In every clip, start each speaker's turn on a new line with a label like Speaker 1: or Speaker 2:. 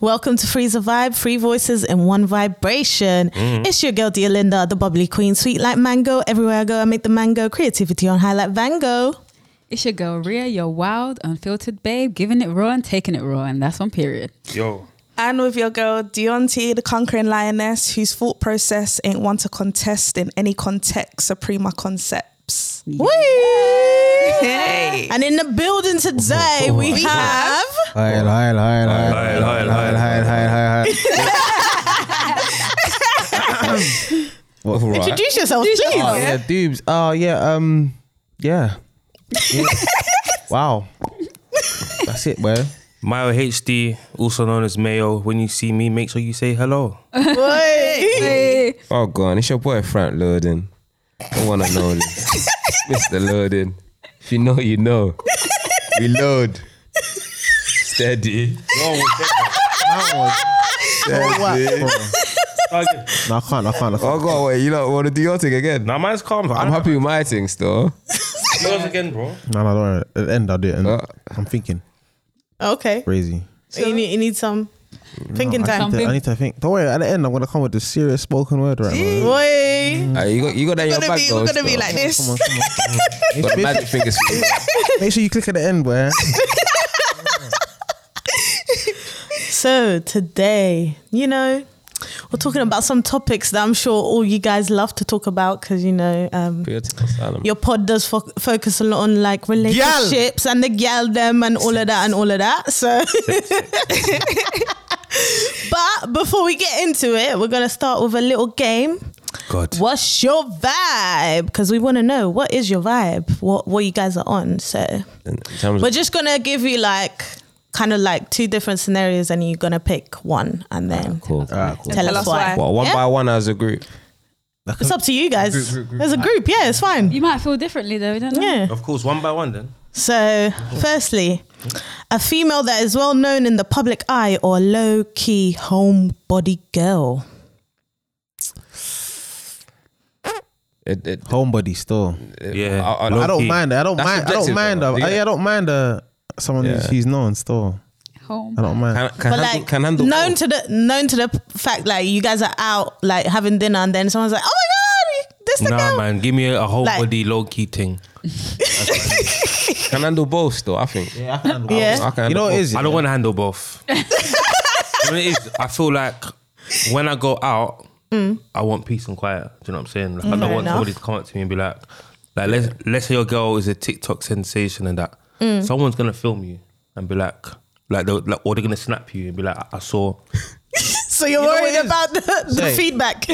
Speaker 1: Welcome to Freeze a Vibe, three voices in one vibration. It's your girl, dear Linda, the bubbly queen, sweet like mango. Everywhere I go, I make the mango. Creativity on highlight Van Gogh.
Speaker 2: It's your girl Ria, your wild, unfiltered babe, giving it raw and taking it raw, and that's on period.
Speaker 3: Yo,
Speaker 4: And with your girl Deontay, the conquering lioness, whose thought process ain't one to contest in any context, suprema concepts.
Speaker 1: Whee!
Speaker 4: Hey.
Speaker 1: And in the building today, we have
Speaker 5: Heil, heil, heil, heil, heil, heil, heil, heil, heil, heil. What?
Speaker 1: introduce yourself, please.
Speaker 5: Oh, yeah, Dubes. Oh, yeah, um, yeah. Yeah. wow. That's it, bro.
Speaker 3: Mayo HD, also known as Mayo. When you see me, make sure you say hello.
Speaker 6: Oh, go on. It's your boy Frank Lurden. I want to know this. Mr. Lurden. If you know, you know. Reload. Steady.
Speaker 5: That was
Speaker 6: Steady.
Speaker 5: Oh, No, I can't, I can't, I can't.
Speaker 6: Oh, God, wait. You don't want to do your thing again?
Speaker 3: now mine's calm.
Speaker 6: I'm happy with my things, though.
Speaker 3: Yours again, bro.
Speaker 5: No, no, don't worry. At the end, I'll do it. And
Speaker 6: Uh.
Speaker 5: I'm thinking.
Speaker 1: Okay.
Speaker 5: Crazy.
Speaker 1: You, need, you need some thinking
Speaker 5: I
Speaker 1: time.
Speaker 5: need, to, I need to think. Don't worry, at the end, I'm going to come with the serious spoken word right now.
Speaker 1: Boy.
Speaker 6: Ah, you, got, you got that in your
Speaker 4: Gonna
Speaker 6: back,
Speaker 4: be,
Speaker 6: though.
Speaker 4: we're gonna be
Speaker 6: still.
Speaker 4: like this.
Speaker 6: Got the
Speaker 5: Make,
Speaker 6: magic fingers for you.
Speaker 5: make sure you click at the end, boy.
Speaker 1: So today, you know, we're talking about some topics that I'm sure all you guys love to talk about because, you know, um, your pod does fo- focus a lot on like relationships and the gal them and all of that and all of that. So, but before we get into it, we're gonna start with a little game.
Speaker 3: God.
Speaker 1: What's your vibe? Because we want to know what is your vibe, what what you guys are on. So
Speaker 6: In terms
Speaker 1: we're
Speaker 6: of-
Speaker 1: just gonna give you like kind of like two different scenarios, and you're gonna pick one, and then
Speaker 6: Ah, Cool.
Speaker 1: tell, us why.
Speaker 6: Well, one
Speaker 1: Yeah?
Speaker 6: by one uh, as a group.
Speaker 1: It's up to you guys. As a group, yeah, it's fine.
Speaker 2: You might feel differently though, we don't know.
Speaker 1: Yeah.
Speaker 3: Of course, one by one then.
Speaker 1: So, firstly, a female that is well known in the public eye or low key homebody girl.
Speaker 6: It, it,
Speaker 5: Homebody still.
Speaker 6: it,
Speaker 3: Yeah.
Speaker 6: I, I,
Speaker 3: Low
Speaker 5: I don't
Speaker 3: key.
Speaker 5: mind. I don't
Speaker 6: That's
Speaker 5: mind. I don't
Speaker 6: subjective,
Speaker 5: mind.
Speaker 6: though.
Speaker 5: uh,
Speaker 6: Yeah.
Speaker 5: Yeah, I don't mind. Uh, someone who's,
Speaker 6: Yeah.
Speaker 5: who's known still.
Speaker 2: Home.
Speaker 5: I don't mind.
Speaker 6: Can, can,
Speaker 1: but
Speaker 6: handle,
Speaker 1: like
Speaker 6: can handle
Speaker 1: known
Speaker 6: both.
Speaker 1: to the known to the fact like you guys are out like having dinner and then someone's like, "Oh my god, this the
Speaker 3: Nah,
Speaker 1: girl."
Speaker 3: man. Give me a whole
Speaker 1: Like-
Speaker 3: body low key thing.
Speaker 6: can handle both, though. I think. I
Speaker 1: Yeah.
Speaker 6: can
Speaker 5: You know
Speaker 6: handle
Speaker 5: what it is?
Speaker 3: I don't want to handle both. You know what it is? I feel like when I go out, I want peace and quiet. Do you know what I'm saying? Like, I don't
Speaker 1: Fair
Speaker 3: want somebody
Speaker 1: enough.
Speaker 3: to come up to me and be like, like let's let's say your girl is a TikTok sensation and that.
Speaker 1: Mm.
Speaker 3: Someone's gonna film you and be like, like, they'll- like or they're gonna snap you and be like, I, I saw.
Speaker 1: So you're
Speaker 5: know what
Speaker 1: worried
Speaker 5: it is?
Speaker 1: about the, the
Speaker 5: Say.
Speaker 1: feedback.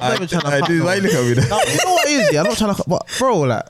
Speaker 5: I'm not even trying to fuck no one.
Speaker 6: look at me? then?
Speaker 5: You know what it is? Yeah, I'm not trying to. But bro, like,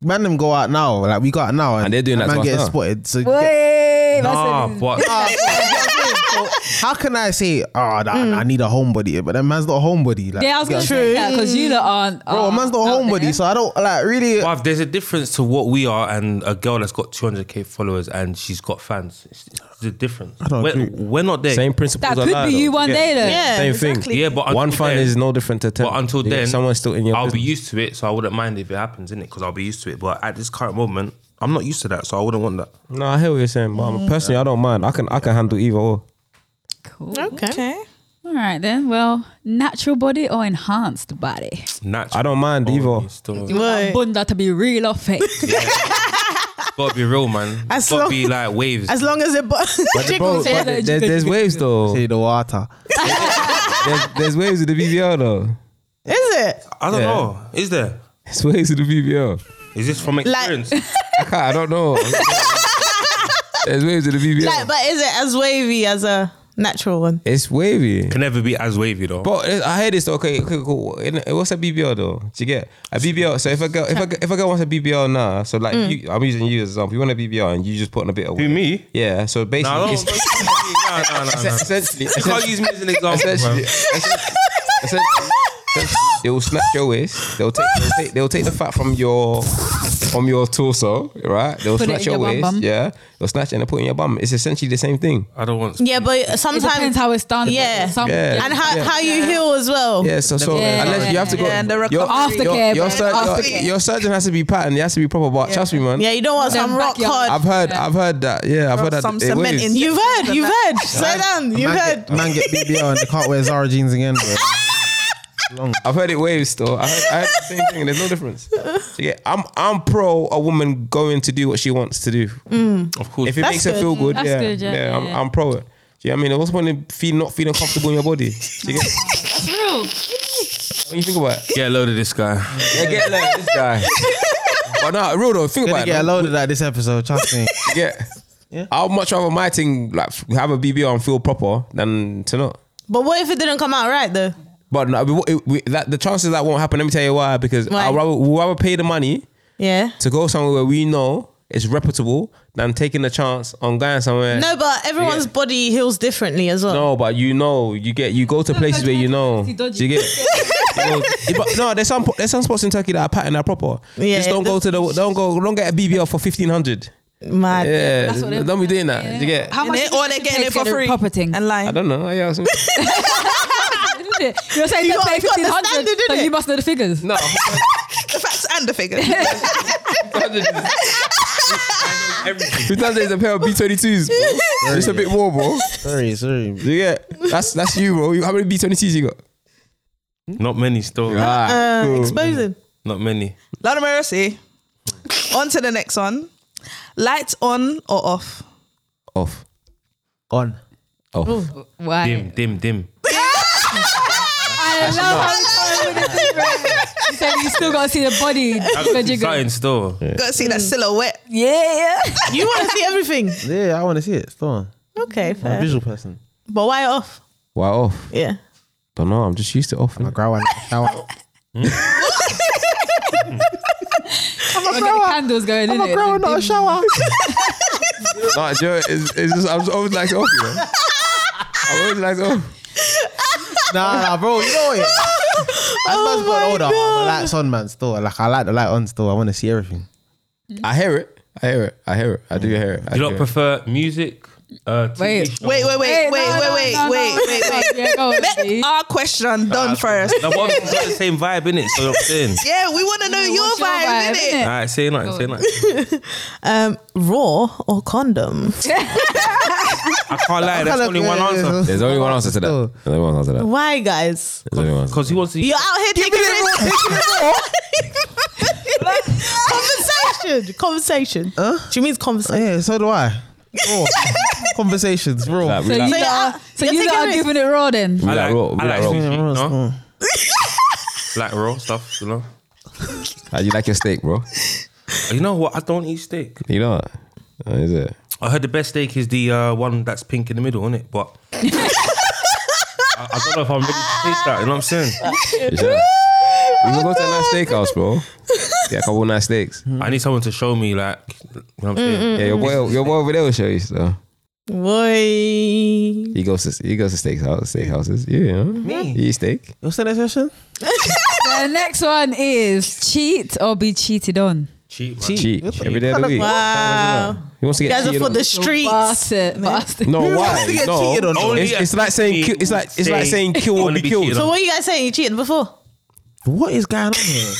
Speaker 5: man, them go out now. Like, we go out now, and,
Speaker 6: And they're doing that
Speaker 5: Man,
Speaker 6: to us
Speaker 5: getting
Speaker 6: now.
Speaker 5: spotted. So
Speaker 2: Wait,
Speaker 3: Nah, but
Speaker 5: how can I say, oh, that, I need a homebody? But that man's not a homebody.
Speaker 2: Mm.
Speaker 5: Like,
Speaker 2: yeah, I was gonna say that because you uh, lot aren't.
Speaker 5: bro, a man's not a homebody. So I don't like really.
Speaker 3: Bruv, there's a difference to what we are and a girl that's got 200k followers and she's got fans. It's, it's a difference.
Speaker 5: don't
Speaker 3: we're,
Speaker 5: agree.
Speaker 3: we're not there.
Speaker 6: Same principles.
Speaker 2: that could
Speaker 6: apply,
Speaker 2: be
Speaker 6: though.
Speaker 2: you one day though.
Speaker 1: Yeah,
Speaker 6: Same
Speaker 1: exactly.
Speaker 6: thing.
Speaker 3: Yeah, but
Speaker 6: one
Speaker 3: until
Speaker 6: fan
Speaker 3: then-
Speaker 6: is no different to ten.
Speaker 3: But until
Speaker 6: Yeah,
Speaker 3: then,
Speaker 6: someone's still in your.
Speaker 3: I'll be
Speaker 6: business.
Speaker 3: used to it, so I wouldn't mind if it happens, innit? Because I'll be used to it. But at this current moment, I'm not used to that, so I wouldn't want that.
Speaker 6: No, I hear what you're saying, but I'm- personally, I don't mind. I can, I can handle either or.
Speaker 2: Cool.
Speaker 1: okay.
Speaker 4: Okay.
Speaker 2: All right then. Well, natural body or enhanced body?
Speaker 3: Natural.
Speaker 6: I don't mind either.
Speaker 3: Still,
Speaker 2: You want a
Speaker 1: Right.
Speaker 2: bunda to be real or fake?
Speaker 3: gotta be real, man.
Speaker 1: As
Speaker 3: gotta
Speaker 1: long-
Speaker 3: be like waves.
Speaker 1: As long as it bo-
Speaker 6: Bro,
Speaker 1: jiggles.
Speaker 2: yeah,
Speaker 6: but
Speaker 2: though,
Speaker 6: there-
Speaker 2: you
Speaker 6: there's,
Speaker 2: could-
Speaker 6: there's waves though.
Speaker 5: Say the water.
Speaker 6: There's, there's waves with the BBL though.
Speaker 1: Is it?
Speaker 3: I don't
Speaker 6: Yeah.
Speaker 3: know. Is there?
Speaker 6: There's waves with the BBL.
Speaker 3: Is this from experience?
Speaker 6: I can't. I don't know. there's waves with the BBL.
Speaker 1: Like, but is it as wavy as a natural one?
Speaker 6: it's wavy.
Speaker 3: Can never be as wavy though.
Speaker 6: But it- I heard this. Okay, okay, cool. In- What's a BBL though? Do you get a BBL? So if a girl, if a, if a girl wants a BBL now, so like
Speaker 2: Mm.
Speaker 6: you, I'm using you as an example. You want a BBL and you just putting a bit of
Speaker 3: Who,
Speaker 6: weight.
Speaker 3: me?
Speaker 6: Yeah. So basically,
Speaker 3: Nah, I
Speaker 6: it's,
Speaker 3: don't. nah, nah, nah, nah.
Speaker 6: essentially,
Speaker 3: You can't
Speaker 6: essentially,
Speaker 3: use me as an example.
Speaker 6: essentially,
Speaker 3: bro.
Speaker 6: essentially, essentially, they will snatch your waist. They'll take, they'll take, they'll take the fat from your from your torso, right? They'll
Speaker 2: Put it
Speaker 6: snatch
Speaker 2: in
Speaker 6: your,
Speaker 2: your bum bum.
Speaker 6: waist, yeah. They'll snatch it and put it in your bum. It's essentially the same thing.
Speaker 3: I don't want.
Speaker 1: Yeah, but
Speaker 2: It
Speaker 1: sometimes
Speaker 2: depends how it's done.
Speaker 1: Yeah.
Speaker 2: Some-
Speaker 6: Yeah.
Speaker 1: and how, how you heal as well.
Speaker 6: Yeah, so, so
Speaker 2: Yeah,
Speaker 6: unless
Speaker 2: yeah,
Speaker 6: you have to go,
Speaker 4: yeah, and the
Speaker 6: your,
Speaker 4: recovery.
Speaker 6: your-
Speaker 2: Aftercare,
Speaker 6: your
Speaker 2: but
Speaker 6: sur- your-
Speaker 2: aftercare.
Speaker 6: your surgeon has to be patterned. He has to be proper. But trust me, man.
Speaker 1: Yeah, you don't want
Speaker 2: Them
Speaker 1: some rock
Speaker 2: backyard-
Speaker 1: hard.
Speaker 6: I've heard, I've heard that. Yeah, I've heard that.
Speaker 4: Some
Speaker 6: it
Speaker 4: cement
Speaker 6: weighs.
Speaker 4: in-
Speaker 1: You've heard, you've heard. Slow down, you've
Speaker 5: man
Speaker 1: heard.
Speaker 5: Get, man get BBL and they can't wear Zara jeans again. Bro. Long.
Speaker 6: I've heard it waves though. I heard, I heard the same thing. There's no difference. So yeah, I'm I'm pro a woman going to do what she wants to do.
Speaker 3: Of course.
Speaker 6: If it
Speaker 1: That's
Speaker 6: makes her
Speaker 1: good.
Speaker 6: feel good,
Speaker 2: That's
Speaker 6: yeah,
Speaker 2: good,
Speaker 6: yeah,
Speaker 2: yeah,
Speaker 6: I'm,
Speaker 2: yeah.
Speaker 6: I'm pro it. Do you know what I mean? What's the point in feeling not feeling comfortable in your body? Do you get
Speaker 2: True.
Speaker 6: when you think about it?
Speaker 3: Get a load of this guy.
Speaker 6: Yeah, get like this guy. but no, real though. Think
Speaker 5: Gonna
Speaker 6: about
Speaker 5: get
Speaker 6: it.
Speaker 5: a
Speaker 6: man.
Speaker 5: load of that this episode. Trust me.
Speaker 6: Yeah. I'd much rather my thing like f- have a BBL and feel proper than to not.
Speaker 1: But what if it didn't come out right though?
Speaker 6: But no, we- it- we- that, the chances that won't happen. Let me tell you why. Because
Speaker 1: Why?
Speaker 6: I'd rather, we'd rather pay the money
Speaker 1: Yeah.
Speaker 6: to go somewhere where we know it's reputable than taking a chance on going somewhere.
Speaker 1: No, but everyone's
Speaker 6: Yeah.
Speaker 1: body heals differently as well.
Speaker 6: No, but you know, you get you go to places where you know.
Speaker 2: It's
Speaker 6: Do
Speaker 2: dodgy.
Speaker 6: you get? you know, but no, there's some there's some spots in Turkey that are patterned that are proper.
Speaker 1: Yeah.
Speaker 6: Just don't go to the don't go don't get a BBL for fifteen hundred.
Speaker 1: Mad.
Speaker 6: Yeah,
Speaker 2: that's what they-
Speaker 6: don't be doing that. Do you get?
Speaker 2: How much
Speaker 4: Innit?
Speaker 2: is
Speaker 4: Or they're
Speaker 2: to
Speaker 4: getting
Speaker 2: pay
Speaker 4: it
Speaker 2: to
Speaker 4: for
Speaker 2: get a
Speaker 4: free.
Speaker 2: Proper thing.
Speaker 4: And
Speaker 6: I
Speaker 4: lying.
Speaker 6: don't know. Yeah, I was-
Speaker 2: You're saying
Speaker 1: You
Speaker 2: they're
Speaker 1: got- you got the
Speaker 2: paying fifteen hundred,
Speaker 1: standard,
Speaker 2: so
Speaker 1: innit?
Speaker 2: you must know the figures.
Speaker 6: no,
Speaker 4: The facts and the figures.
Speaker 6: fifteen hundred is a pair of B twenty twos. It's a bit more, bro.
Speaker 5: sorry, sorry.
Speaker 6: Do you get? That's that's you, bro. You- How many B twenty twos you got?
Speaker 3: Not many still.
Speaker 6: Ah,
Speaker 1: Uh,
Speaker 6: cool.
Speaker 1: exposing.
Speaker 3: Not many.
Speaker 4: Lord of mercy. on to the next one. Lights on or off?
Speaker 6: Off.
Speaker 5: On.
Speaker 6: Off.
Speaker 2: Why?
Speaker 3: Dim, dim, dim.
Speaker 2: I love how you're with it. You said you still gotta see the body. jiggle, jiggle.
Speaker 3: Exciting still.
Speaker 4: Gotta see that silhouette.
Speaker 2: Yeah, yeah.
Speaker 1: You want to see everything.
Speaker 5: Yeah, I want to see it. Still on.
Speaker 1: Okay,
Speaker 5: I'm a
Speaker 1: fair.
Speaker 5: visual person.
Speaker 1: But why off?
Speaker 6: Why off?
Speaker 1: Yeah.
Speaker 6: Don't know. I'm just used to off.
Speaker 5: I grow one. Shower.
Speaker 2: We'll get the candles going in it.
Speaker 5: not a shower.
Speaker 6: Nah, Joe, it's, it's just, I'm just always like off, you know. I always like off.
Speaker 5: nah, nah, bro. You know it. As man's got older, I'm a lights on man. Still, like I like the light on. Still, I want to see everything.
Speaker 6: I hear it. I hear it. I hear it. I do hear it. I
Speaker 3: Do you
Speaker 6: hear
Speaker 3: not
Speaker 6: it.
Speaker 3: prefer music? Uh, TV
Speaker 2: Wait.
Speaker 3: show?
Speaker 4: Wait, wait, wait, wait, wait, wait, wait, wait, wait. Let our question done first.
Speaker 3: No, but it's got the same vibe in it. So you're saying.
Speaker 4: Yeah, we want to know your
Speaker 2: what's your
Speaker 4: vibe,
Speaker 2: vibe,
Speaker 4: innit?
Speaker 3: All right, say nothing. Say nothing.
Speaker 1: Um, raw or condom?
Speaker 3: I can't lie. That's only one answer.
Speaker 6: There's only one answer to that.
Speaker 5: Still.
Speaker 6: There's only one answer to that.
Speaker 1: Why, guys?
Speaker 6: There's only one answer.
Speaker 3: Because he wants to.
Speaker 1: You're out here taking conversation. Conversation. She means conversation.
Speaker 5: Yeah, so do I. Raw. Conversations, raw.
Speaker 6: Like, we
Speaker 2: So
Speaker 6: like-
Speaker 1: So
Speaker 2: you lot
Speaker 1: you're-
Speaker 2: are- so
Speaker 1: you're
Speaker 2: you lot
Speaker 1: taking
Speaker 2: are
Speaker 1: risks.
Speaker 2: giving it raw then.
Speaker 6: we
Speaker 3: I
Speaker 6: like
Speaker 3: like,
Speaker 6: raw.
Speaker 3: I
Speaker 6: We like
Speaker 3: like,
Speaker 6: raw.
Speaker 3: sushi,
Speaker 5: Raw,
Speaker 3: no?
Speaker 5: still.
Speaker 3: like raw stuff, you know.
Speaker 6: How you like your steak, bro?
Speaker 3: You know what? I don't eat steak.
Speaker 6: You know what? Oh, Is it?
Speaker 3: I heard the best steak is the uh, one that's pink in the middle, isn't it? But I, I don't know if I'm ready to taste that. You know what I'm saying?
Speaker 6: You sure? We can go to a nice steakhouse, bro. Yeah, a couple nice steaks.
Speaker 5: Hmm.
Speaker 3: I need someone to show me, like, you know what I'm saying?
Speaker 6: Yeah, your boy, your boy over there will show you stuff. Oh,
Speaker 1: Boy.
Speaker 6: He goes to he goes to steak house, steak houses. Yeah, you know? me. You eat steak.
Speaker 5: What's the next question?
Speaker 2: The next one is cheat or be cheated on.
Speaker 3: Cheap, man.
Speaker 6: Cheat every day of the week.
Speaker 5: Uh,
Speaker 1: Wow.
Speaker 6: He wants to
Speaker 1: You
Speaker 6: get
Speaker 1: guys are
Speaker 6: cheated
Speaker 1: for
Speaker 6: on.
Speaker 1: the streets.
Speaker 2: Bastard, bastard.
Speaker 6: No, why?
Speaker 5: wants to get
Speaker 6: no.
Speaker 5: cheated on?
Speaker 3: Only
Speaker 6: It's,
Speaker 3: a
Speaker 6: it's like saying
Speaker 3: team
Speaker 6: ki- it's like it's like
Speaker 3: say
Speaker 6: saying kill
Speaker 3: you
Speaker 6: or
Speaker 3: wanna
Speaker 6: be
Speaker 3: be
Speaker 6: killed.
Speaker 3: killed.
Speaker 1: So what are you guys saying? You cheated before?
Speaker 5: What is going on here?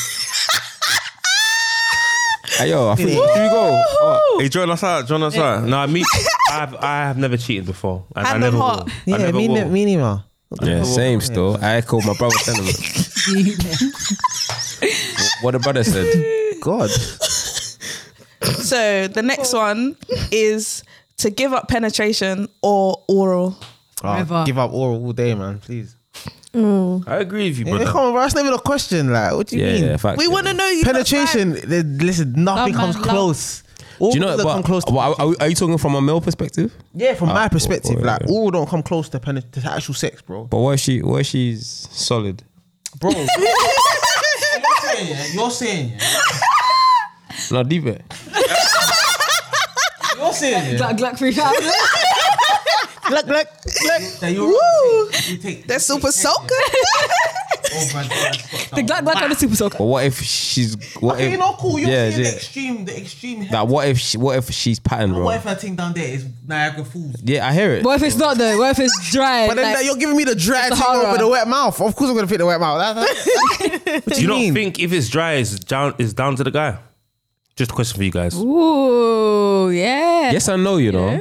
Speaker 6: Hey, yo, I think, should we go? Oh,
Speaker 3: Hey, join us out. Join us out. No, I mean, I've I have never cheated before, and I
Speaker 4: Hand on
Speaker 3: never will.
Speaker 4: heart.
Speaker 3: I
Speaker 5: Yeah,
Speaker 3: never
Speaker 5: me, ne-
Speaker 3: will.
Speaker 5: me neither.
Speaker 6: Oh, yeah, same still. I called my brother telling him what the brother said.
Speaker 5: God.
Speaker 4: So the next one is to give up penetration or oral.
Speaker 5: Oh,
Speaker 2: Forever.
Speaker 5: give up oral all day, man. Please.
Speaker 3: I agree with you,
Speaker 5: Yeah,
Speaker 3: brother.
Speaker 5: come on, bro. That's not even a question. Like, what do you
Speaker 6: Yeah,
Speaker 5: mean?
Speaker 6: yeah, fact.
Speaker 4: We want to know you.
Speaker 5: Penetration. there- Listen, nothing
Speaker 2: Love, man,
Speaker 5: comes
Speaker 2: love.
Speaker 5: close. All
Speaker 6: Do you know?
Speaker 5: that come
Speaker 6: But,
Speaker 5: close to
Speaker 6: but are, are you- are you talking from a male perspective?
Speaker 5: Yeah, from my perspective,
Speaker 6: oh,
Speaker 5: like
Speaker 6: yeah.
Speaker 5: all don't come close to, pen- to actual sex, bro.
Speaker 6: But what if she? What if she's solid?
Speaker 5: Bro, you're saying, yeah, you're saying, yeah,
Speaker 6: No, deeper.
Speaker 5: you're saying, yeah,
Speaker 2: Gluck, gluck, three thousand.
Speaker 4: Look, look, look.
Speaker 5: that you're, you take,
Speaker 4: They're super soaker.
Speaker 5: Oh my god.
Speaker 2: The black black on the super soaker.
Speaker 6: But what if she's what
Speaker 5: Okay,
Speaker 6: if
Speaker 5: you know, cool. You're
Speaker 6: yeah,
Speaker 5: seeing
Speaker 6: yeah.
Speaker 5: the extreme, the extreme. Head.
Speaker 6: Like what if she, what if she's pattern, bro?
Speaker 5: What if that thing down there is Niagara Falls?
Speaker 6: yeah, I hear it.
Speaker 2: What if it's not though? What if it's dry?
Speaker 5: But then
Speaker 2: like,
Speaker 5: that- you're giving me the dry
Speaker 2: It's
Speaker 5: thing
Speaker 2: horror.
Speaker 5: over the wet mouth. Of course, I'm gonna fit the wet mouth. That, that, what do
Speaker 3: you
Speaker 5: you,
Speaker 3: don't
Speaker 5: mean?
Speaker 3: think if it's dry, it's down, it's down to the guy? Just a question for you guys.
Speaker 2: ooh, yeah.
Speaker 6: Yes and no, you know.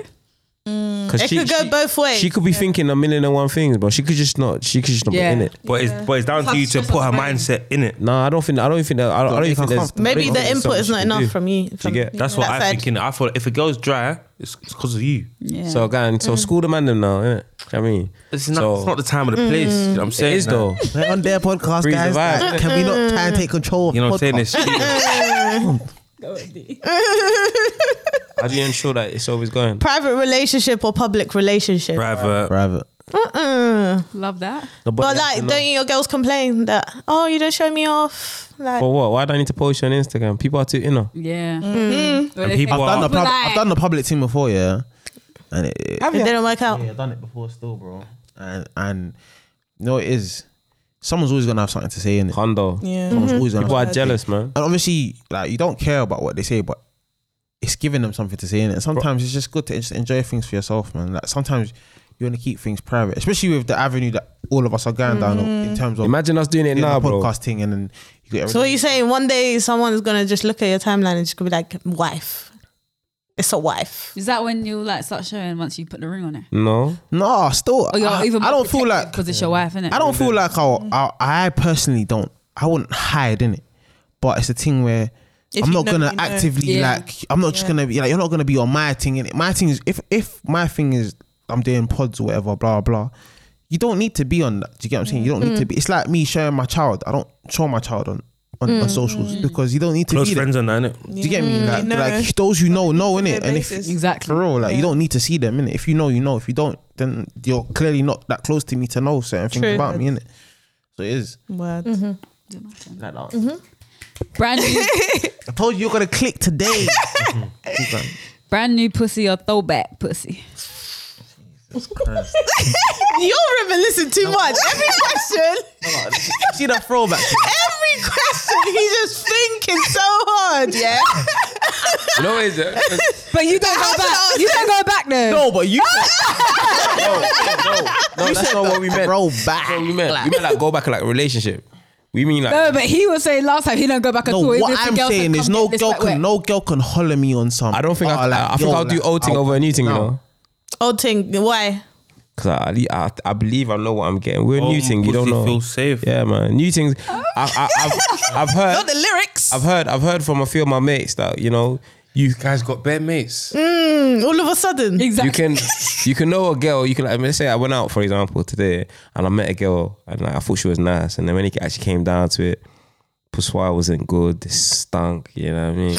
Speaker 6: Mm. Cause
Speaker 1: It could go both ways.
Speaker 6: She could be thinking a million and one things, but she could just not. She could just not
Speaker 2: Yeah.
Speaker 6: be in it.
Speaker 3: But it's but it's down to you to
Speaker 2: stress
Speaker 3: put
Speaker 2: on
Speaker 3: her
Speaker 2: the
Speaker 3: mindset in it.
Speaker 6: No, I don't think. I don't think. That, I don't, I don't
Speaker 5: make
Speaker 6: think
Speaker 5: her
Speaker 6: there's.
Speaker 5: comfortable.
Speaker 1: Maybe
Speaker 6: I don't
Speaker 1: the
Speaker 6: think
Speaker 1: input is
Speaker 6: there's
Speaker 1: not
Speaker 6: something
Speaker 1: enough
Speaker 6: she
Speaker 1: from you.
Speaker 6: could
Speaker 1: From
Speaker 6: do. you get.
Speaker 3: That's what
Speaker 1: that
Speaker 3: I
Speaker 1: side.
Speaker 3: think. innit? I thought if it goes dry, it's because of you.
Speaker 6: So, again,
Speaker 1: Mm.
Speaker 6: so school the man them now. Innit? Do you know what I mean,
Speaker 3: It's not.
Speaker 6: So-
Speaker 3: it's not the time of the place. You know what I'm
Speaker 6: it
Speaker 3: saying
Speaker 6: is
Speaker 3: Like,
Speaker 6: though.
Speaker 5: We're on their podcast,
Speaker 6: Breathe
Speaker 5: guys.
Speaker 6: the vibe.
Speaker 5: Like, can we not try and take control of
Speaker 3: You know what I'm
Speaker 5: podcast?
Speaker 3: saying? It's cheating.
Speaker 6: How do you ensure that it's always going?
Speaker 1: Private relationship or public relationship.
Speaker 3: private.
Speaker 5: Private.
Speaker 2: Love that.
Speaker 6: No,
Speaker 1: But
Speaker 6: that's
Speaker 1: like,
Speaker 6: enough.
Speaker 1: don't your girls complain that oh you don't show me off? Like
Speaker 6: For what? Why do I need to post you on Instagram? People are too inner.
Speaker 2: Yeah.
Speaker 4: Mm-hmm.
Speaker 3: And people
Speaker 2: I've
Speaker 5: I've done, the
Speaker 3: are.
Speaker 2: But
Speaker 5: pub-
Speaker 2: like-
Speaker 5: I've done the public team before, yeah. And it, it-
Speaker 1: it didn't work out.
Speaker 5: yeah, I've done it before still, bro. And and you know what it is. Someone's always gonna have something to say in it.
Speaker 6: Hondo.
Speaker 4: Yeah.
Speaker 5: Someone's always gonna
Speaker 6: People
Speaker 5: have something
Speaker 6: are
Speaker 5: to
Speaker 6: jealous, man.
Speaker 5: and obviously like you don't care about what they say but it's giving them something to say in it sometimes it's just good to just enjoy things for yourself man like sometimes you want to keep things private especially with the avenue that all of us are going down in terms of
Speaker 6: Imagine us doing it
Speaker 5: doing
Speaker 6: now,
Speaker 5: the
Speaker 6: bro.
Speaker 5: podcast thing and then you get
Speaker 1: So what
Speaker 5: everything.
Speaker 1: you saying? One day someone's gonna just look at your timeline and just gonna be like, wife. It's a wife.
Speaker 2: Is that when you like start showing once you put the ring on it?
Speaker 6: No,
Speaker 5: nah still
Speaker 2: Or Oh, you're
Speaker 5: I,
Speaker 2: even
Speaker 5: I don't feel like
Speaker 2: because it's your wife, innit?
Speaker 5: I don't feel like
Speaker 4: Mm.
Speaker 5: I'll, I'll, I personally don't I wouldn't hide in it but it's a thing where I'm
Speaker 4: you
Speaker 5: not
Speaker 4: know,
Speaker 5: gonna
Speaker 4: you know.
Speaker 5: actively
Speaker 2: Yeah.
Speaker 5: like I'm not just gonna be like you're not gonna be on my thing in it. My thing is if if my thing is I'm doing pods or whatever, blah blah. You don't need to be on that. Do you get what I'm saying? You don't need
Speaker 4: Mm.
Speaker 5: to be. It's like me sharing my child. I don't show my child on on,
Speaker 4: Mm.
Speaker 5: on socials because you don't need to
Speaker 3: Close
Speaker 5: be there.
Speaker 3: friends on that, innit?
Speaker 5: Do you get
Speaker 6: Mm.
Speaker 5: me? Like,
Speaker 4: you know.
Speaker 5: like those you know know in it, and if
Speaker 4: basis.
Speaker 2: Exactly.
Speaker 5: for real, like you don't need to see them in it. If you know, you know. If you don't, then you're clearly not that close to me to know certain things about me in it. So it is.
Speaker 4: Word.
Speaker 2: Mm-hmm.
Speaker 5: Like that.
Speaker 2: Brand new,
Speaker 5: I told you you're gonna click today.
Speaker 2: brand new pussy or throwback pussy.
Speaker 1: Your ribbon listen too much. Every question,
Speaker 5: see that throwback.
Speaker 1: every question, he's just thinking so hard. Yeah.
Speaker 6: you know what is it?
Speaker 2: But you don't go back. You don't go back though.
Speaker 5: No, but you.
Speaker 6: No, that's not what we meant.
Speaker 5: Bro, back.
Speaker 6: That's what we meant. We meant like go back like relationship. We mean like
Speaker 2: No, but he was saying last time he don't go back at
Speaker 5: No,
Speaker 2: all. even
Speaker 5: what
Speaker 2: if the
Speaker 5: I'm
Speaker 2: girls had
Speaker 5: saying is
Speaker 2: come
Speaker 5: no
Speaker 2: in this
Speaker 5: girl
Speaker 2: like way.
Speaker 5: can no girl can holler me on Oh, something.
Speaker 6: I don't think I, I, I think I'll do old thing over a new thing, you know.
Speaker 1: Old thing. Why?
Speaker 6: Cause I, I, I believe I know what I'm getting. We're new thing, you don't
Speaker 3: Pussy
Speaker 6: know.
Speaker 3: Feel safe.
Speaker 6: Yeah, man, new things. I, I, I've, I've heard,
Speaker 4: The lyrics.
Speaker 6: I've heard, I've heard from a few of my mates that you know, you
Speaker 3: Guys got bare mates.
Speaker 1: All of a sudden.
Speaker 2: Exactly.
Speaker 6: you can, you can know a girl. You can, like, let's say I went out for example today, and I met a girl, and like, I thought she was nice, and then when it actually came down to it, Pussoir wasn't good. It stunk. You know what I mean?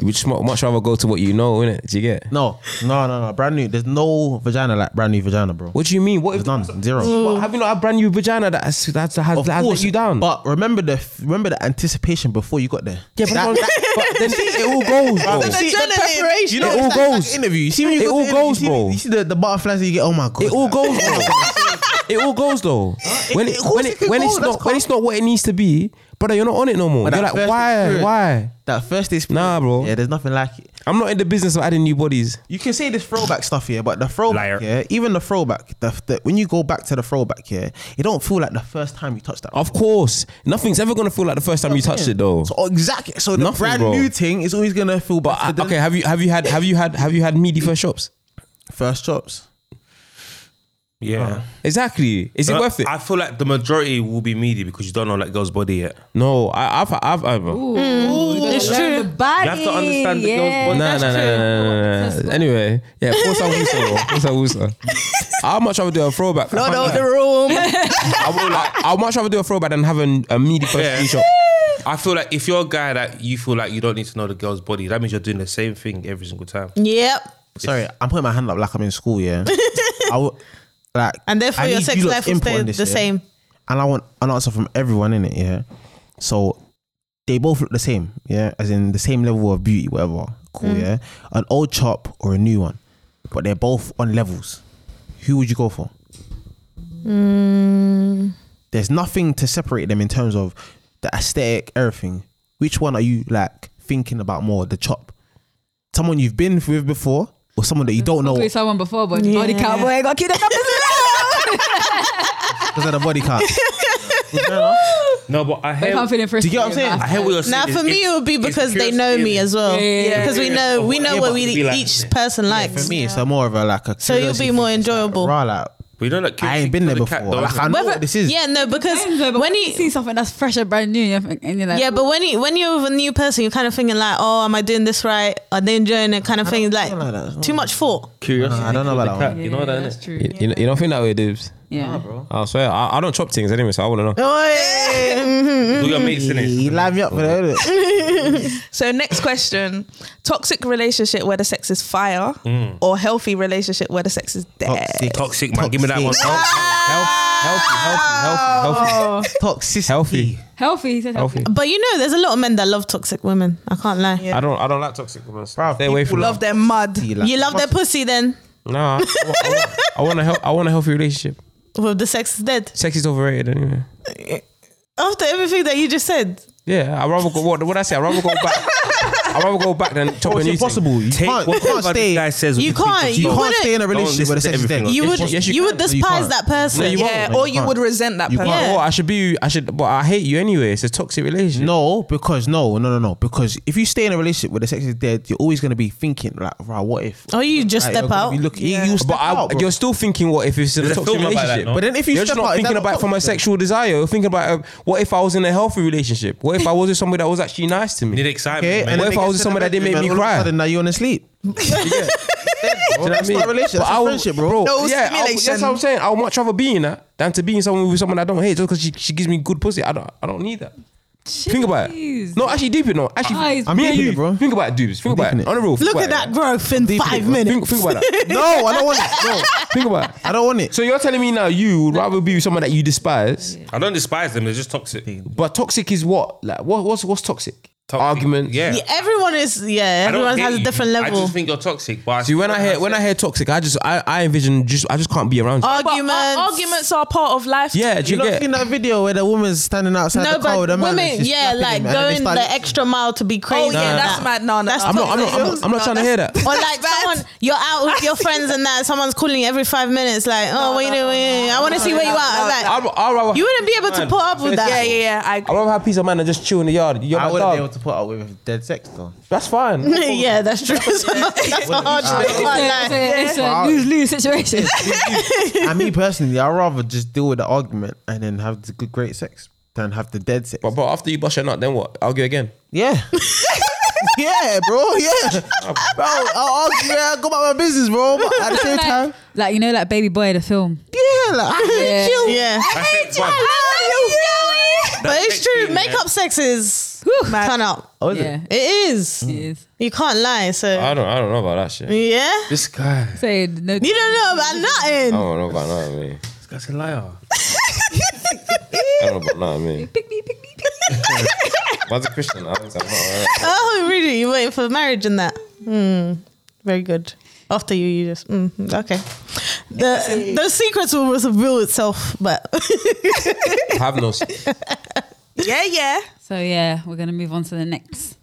Speaker 6: you would just mu- much rather go to what you know, innit? Do you get?
Speaker 5: No, no, no, no. Brand new. There's no vagina like brand new vagina, bro.
Speaker 6: What Mm. do you mean? What if
Speaker 5: There's none. Zero.
Speaker 6: What, have you not had brand new vagina that has, that's, has,
Speaker 5: Of
Speaker 6: has let
Speaker 5: course
Speaker 6: you down?
Speaker 5: But remember the remember the anticipation before you got there.
Speaker 6: yeah, but, that, but then it all goes, bro.
Speaker 5: See, the
Speaker 1: preparation.
Speaker 5: You know,
Speaker 6: It all
Speaker 5: it's like- it's Like
Speaker 6: goes.
Speaker 5: an interview. You see when you
Speaker 6: It
Speaker 5: go to
Speaker 6: all
Speaker 5: the interview,
Speaker 6: goes,
Speaker 5: you see-
Speaker 6: bro.
Speaker 5: You see the, the butterflies that you get. Oh my god.
Speaker 6: It all goes. Though. It all goes though. When it,
Speaker 5: of course
Speaker 6: when
Speaker 5: it
Speaker 6: it,
Speaker 5: could
Speaker 6: when
Speaker 5: go,
Speaker 6: it's
Speaker 5: that's
Speaker 6: not when it's not what it needs to be, brother, you're not on it no more.
Speaker 5: But
Speaker 6: You're
Speaker 5: that
Speaker 6: like,
Speaker 5: first
Speaker 6: why,
Speaker 5: experience-
Speaker 6: why?
Speaker 5: That first experience.
Speaker 6: Nah, bro.
Speaker 5: Yeah, there's nothing like it.
Speaker 6: I'm not in the business of adding new bodies.
Speaker 5: You can say this throwback stuff here, but the throwback,
Speaker 3: Liar.
Speaker 5: yeah, even the throwback, the, the, when you go back to the throwback here, it don't feel like the first time you touched that.
Speaker 6: Of course, nothing's ever gonna feel like the first time you touched it though.
Speaker 5: So exactly. So the
Speaker 6: Nothing,
Speaker 5: brand
Speaker 6: bro.
Speaker 5: new thing is always gonna feel
Speaker 6: But
Speaker 5: better
Speaker 6: I,
Speaker 5: than
Speaker 6: okay, have you have you had have you had have you had meaty first shops?
Speaker 5: first chops.
Speaker 3: Yeah.
Speaker 6: Exactly. Is it
Speaker 3: Uh,
Speaker 6: worth it?
Speaker 3: I feel like the majority will be meaty because you don't know that girl's body yet.
Speaker 6: no, I, I've I've, I've uh,
Speaker 2: it's true. Body.
Speaker 3: You have to understand the
Speaker 2: yeah.
Speaker 3: girl's body.
Speaker 6: Nah, nah, nah, nah, nah, nah, nah. Anyway, yeah, Forza Wusa, bro. Forza Wusa. How much I would do a throwback? No, no, the room. I would like, how much I would do a throwback than having a meaty first
Speaker 3: Yeah.
Speaker 6: yeah. shot?
Speaker 3: I feel like if you're a guy that you feel like you don't need to know the girl's body, that means you're doing the same thing every single time.
Speaker 1: Yep.
Speaker 5: Sorry, I'm putting my hand up like I'm in school. Yeah, I would like,
Speaker 1: And therefore
Speaker 5: I
Speaker 1: your
Speaker 5: need
Speaker 1: sex
Speaker 5: you lot's
Speaker 1: life will
Speaker 5: input
Speaker 1: stay
Speaker 5: on this,
Speaker 1: the
Speaker 5: yeah?
Speaker 1: same.
Speaker 5: and I want an answer from everyone in it. Yeah, so they both look the same. Yeah, as in the same level of beauty, whatever. Cool. Yeah, an old chop or a new one, but they're both on levels. Who would you go for? There's nothing to separate them in terms of the aesthetic, everything. Which one are you like thinking about more? The chop, someone you've been with before, or someone that you don't know
Speaker 2: with
Speaker 5: because
Speaker 2: someone before, but the
Speaker 1: Yeah.
Speaker 2: body count boy got killed.
Speaker 5: of the body count.
Speaker 3: No, but I
Speaker 2: I'm
Speaker 3: hear,
Speaker 2: feeling first.
Speaker 5: Do you get what I'm saying?
Speaker 3: I hear what you're
Speaker 1: Now
Speaker 3: saying.
Speaker 1: for
Speaker 3: It-
Speaker 1: me, it would be
Speaker 3: it's
Speaker 1: because they
Speaker 3: curiosity
Speaker 1: know me
Speaker 3: in it.
Speaker 1: as well.
Speaker 2: Yeah, yeah,
Speaker 1: Because we know we know
Speaker 3: Yeah,
Speaker 1: where
Speaker 3: but
Speaker 1: we
Speaker 3: it'd be like-
Speaker 1: each person likes.
Speaker 5: For me, it's a more of a like a.
Speaker 1: So you'll
Speaker 5: curiosity
Speaker 1: be more
Speaker 5: thing. It's like,
Speaker 1: enjoyable.
Speaker 5: rah, like,
Speaker 3: But you know, like,
Speaker 5: I ain't been there
Speaker 3: the
Speaker 5: before.
Speaker 3: cat though,
Speaker 5: like, I know
Speaker 1: Whether-
Speaker 5: what oh, this is.
Speaker 1: Yeah, no, because
Speaker 2: When
Speaker 1: when
Speaker 2: you see
Speaker 1: you.
Speaker 2: something that's fresh and brand new, and you're- and you're like,
Speaker 1: Yeah, but when you when you're with a new person, you're kind of thinking like, "Oh, am I doing this right? Are they enjoying it?" Kind of thing. Like,
Speaker 5: like that.
Speaker 1: too much thought.
Speaker 3: Curiosity.
Speaker 5: Nah, I don't know
Speaker 3: killed the
Speaker 5: about that
Speaker 3: cat,
Speaker 5: one.
Speaker 3: You know that,
Speaker 2: that's
Speaker 3: innit?
Speaker 2: true.
Speaker 6: You, you, know, you don't think that way, Dibs?
Speaker 2: Yeah,
Speaker 6: I swear, I, I don't chop things anyway, so I want to know.
Speaker 3: Do your mates in
Speaker 1: Mm-hmm.
Speaker 5: You
Speaker 3: it.
Speaker 5: live me up for that.
Speaker 4: So next question: toxic relationship where the sex is fire, or healthy relationship where the sex is dead?
Speaker 5: Toxic,
Speaker 3: Toxic, man. Give me that one.
Speaker 6: Health, healthy, healthy, healthy, healthy.
Speaker 5: toxicity.
Speaker 6: Healthy.
Speaker 2: healthy. He said healthy.
Speaker 6: Healthy.
Speaker 1: But you know, there's a lot of men that love toxic women. I can't lie.
Speaker 6: I don't. I don't like toxic women.
Speaker 5: Bruv,
Speaker 6: Stay away
Speaker 5: people
Speaker 6: from.
Speaker 4: Love their mud.
Speaker 5: Like,
Speaker 1: you love their pussy then?
Speaker 6: Nah. I, want to help. I want a healthy relationship.
Speaker 1: Well, the sex is dead.
Speaker 6: Sex is overrated anyway.
Speaker 1: After everything that you just said,
Speaker 6: Yeah, I'd rather go. What would I say? I'd rather go back. I'd rather go back than top
Speaker 5: Oh,
Speaker 6: a
Speaker 5: it's
Speaker 6: new thing.
Speaker 5: impossible. You
Speaker 3: Take
Speaker 5: can't, you
Speaker 3: whatever
Speaker 5: can't
Speaker 3: this
Speaker 5: stay.
Speaker 3: guy says.
Speaker 1: You
Speaker 3: with the
Speaker 1: can't.
Speaker 3: truth.
Speaker 5: you
Speaker 1: You
Speaker 5: can't
Speaker 1: wouldn't-
Speaker 5: stay in a
Speaker 3: Don't listen
Speaker 5: relationship where the
Speaker 3: to
Speaker 5: sex is
Speaker 3: everything
Speaker 5: dead.
Speaker 3: on
Speaker 1: you would
Speaker 6: yes,
Speaker 1: you,
Speaker 6: you
Speaker 1: would
Speaker 5: can't. No, you
Speaker 1: despise
Speaker 5: can't.
Speaker 1: that person.
Speaker 6: No, you
Speaker 4: Yeah,
Speaker 6: won't.
Speaker 4: or you
Speaker 5: can't.
Speaker 4: would resent that
Speaker 5: You
Speaker 4: person.
Speaker 5: can't.
Speaker 1: Yeah.
Speaker 6: Oh, I should be. I should. But I hate you anyway. It's a toxic relationship.
Speaker 5: No, because no, no, no, no. Because if you stay in a relationship where the sex is dead, you're always gonna be thinking like, right, what if?
Speaker 1: Or you just
Speaker 5: Like,
Speaker 1: step
Speaker 5: you're gonna
Speaker 1: out.
Speaker 5: be looking- you-
Speaker 4: Yeah.
Speaker 5: you step
Speaker 6: But I,
Speaker 5: out, bro.
Speaker 6: you're still thinking, what if it's in a
Speaker 3: There's a
Speaker 6: toxic
Speaker 3: film about that,
Speaker 6: relationship?
Speaker 3: no?
Speaker 5: But then if you
Speaker 6: you're just
Speaker 5: step
Speaker 6: not
Speaker 5: out, is that
Speaker 6: thinking
Speaker 5: not
Speaker 6: about it from a
Speaker 5: toxic then?
Speaker 6: sexual desire. You're thinking about uh, what if I was in a healthy relationship? What if I was with somebody that was actually nice to me?
Speaker 3: Need
Speaker 5: Okay,
Speaker 3: excitement.
Speaker 5: and
Speaker 3: man.
Speaker 6: What
Speaker 5: then
Speaker 6: if I
Speaker 5: they
Speaker 6: was
Speaker 5: get
Speaker 6: with somebody
Speaker 5: to
Speaker 6: that
Speaker 5: the
Speaker 6: didn't make
Speaker 5: bedroom and
Speaker 6: me
Speaker 5: all of a
Speaker 6: cry?
Speaker 5: sudden, now you're on a sleep.
Speaker 6: Do you know what I
Speaker 5: That's
Speaker 6: mean?
Speaker 5: not a relationship.
Speaker 6: But
Speaker 5: That's
Speaker 6: I
Speaker 5: a
Speaker 6: would-
Speaker 5: friendship,
Speaker 4: No
Speaker 5: bro.
Speaker 6: yeah, I, would-
Speaker 4: stimulation.
Speaker 6: that's what I'm saying. I would much rather be in that than to be in someone with someone I don't hate just because she, she gives me good pussy. I don't I don't need that. Think about it.
Speaker 2: Jeez.
Speaker 6: No, actually, deep it. No, actually,
Speaker 2: Guys,
Speaker 5: I'm
Speaker 6: me and
Speaker 5: deeping
Speaker 6: you,
Speaker 5: it, bro.
Speaker 6: Think about it, dudes. Think
Speaker 5: I'm
Speaker 6: about
Speaker 5: deeping
Speaker 6: it.
Speaker 5: it.
Speaker 6: On the real. think
Speaker 1: Look at
Speaker 6: about
Speaker 1: that
Speaker 6: it,
Speaker 1: growth in
Speaker 5: Deep in
Speaker 1: five
Speaker 5: it, bro.
Speaker 6: yeah.
Speaker 1: minutes.
Speaker 6: Think, think about that.
Speaker 5: No, I don't want it. No,
Speaker 6: think about it.
Speaker 5: I don't want it.
Speaker 6: So you're telling me now you would rather be with someone that you despise,
Speaker 3: I don't despise them. They're just toxic.
Speaker 6: but toxic is what? Like, what, what's what's toxic?
Speaker 3: Toxic.
Speaker 6: Argument.
Speaker 3: Yeah.
Speaker 1: Yeah, everyone is yeah.
Speaker 3: I don't
Speaker 1: Everyone
Speaker 3: hate
Speaker 1: has a
Speaker 3: you.
Speaker 1: different
Speaker 3: I
Speaker 1: level.
Speaker 3: just think you're toxic. But
Speaker 6: See, when I hear when I hear toxic, I just I, I envision just I just can't be around. you.
Speaker 1: Oh,
Speaker 4: But ar-
Speaker 1: Arguments.
Speaker 4: arguments are part of life.
Speaker 6: yeah,
Speaker 5: You
Speaker 6: do you
Speaker 5: not
Speaker 6: get?
Speaker 5: seen that video where the woman's standing outside
Speaker 1: No,
Speaker 5: the car
Speaker 1: but
Speaker 5: with a man?
Speaker 1: women,
Speaker 5: that's just
Speaker 1: yeah,
Speaker 5: slapping
Speaker 1: like
Speaker 5: him, and then they
Speaker 1: going
Speaker 5: start-
Speaker 1: the extra mile to be crazy.
Speaker 4: Oh yeah,
Speaker 1: and
Speaker 4: that's
Speaker 1: that.
Speaker 4: mad. No, no,
Speaker 1: That's
Speaker 4: no.
Speaker 6: I'm not. I'm not. I'm not, I'm not trying to hear that.
Speaker 1: Or like someone, you're out with your friends and that someone's calling you every five minutes, like, oh, wait, wait, wait, I want to see where you are. Like,
Speaker 6: I'd, I'd rather
Speaker 1: you wouldn't be able to put up with that.
Speaker 4: Yeah, yeah, yeah. I
Speaker 6: I'd
Speaker 4: agree.
Speaker 6: rather have peace of mind and just chill in the yard. You're
Speaker 5: I
Speaker 6: my
Speaker 5: wouldn't be
Speaker 6: dog.
Speaker 5: able to put up with dead sex though.
Speaker 6: That's fine.
Speaker 1: yeah, that's true. that's a hard truth.
Speaker 2: It's a- it's
Speaker 1: Like,
Speaker 2: a- it's a lose lose situation.
Speaker 5: and me personally, I'd rather just deal with the argument and then have the good, great sex than have the dead sex.
Speaker 6: But, but after you bust your nut, then what? Argue again.
Speaker 5: yeah. yeah, bro. Yeah, bro. I'll argue. Yeah, I go about my business, bro. But at the same time,
Speaker 2: Like you know, like Baby Boy, the film.
Speaker 5: yeah, like, I hate
Speaker 2: Yeah.
Speaker 5: you.
Speaker 1: yeah.
Speaker 3: hate you. I
Speaker 1: But it's
Speaker 3: sex thing,
Speaker 1: true.
Speaker 3: yeah.
Speaker 1: Make up sex is
Speaker 2: Mad.
Speaker 1: turn up.
Speaker 5: Oh, is it?
Speaker 2: Yeah,
Speaker 1: It is.
Speaker 2: it is.
Speaker 1: You can't lie. So
Speaker 6: I don't. I don't know about that shit.
Speaker 1: yeah,
Speaker 6: Uh, This guy.
Speaker 2: Say no.
Speaker 1: you don't know about
Speaker 6: I
Speaker 1: nothing.
Speaker 6: don't know about that. Man.
Speaker 3: This guy's a liar.
Speaker 6: I don't know about that. Man.
Speaker 2: Pick me, pick me, pick me.
Speaker 6: What's a Christian? I was like, oh,
Speaker 1: Oh, really? You waiting for marriage and that? Hmm. Very good. After you, you just mm, okay. The the secrets will reveal itself, but
Speaker 6: I have no. s-
Speaker 4: Yeah, yeah.
Speaker 2: So yeah, we're gonna move on to the next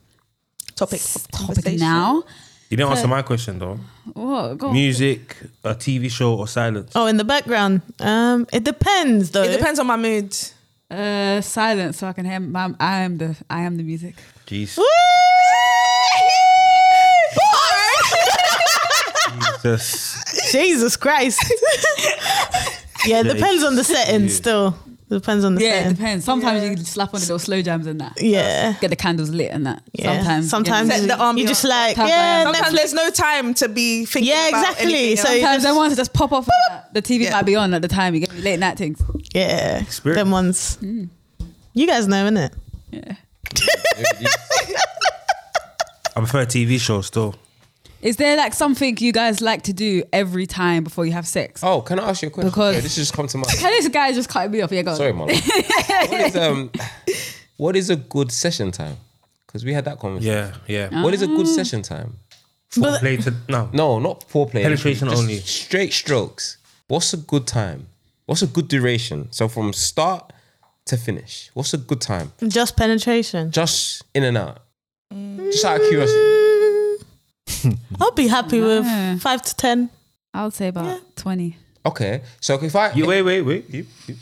Speaker 4: Topic.
Speaker 2: topic now.
Speaker 3: You didn't answer my question though.
Speaker 2: What? Go on.
Speaker 3: Music, a TV show, or silence.
Speaker 1: oh, in the background, um, it depends though.
Speaker 4: It depends on my mood.
Speaker 2: Uh, silence, so I can hear. My, I am the. I am the music.
Speaker 3: Jeez.
Speaker 1: Woo!
Speaker 3: Jesus.
Speaker 1: Jesus Christ. yeah, it depends on the setting. Still depends on the
Speaker 2: Yeah, it
Speaker 1: setting.
Speaker 2: depends. Sometimes you slap on the little slow jams and that.
Speaker 1: Yeah.
Speaker 2: Get the candles lit and that.
Speaker 1: Yeah.
Speaker 2: Sometimes.
Speaker 1: sometimes
Speaker 2: Yeah.
Speaker 4: Set the
Speaker 1: you
Speaker 4: ambiance.
Speaker 1: just like
Speaker 2: Sometimes-
Speaker 1: yeah,
Speaker 4: Sometimes
Speaker 1: Netflix.
Speaker 4: there's no time to be thinking.
Speaker 1: Yeah,
Speaker 4: about
Speaker 1: exactly.
Speaker 4: anything
Speaker 1: So
Speaker 4: else.
Speaker 1: you-
Speaker 2: Sometimes they want to just pop off. and that. The TV
Speaker 4: Yeah.
Speaker 2: might be on at the time. You get late night things.
Speaker 1: yeah,
Speaker 3: Experience.
Speaker 1: them ones. You guys know, innit?
Speaker 3: I prefer TV shows still.
Speaker 2: Is there like something you guys like to do every time before you have sex?
Speaker 6: Oh, can I ask you a question?
Speaker 2: Because-
Speaker 6: Yeah, this has come to mind.
Speaker 2: Can this guy just cut me off? Yeah, go. on.
Speaker 6: Sorry, man. what is um, what is a good session time? Because we had that conversation.
Speaker 3: Yeah, yeah.
Speaker 6: What is a good session time?
Speaker 1: But-
Speaker 3: Play to, no.
Speaker 6: No, not foreplay.
Speaker 3: Penetration
Speaker 6: Just
Speaker 3: only.
Speaker 6: Straight strokes. What's a good time? What's a good duration? So from start to finish? What's a good time?
Speaker 1: Just penetration.
Speaker 6: Just in and out. Just out of curiosity.
Speaker 1: I'll be happy
Speaker 2: Yeah.
Speaker 1: with five to ten.
Speaker 2: I'll say about 20.
Speaker 6: Okay. So if I
Speaker 3: You wait, wait, wait. You, you.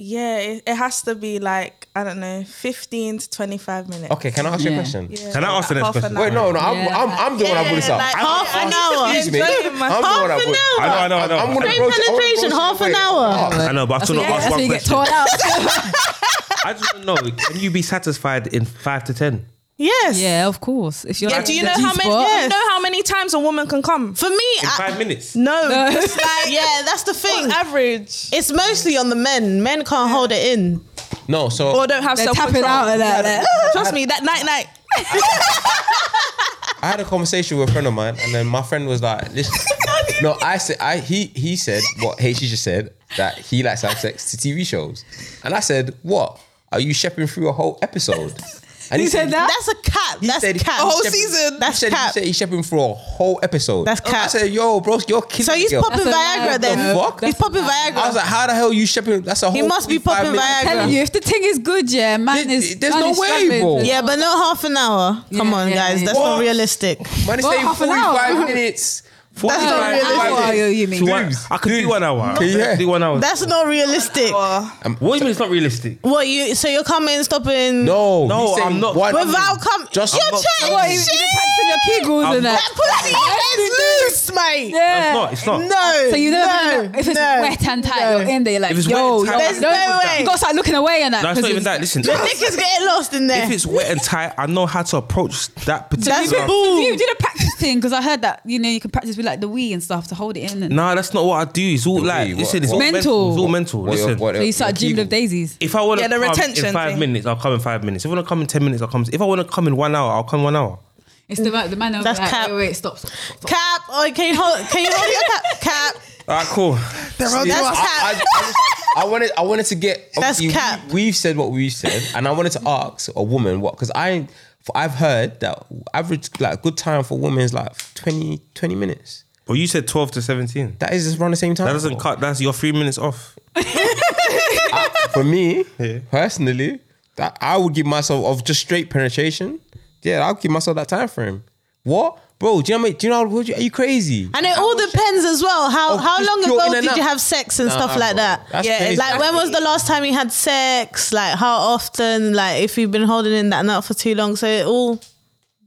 Speaker 4: Yeah, it, it has to be like, I don't know, 15 to 25 minutes.
Speaker 6: okay, can I ask you a
Speaker 2: Yeah.
Speaker 6: question?
Speaker 4: Yeah,
Speaker 3: Can I ask the next
Speaker 4: half an
Speaker 3: question?
Speaker 4: hour.
Speaker 6: Wait, no, no. I'm,
Speaker 2: Yeah.
Speaker 6: I'm, I'm the one that brought this up.
Speaker 1: like
Speaker 6: I-
Speaker 1: half an hour.
Speaker 6: Excuse me.
Speaker 4: Enjoying my-
Speaker 6: I'm the one
Speaker 1: Half
Speaker 6: that
Speaker 1: an hour.
Speaker 6: brought.
Speaker 3: I know, I know, I know.
Speaker 6: I'm gonna
Speaker 1: Straight
Speaker 6: broach- I wanna
Speaker 1: penetration,
Speaker 6: broach-
Speaker 1: half an
Speaker 6: wait.
Speaker 1: hour.
Speaker 6: Oh,
Speaker 3: I know, but I still
Speaker 2: So
Speaker 3: not
Speaker 2: yeah,
Speaker 3: asked
Speaker 2: that's
Speaker 3: one
Speaker 2: when you get
Speaker 3: question.
Speaker 2: torn out.
Speaker 3: I just don't know. Can you be satisfied in five to ten?
Speaker 1: Yes.
Speaker 2: yeah, of course. If you're
Speaker 4: Yeah,
Speaker 2: like
Speaker 4: do you
Speaker 2: the
Speaker 4: know how
Speaker 2: G
Speaker 4: many?
Speaker 2: spot-
Speaker 4: do You know how many times a woman can come?
Speaker 1: For me,
Speaker 3: In
Speaker 1: I,
Speaker 3: five minutes?
Speaker 4: No, it's like
Speaker 1: yeah, that's the
Speaker 4: on
Speaker 1: thing.
Speaker 4: average.
Speaker 1: It's mostly on the men. Men can't hold it in.
Speaker 6: Oh, No, so
Speaker 4: Or don't have
Speaker 2: They're
Speaker 4: self
Speaker 2: tapping out of that. like-
Speaker 4: Trust me, that night, night.
Speaker 6: I had a conversation with a friend of mine, and then my friend was like, "Listen, no." I said, "I he he said what H just said that he likes to have sex to TV shows," and I said, "What are you shepherding through a whole episode?" And
Speaker 2: He said that?
Speaker 1: That's a cap. That's cap.
Speaker 6: he
Speaker 1: whole
Speaker 6: shepherd-
Speaker 1: season.
Speaker 6: he
Speaker 1: That's
Speaker 6: said,
Speaker 1: cap.
Speaker 6: He said he's shepherding through a whole episode.
Speaker 1: That's
Speaker 6: I
Speaker 1: cap.
Speaker 6: said, "Yo, bro, you're kidding."
Speaker 1: So he's
Speaker 6: yo."
Speaker 1: popping
Speaker 2: That's a lie,
Speaker 1: Viagra
Speaker 2: bro.
Speaker 1: then.
Speaker 6: What the
Speaker 1: He's
Speaker 6: fuck?
Speaker 1: popping
Speaker 6: I was
Speaker 1: Viagra.
Speaker 6: like, "How the hell are you shepherding?" That's a whole.
Speaker 1: must be
Speaker 6: 45
Speaker 1: popping
Speaker 6: minutes.
Speaker 1: Viagra.
Speaker 2: telling you, if the thing is good, yeah, man
Speaker 6: There-
Speaker 2: is.
Speaker 6: there's
Speaker 2: man
Speaker 6: no
Speaker 2: is
Speaker 6: way,
Speaker 2: struggling.
Speaker 6: bro.
Speaker 1: Yeah, but not half an hour.
Speaker 2: Yeah,
Speaker 1: Come on,
Speaker 2: yeah,
Speaker 1: guys.
Speaker 2: yeah.
Speaker 1: That's not
Speaker 6: What?
Speaker 1: realistic.
Speaker 6: Man, he's
Speaker 2: Well,
Speaker 6: saying
Speaker 2: half an hour.
Speaker 6: forty-five minutes.
Speaker 3: Forty-five
Speaker 2: an hour,
Speaker 3: minutes.
Speaker 2: you- you mean.
Speaker 3: To one- I could do one hour. I could
Speaker 6: Yeah.
Speaker 3: do one hour.
Speaker 1: That's not realistic.
Speaker 3: what do you mean it's not realistic?
Speaker 1: What you? So you're coming, stopping
Speaker 6: No,
Speaker 3: No,
Speaker 6: he's saying
Speaker 3: I'm not-
Speaker 6: one-
Speaker 1: without coming.
Speaker 6: Just-
Speaker 1: You're
Speaker 6: I'm not-
Speaker 1: chatting
Speaker 2: What, you- you've
Speaker 1: shit.
Speaker 2: been practicing your kegels and
Speaker 1: That
Speaker 2: that.
Speaker 1: pussy is loose, mate.
Speaker 3: No,
Speaker 2: Yeah.
Speaker 3: it's not. It's not.
Speaker 1: No.
Speaker 2: So you know
Speaker 1: no,
Speaker 2: if it's
Speaker 1: no,
Speaker 2: wet and tight,
Speaker 1: no.
Speaker 2: you're in there, you're like,
Speaker 3: If it's wet
Speaker 2: yo,
Speaker 3: and tight,
Speaker 2: yo,
Speaker 1: There's
Speaker 2: don't-
Speaker 1: no way.
Speaker 2: You gotta start looking away and that.
Speaker 3: No, it's
Speaker 2: 'cause
Speaker 3: not even that. Listen,
Speaker 1: The dick is getting lost in there.
Speaker 3: if it's wet and tight, I know how to approach that
Speaker 1: That's
Speaker 3: particular.
Speaker 1: boo.
Speaker 2: You did a practice thing because I heard that you know you can practice with like the wee and stuff to hold it in. And
Speaker 3: Nah, that's not what I do. It's all like
Speaker 6: what-
Speaker 3: listen. It's
Speaker 6: what-
Speaker 3: all mental. It's all mental.
Speaker 6: What your-
Speaker 3: listen.
Speaker 6: what
Speaker 2: so
Speaker 6: your-
Speaker 2: you start
Speaker 6: your
Speaker 2: dreaming of
Speaker 6: people-
Speaker 2: daisies.
Speaker 3: If I want to
Speaker 4: Yeah, the
Speaker 3: come in
Speaker 4: retention
Speaker 3: five
Speaker 4: thing.
Speaker 3: minutes, I'll come in five minutes. If I want to come in ten minutes, I'll come. If I want to come in one hour, I'll come one hour.
Speaker 2: It's the man. The man over
Speaker 1: That's
Speaker 2: like,
Speaker 1: cap.
Speaker 2: wait, wait, stop, stop, stop. stop.
Speaker 1: cap. Oh, can you hold? Can you hold your cap? Cap.
Speaker 3: All right, cool.
Speaker 1: Oh, That's cap.
Speaker 6: I, I, just- I wanted, I wanted to get.
Speaker 1: That's
Speaker 6: obviously,
Speaker 1: cap.
Speaker 6: We, have said what we've said, and I wanted to ask a woman what because I, I've heard that average like good time for women is like 20, 20 minutes.
Speaker 3: Well, you said twelve to seventeen.
Speaker 6: That is around the same time.
Speaker 3: That doesn't cut. That's your three minutes off.
Speaker 6: for me personally. That I would give myself of just straight penetration. Yeah, I'll give myself that time frame. What, bro? Do you know? What I mean? Do you know? What you, are you crazy?
Speaker 1: And it all depends as well. How
Speaker 6: Oh,
Speaker 1: how
Speaker 6: just
Speaker 1: long
Speaker 6: pure in
Speaker 1: ago
Speaker 6: and
Speaker 1: did you
Speaker 6: out.
Speaker 1: have sex and
Speaker 6: Nah,
Speaker 1: stuff like
Speaker 6: bro.
Speaker 1: that?
Speaker 6: That's Yeah, crazy.
Speaker 1: Like when was the last time you had sex? Like how often? Like if you've been holding in that nut for too long? So it all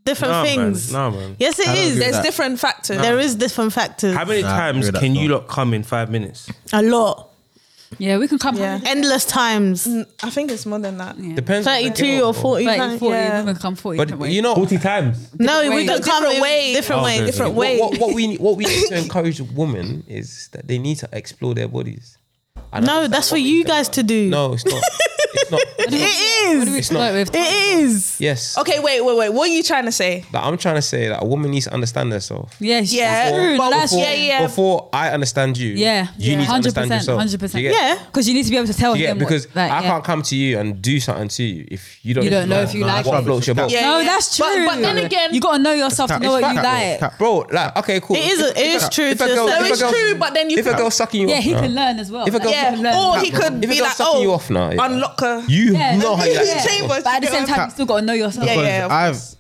Speaker 1: different
Speaker 3: Nah, man.
Speaker 1: things.
Speaker 3: Nah, man.
Speaker 1: Yes, it is.
Speaker 4: There's
Speaker 1: There's diff-
Speaker 4: different factors.
Speaker 1: there is different factors.
Speaker 3: How many
Speaker 5: Nah,
Speaker 3: times
Speaker 5: agree with
Speaker 3: can
Speaker 5: that,
Speaker 3: you
Speaker 5: no.
Speaker 3: lot come in five minutes?
Speaker 1: A lot.
Speaker 2: Yeah, we can come.
Speaker 4: Yeah.
Speaker 1: Endless times.
Speaker 2: Mm.
Speaker 4: I think it's more than that.
Speaker 6: Depends. on the
Speaker 1: Thirty-two
Speaker 6: girl,
Speaker 1: or
Speaker 6: bro.
Speaker 1: forty.
Speaker 2: Like, 40,
Speaker 4: Yeah.
Speaker 2: women come forty.
Speaker 6: But you know,
Speaker 3: Forty times.
Speaker 1: no, we
Speaker 2: ways.
Speaker 1: can come
Speaker 4: Different
Speaker 1: in
Speaker 4: ways.
Speaker 1: different
Speaker 3: Oh,
Speaker 1: ways.
Speaker 3: okay.
Speaker 4: Different
Speaker 3: Different
Speaker 4: ways.
Speaker 6: What, what, what we what we need to encourage women is that they need to explore their bodies. And
Speaker 1: No,
Speaker 6: understand
Speaker 1: that's
Speaker 6: what
Speaker 1: for
Speaker 6: we
Speaker 1: you
Speaker 6: can
Speaker 1: guys
Speaker 6: learn.
Speaker 1: to do.
Speaker 6: No, it's not. It's not.
Speaker 1: It is.
Speaker 2: it's not. With?
Speaker 1: It is.
Speaker 6: Yes.
Speaker 4: Okay, wait, wait, wait. What are you trying to say?
Speaker 6: Like, I'm trying to say that a woman needs to understand herself.
Speaker 2: Yes,
Speaker 4: Yeah.
Speaker 2: that's true.
Speaker 4: But
Speaker 2: That's
Speaker 4: before-
Speaker 2: yeah,
Speaker 4: Yeah, yeah.
Speaker 6: Before I understand you,
Speaker 2: yeah.
Speaker 6: you need to understand yourself.
Speaker 2: Hundred percent.
Speaker 6: You get-
Speaker 1: Yeah.
Speaker 2: because you need to be able to tell
Speaker 6: you get-
Speaker 2: them. what-
Speaker 6: because
Speaker 2: like,
Speaker 6: I
Speaker 2: yeah.
Speaker 6: can't come to you and do something to you if you don't.
Speaker 2: You don't know if you
Speaker 5: Nah,
Speaker 2: like
Speaker 5: that's
Speaker 6: What
Speaker 2: it.
Speaker 5: rubbish.
Speaker 6: floats your boat?
Speaker 4: Yeah.
Speaker 2: No, that's
Speaker 4: But-
Speaker 2: true.
Speaker 4: but then again-
Speaker 2: you gotta know yourself to
Speaker 5: It's
Speaker 2: know what you
Speaker 5: cap.
Speaker 2: like.
Speaker 5: Cap.
Speaker 6: Bro, like, okay, cool.
Speaker 1: It is- it is
Speaker 6: If a-
Speaker 1: true
Speaker 6: if
Speaker 1: to
Speaker 6: a girl-
Speaker 1: yourself.
Speaker 6: if a
Speaker 1: It's
Speaker 6: girl-
Speaker 4: true, but then you
Speaker 6: if a
Speaker 4: can-
Speaker 6: girl sucking you
Speaker 2: Yeah,
Speaker 6: off,
Speaker 2: he
Speaker 6: nah.
Speaker 2: can learn as well.
Speaker 6: If a girl-
Speaker 2: yeah.
Speaker 6: Yeah.
Speaker 4: Or he could
Speaker 6: If a
Speaker 4: be
Speaker 6: girl
Speaker 4: like,
Speaker 6: sucking
Speaker 4: oh,
Speaker 6: you off now, yeah.
Speaker 4: unlock her.
Speaker 6: You
Speaker 2: Yeah.
Speaker 6: know how you like
Speaker 4: Yeah.
Speaker 6: sex.
Speaker 4: Chambers,
Speaker 2: But at the
Speaker 4: you
Speaker 2: same
Speaker 4: know.
Speaker 2: time, you still gotta know yourself.
Speaker 4: Yeah,
Speaker 5: Because
Speaker 4: yeah, of
Speaker 5: I've
Speaker 4: course.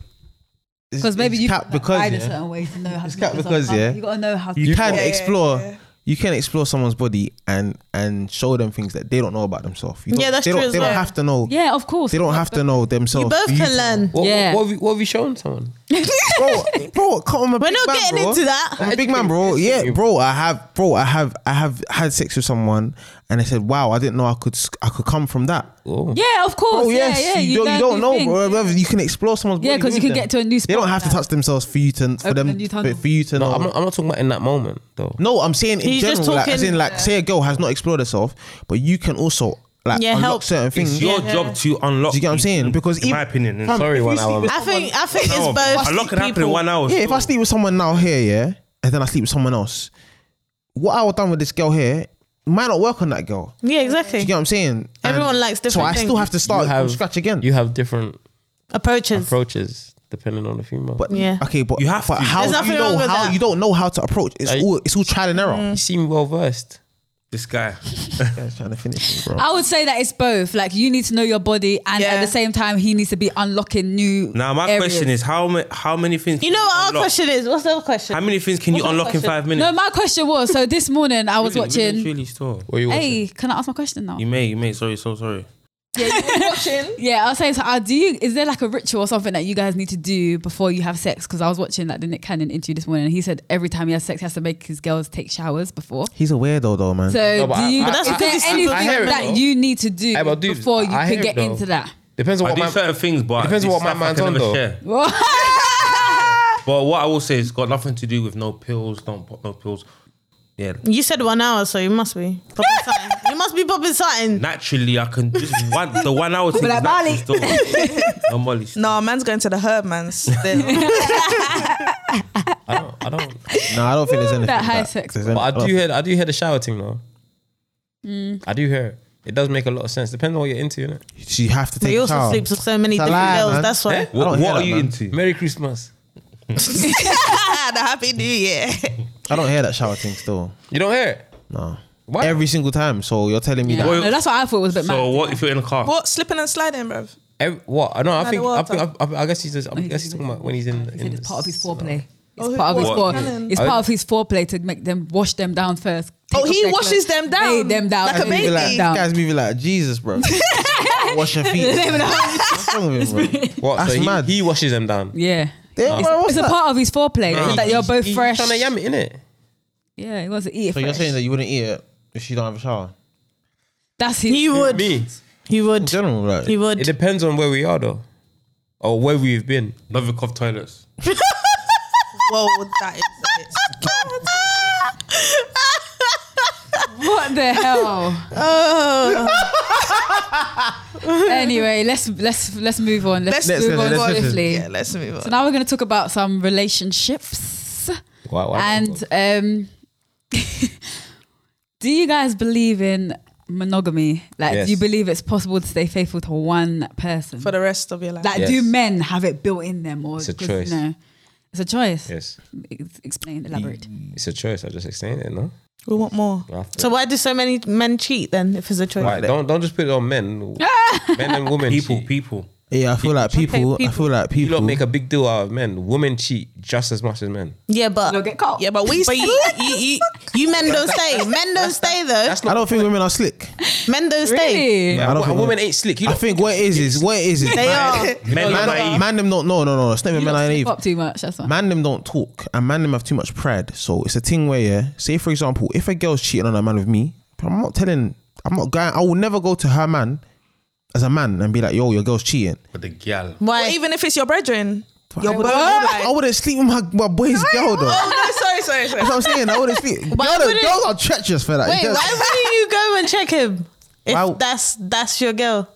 Speaker 5: it's-
Speaker 2: Because maybe
Speaker 5: it's
Speaker 2: you
Speaker 5: cap
Speaker 2: can
Speaker 5: because
Speaker 2: hide a
Speaker 5: yeah,
Speaker 2: certain way to know how to
Speaker 5: cap
Speaker 2: make yourself
Speaker 5: because,
Speaker 2: come.
Speaker 5: yeah.
Speaker 2: You gotta know how to
Speaker 5: you
Speaker 2: do
Speaker 5: can
Speaker 2: it.
Speaker 5: explore. You can explore someone's body and and show them things that they don't know about themselves. You don't-
Speaker 1: Yeah, that's
Speaker 5: they
Speaker 1: true
Speaker 5: Don't,
Speaker 1: as
Speaker 5: they
Speaker 1: well.
Speaker 5: don't have to know.
Speaker 2: Yeah, of course.
Speaker 5: They don't have to know themselves.
Speaker 1: You both
Speaker 5: for you
Speaker 1: can
Speaker 5: to-
Speaker 1: learn.
Speaker 6: What,
Speaker 2: Yeah.
Speaker 6: what, have you, what have you shown someone?
Speaker 5: bro, bro, come on, I'm a
Speaker 1: We're
Speaker 5: big
Speaker 1: not
Speaker 5: man,
Speaker 1: getting
Speaker 5: bro.
Speaker 1: into that.
Speaker 5: I'm a big man, bro. Yeah, bro. I have, bro. I have, I have had sex with someone, and I said, "Wow, I didn't know I could, sc- I could come from that."
Speaker 2: Yeah, of course.
Speaker 5: Oh yes,
Speaker 2: yeah, yeah.
Speaker 5: you, don't,
Speaker 2: learn
Speaker 5: you don't
Speaker 2: new
Speaker 5: know,
Speaker 2: things.
Speaker 5: bro. Whether You can explore someone's body.
Speaker 2: Yeah, 'cause
Speaker 5: with
Speaker 2: you can
Speaker 5: them.
Speaker 2: get to a new
Speaker 5: They
Speaker 2: spot
Speaker 5: don't have to
Speaker 2: now.
Speaker 5: touch themselves for you to, for
Speaker 2: Open a
Speaker 5: them,
Speaker 2: new
Speaker 5: for,
Speaker 2: tunnel.
Speaker 5: for you to know.
Speaker 6: No, I'm not, I'm not talking about in that moment though.
Speaker 5: No, I'm saying in
Speaker 1: He's just
Speaker 5: general, like, as
Speaker 1: talking-
Speaker 5: in like, say a girl has not explored herself, but you can also like
Speaker 1: Yeah,
Speaker 5: unlock
Speaker 1: help.
Speaker 5: certain things.
Speaker 3: It's your job to unlock.
Speaker 5: Do you get what
Speaker 3: people,
Speaker 5: I'm saying? Because
Speaker 3: in my
Speaker 5: even-
Speaker 3: opinion, and
Speaker 5: Fam,
Speaker 3: sorry,
Speaker 5: Um, if you
Speaker 6: one
Speaker 5: sleep
Speaker 6: hour.
Speaker 5: with
Speaker 1: I think I think it's
Speaker 3: no,
Speaker 1: both.
Speaker 3: a lot can happen in
Speaker 1: people.
Speaker 3: one hour.
Speaker 5: Yeah, if I sleep with someone now here, yeah, and then I sleep with someone else, what I would done with this girl here might not work on that girl.
Speaker 1: Yeah,
Speaker 5: Do
Speaker 1: exactly.
Speaker 5: you get what I'm saying? And
Speaker 1: Everyone likes different
Speaker 5: So I still
Speaker 1: things.
Speaker 5: have to start from scratch again.
Speaker 6: You have different
Speaker 1: Approaches.
Speaker 6: approaches depending on the female.
Speaker 5: but
Speaker 1: Yeah.
Speaker 5: okay, but
Speaker 3: You have
Speaker 5: but
Speaker 3: to.
Speaker 5: How
Speaker 1: There's
Speaker 5: do
Speaker 1: nothing
Speaker 5: you
Speaker 1: wrong
Speaker 5: know
Speaker 1: with
Speaker 5: how
Speaker 1: that.
Speaker 5: you don't know how to approach? It's
Speaker 6: Like-
Speaker 2: Mm.
Speaker 5: all it's all trial and error.
Speaker 6: you seem well versed.
Speaker 3: This guy.
Speaker 5: Yeah, it's trying to finish me, bro.
Speaker 2: I would say that it's both. Like you need to know your body, and
Speaker 4: Yeah.
Speaker 2: at the same time, he needs to be unlocking new.
Speaker 3: Now my
Speaker 2: areas.
Speaker 3: question is how many how many things
Speaker 1: You know
Speaker 3: can
Speaker 1: what our
Speaker 3: unlock?
Speaker 1: question is? What's our question?
Speaker 3: How many things can you
Speaker 1: What's our
Speaker 3: unlock in
Speaker 1: question?
Speaker 3: five
Speaker 2: No,
Speaker 3: minutes?
Speaker 2: my question was. So this morning I was
Speaker 3: Really, really,
Speaker 2: watching.
Speaker 3: really store.
Speaker 6: What you watching?
Speaker 2: Hey, can I ask my question now?
Speaker 3: You may, you may. Sorry, so sorry.
Speaker 2: Yeah, I was saying, so uh, do you, is there like a ritual or something that you guys need to do before you have sex? Because I was watching like the Nick Cannon interview this morning and he said every time he has sex, he has to make his girls take showers before.
Speaker 5: He's a weirdo though, man.
Speaker 2: So
Speaker 6: No, but
Speaker 2: do
Speaker 6: I-
Speaker 2: you,
Speaker 6: But
Speaker 1: that's
Speaker 2: is
Speaker 1: because
Speaker 2: there
Speaker 1: he's
Speaker 2: anything
Speaker 1: super
Speaker 6: I hear it,
Speaker 2: that
Speaker 6: though.
Speaker 2: you need to do
Speaker 6: Hey, but dude,
Speaker 2: before you can
Speaker 6: I hear
Speaker 2: get
Speaker 6: it, though.
Speaker 2: into that?
Speaker 6: Depends on
Speaker 3: I
Speaker 6: what
Speaker 3: do
Speaker 6: my
Speaker 3: certain things, but
Speaker 6: depends on
Speaker 3: it's
Speaker 6: what my
Speaker 3: stuff I
Speaker 6: man's
Speaker 3: can
Speaker 6: on,
Speaker 3: never
Speaker 6: though.
Speaker 3: share. But what I will say is got nothing to do with no pills, don't pop no pills. Yeah.
Speaker 1: You said one hour, so you must be popping something. You must be popping something.
Speaker 3: Naturally, I can just one the one hour thing.
Speaker 2: like,
Speaker 3: is naturally still- No, Molly. still.
Speaker 4: No, man's going to the herb, man's. Then-
Speaker 6: I don't. I don't.
Speaker 5: no, I don't think there's anything.
Speaker 2: That high
Speaker 5: that-
Speaker 2: sex.
Speaker 5: there's
Speaker 6: But
Speaker 5: any-
Speaker 6: I do
Speaker 5: don't-
Speaker 6: hear. I do hear the shower thing though.
Speaker 2: Mm.
Speaker 6: I do hear. It. It does make a lot of sense. Depends on what you're into, innit?
Speaker 5: You have to take.
Speaker 1: He
Speaker 5: a
Speaker 1: also
Speaker 5: shower.
Speaker 1: sleeps with so many
Speaker 5: It's a
Speaker 1: different
Speaker 5: lie,
Speaker 1: girls.
Speaker 5: man.
Speaker 1: That's why.
Speaker 6: Eh?
Speaker 5: I don't
Speaker 3: What,
Speaker 5: hear
Speaker 3: what
Speaker 5: that,
Speaker 3: are you
Speaker 5: man.
Speaker 3: into?
Speaker 6: Merry Christmas.
Speaker 4: the Happy New Year.
Speaker 5: I don't hear that shower thing still.
Speaker 6: You don't hear it.
Speaker 5: No.
Speaker 6: Why?
Speaker 5: Every single time. So you're telling me
Speaker 2: Yeah.
Speaker 5: that
Speaker 3: Well,
Speaker 2: No, that's what I thought was a bit
Speaker 3: So
Speaker 2: mad.
Speaker 3: what if you're in a car?
Speaker 4: What? Slipping and sliding, bruv?
Speaker 6: Every, what? No, I
Speaker 4: the
Speaker 6: think. I,
Speaker 4: world
Speaker 6: think I, I, I guess he's.
Speaker 2: Oh,
Speaker 6: Just, I guess he's talking about when he's in.
Speaker 2: He said
Speaker 6: in
Speaker 2: it's part of his
Speaker 6: no.
Speaker 2: foreplay.
Speaker 5: uh,
Speaker 2: It's
Speaker 4: Oh,
Speaker 2: part of his
Speaker 3: what?
Speaker 2: foreplay. It's
Speaker 6: I-
Speaker 2: part of his foreplay to make them wash them down first.
Speaker 4: Oh,
Speaker 2: take off
Speaker 4: he
Speaker 2: their
Speaker 4: washes
Speaker 2: clothes,
Speaker 4: them down
Speaker 2: lay them down,
Speaker 4: like a
Speaker 2: and
Speaker 5: Guys
Speaker 2: lay
Speaker 5: be
Speaker 4: baby.
Speaker 2: them
Speaker 5: like, these
Speaker 2: down.
Speaker 5: guys be like, Jesus, bro. Wash your feet. What's wrong with him, bro?
Speaker 6: What?
Speaker 5: That's
Speaker 6: so he,
Speaker 5: mad.
Speaker 6: he washes them down.
Speaker 2: Yeah,
Speaker 5: Damn, bro, what's
Speaker 2: it's a
Speaker 5: that?
Speaker 2: part of his foreplay so that you're both fresh.
Speaker 6: Trying to yam it, innit?
Speaker 2: Yeah, he wants to eat it.
Speaker 5: So you're
Speaker 2: fresh.
Speaker 5: saying that you wouldn't eat it if she don't have a shower?
Speaker 2: that's his.
Speaker 1: You would.
Speaker 6: Me.
Speaker 1: You
Speaker 5: In
Speaker 1: would.
Speaker 5: general, like,
Speaker 1: You
Speaker 6: It
Speaker 1: would.
Speaker 6: depends on where we are though, or where we've been.
Speaker 3: Novikov toilets.
Speaker 4: Whoa, that is a bit.
Speaker 2: What the hell? anyway, let's let's let's move on. Let's,
Speaker 4: Let's
Speaker 2: move
Speaker 5: move
Speaker 2: on
Speaker 5: on, let's
Speaker 2: swiftly.
Speaker 4: Yeah, let's move
Speaker 2: So
Speaker 4: on.
Speaker 2: now we're going to talk about some relationships,
Speaker 6: Why, why
Speaker 2: and um, do you guys believe in monogamy? Like,
Speaker 6: Yes.
Speaker 2: do you believe it's possible to stay faithful to one person?
Speaker 4: For the rest of your life.
Speaker 2: like,
Speaker 6: Yes.
Speaker 2: do men have it built in them, or
Speaker 6: It's a
Speaker 2: just-
Speaker 6: choice.
Speaker 2: No, it's a choice.
Speaker 6: yes,
Speaker 2: Ex- Explain, elaborate.
Speaker 6: it's a choice. I just explained it. No.
Speaker 4: we want more.
Speaker 6: You have to-
Speaker 1: So why do so many men cheat then? If it's a choice.
Speaker 6: Right, don't don't just put it on men. men and women
Speaker 3: People,
Speaker 6: cheat.
Speaker 3: people.
Speaker 5: yeah, I feel like people, I feel like
Speaker 6: You
Speaker 5: people.
Speaker 6: don't make a big deal out of men. Women cheat just as much as men.
Speaker 1: Yeah, but
Speaker 2: You'll get caught.
Speaker 4: Yeah, but we
Speaker 1: But you, you, you, you men don't stay. Men don't stay though.
Speaker 6: That's
Speaker 5: I
Speaker 6: not.
Speaker 5: don't think women are slick.
Speaker 1: Men don't stay.
Speaker 2: Really?
Speaker 5: I don't
Speaker 6: a
Speaker 5: think
Speaker 6: woman
Speaker 5: women-
Speaker 6: ain't slick. You
Speaker 5: I
Speaker 6: don't
Speaker 5: think what it is is what it is is
Speaker 1: They
Speaker 5: man,
Speaker 1: are.
Speaker 3: Men are
Speaker 5: man,
Speaker 3: naive.
Speaker 5: man them don't. No, no, no. It's not even
Speaker 2: You
Speaker 5: man
Speaker 2: lot
Speaker 5: are naive.
Speaker 2: step up too much. That's why.
Speaker 5: Man them don't talk, and man them have too much pride. So it's a thing where yeah. Say for example, if a girl's cheating on a man with me, I'm not telling. I'm not going. I will never go to her man as a man and be like, yo, your girl's cheating.
Speaker 3: But the gal.
Speaker 1: Why?
Speaker 4: Well, even if it's your brethren.
Speaker 5: I
Speaker 4: Your
Speaker 5: wouldn't- I
Speaker 4: bro-
Speaker 5: wouldn't- I wouldn't sleep with my, my boy's girl
Speaker 4: Oh,
Speaker 5: though.
Speaker 4: no, sorry, sorry,
Speaker 5: That's
Speaker 4: sorry.
Speaker 5: what I'm saying. I wouldn't sleep. Girl,
Speaker 1: Why
Speaker 5: the
Speaker 1: wouldn't-
Speaker 5: girls are treacherous for that.
Speaker 1: Wait,
Speaker 5: Yes.
Speaker 1: why wouldn't you go and check him? If
Speaker 5: Why-
Speaker 1: that's that's your girl.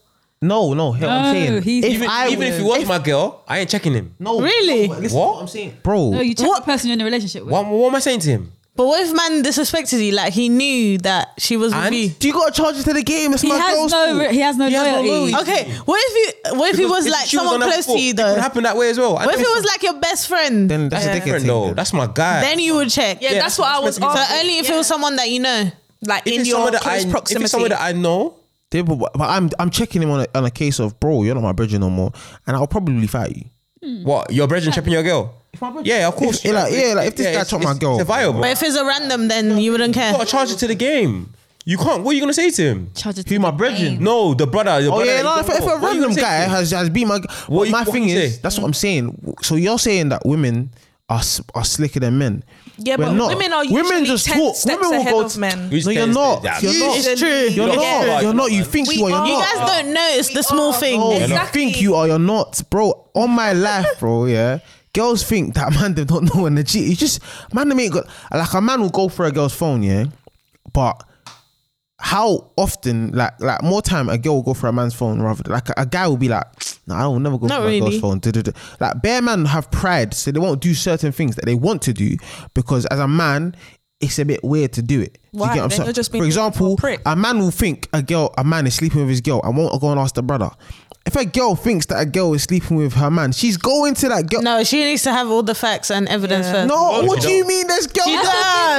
Speaker 5: No, no. Hear what I'm
Speaker 2: No,
Speaker 5: saying.
Speaker 2: he's-
Speaker 5: if
Speaker 6: even,
Speaker 5: I
Speaker 6: even if
Speaker 5: would-
Speaker 6: he was my girl, I ain't checking him.
Speaker 5: no,
Speaker 1: Really?
Speaker 5: no, listen to
Speaker 6: What?
Speaker 5: I'm saying, bro.
Speaker 2: No, you check what person you're in a relationship with.
Speaker 6: What, what am I saying to him?
Speaker 1: But what if man disrespected you? Like he knew that she was with
Speaker 6: And?
Speaker 1: you.
Speaker 5: do you got to charge it to the game? It's
Speaker 2: He
Speaker 5: my
Speaker 2: has
Speaker 5: girl's
Speaker 2: no.
Speaker 5: fault.
Speaker 2: He has no
Speaker 6: He has no
Speaker 2: loyalty.
Speaker 6: loyalty.
Speaker 1: Okay. What if you? What if he
Speaker 6: Because
Speaker 1: was
Speaker 6: if
Speaker 1: like
Speaker 6: she was
Speaker 1: someone
Speaker 6: on that
Speaker 1: close
Speaker 6: floor,
Speaker 1: to you
Speaker 6: it
Speaker 1: though?
Speaker 6: could happen that way as well. I
Speaker 1: What if it
Speaker 6: know
Speaker 1: was like your best friend?
Speaker 5: Then that's
Speaker 6: that's
Speaker 5: a dickhead
Speaker 6: different
Speaker 5: thing,
Speaker 6: though.
Speaker 5: then.
Speaker 6: That's my guy.
Speaker 1: Then you would check.
Speaker 4: Yeah, that's what I was
Speaker 1: So
Speaker 4: asking.
Speaker 1: only if it was someone that you know.
Speaker 4: Like
Speaker 6: if
Speaker 4: in
Speaker 6: it's
Speaker 4: your
Speaker 6: someone that I
Speaker 4: close
Speaker 6: if
Speaker 4: proximity.
Speaker 6: it's someone that I know,
Speaker 5: Yeah, but, but I'm I'm checking him on a, on a case of bro, you're not my bridge no more, and I'll probably fight you.
Speaker 6: what your brethren
Speaker 1: Hmm.
Speaker 6: chepping your girl? Yeah, of course.
Speaker 5: If- yeah, like- yeah, like, if this guy
Speaker 6: it's-
Speaker 5: chopped my
Speaker 6: it's-
Speaker 5: girl.
Speaker 6: it's viable.
Speaker 1: But if it's a random, then you wouldn't care.
Speaker 6: You gotta charge it to the game. You can't. What are you gonna say to him?
Speaker 2: Charge it to
Speaker 6: Who
Speaker 2: the
Speaker 6: my
Speaker 2: game.
Speaker 6: brethren? No, the brother. Your
Speaker 5: Oh
Speaker 6: brother
Speaker 5: yeah,
Speaker 6: that
Speaker 5: no,
Speaker 6: you
Speaker 5: if,
Speaker 6: don't
Speaker 5: if
Speaker 6: know.
Speaker 5: a
Speaker 6: What are you
Speaker 5: random
Speaker 6: gonna say
Speaker 5: guy
Speaker 6: to him?
Speaker 5: has has been my,
Speaker 6: What you-
Speaker 5: my
Speaker 6: what
Speaker 5: thing
Speaker 6: you
Speaker 5: is
Speaker 6: say?
Speaker 5: that's what I'm saying. So you're saying that women are s- are slicker than men.
Speaker 4: yeah,
Speaker 5: We're
Speaker 4: but
Speaker 5: not.
Speaker 4: women are usually
Speaker 5: Women just
Speaker 4: 10
Speaker 5: talk.
Speaker 4: steps
Speaker 5: Women will
Speaker 4: ahead
Speaker 5: go
Speaker 4: of
Speaker 5: to-
Speaker 4: men.
Speaker 6: Who's
Speaker 5: No, you're
Speaker 6: this?
Speaker 5: not.
Speaker 6: Yeah.
Speaker 5: You're not.
Speaker 1: It's true.
Speaker 5: You're
Speaker 6: You're
Speaker 5: not.
Speaker 6: not.
Speaker 5: You're not. You think you are. You're
Speaker 1: you
Speaker 5: not.
Speaker 1: guys don't notice the small things.
Speaker 5: No,
Speaker 4: Exactly.
Speaker 5: you Oh, think you are. You're not, bro. On my life, bro. Yeah. Girls think that man they don't know when they cheat. You just man them ain't got like a man will go for a girl's phone, yeah. But how often, like like more time, a girl will go for a man's phone rather than like a, a guy will be like, no, I will never go
Speaker 1: Not
Speaker 5: for a
Speaker 1: really.
Speaker 5: girl's phone. duh, duh, duh." Like bare men have pride, so they won't do certain things that they want to do because as a man, it's a bit weird to do it. Do
Speaker 4: Why?
Speaker 5: You get what I'm
Speaker 4: Then
Speaker 5: saying?
Speaker 4: you're just being
Speaker 5: for
Speaker 4: a
Speaker 5: example,
Speaker 4: prick.
Speaker 5: a man will think a girl, a man is sleeping with his girl and won't go and ask the brother. If a girl thinks that a girl is sleeping with her man, she's going to that girl. No,
Speaker 1: No, she needs to have all the facts and evidence first.
Speaker 5: what do you mean? There's girls.
Speaker 1: She
Speaker 2: That's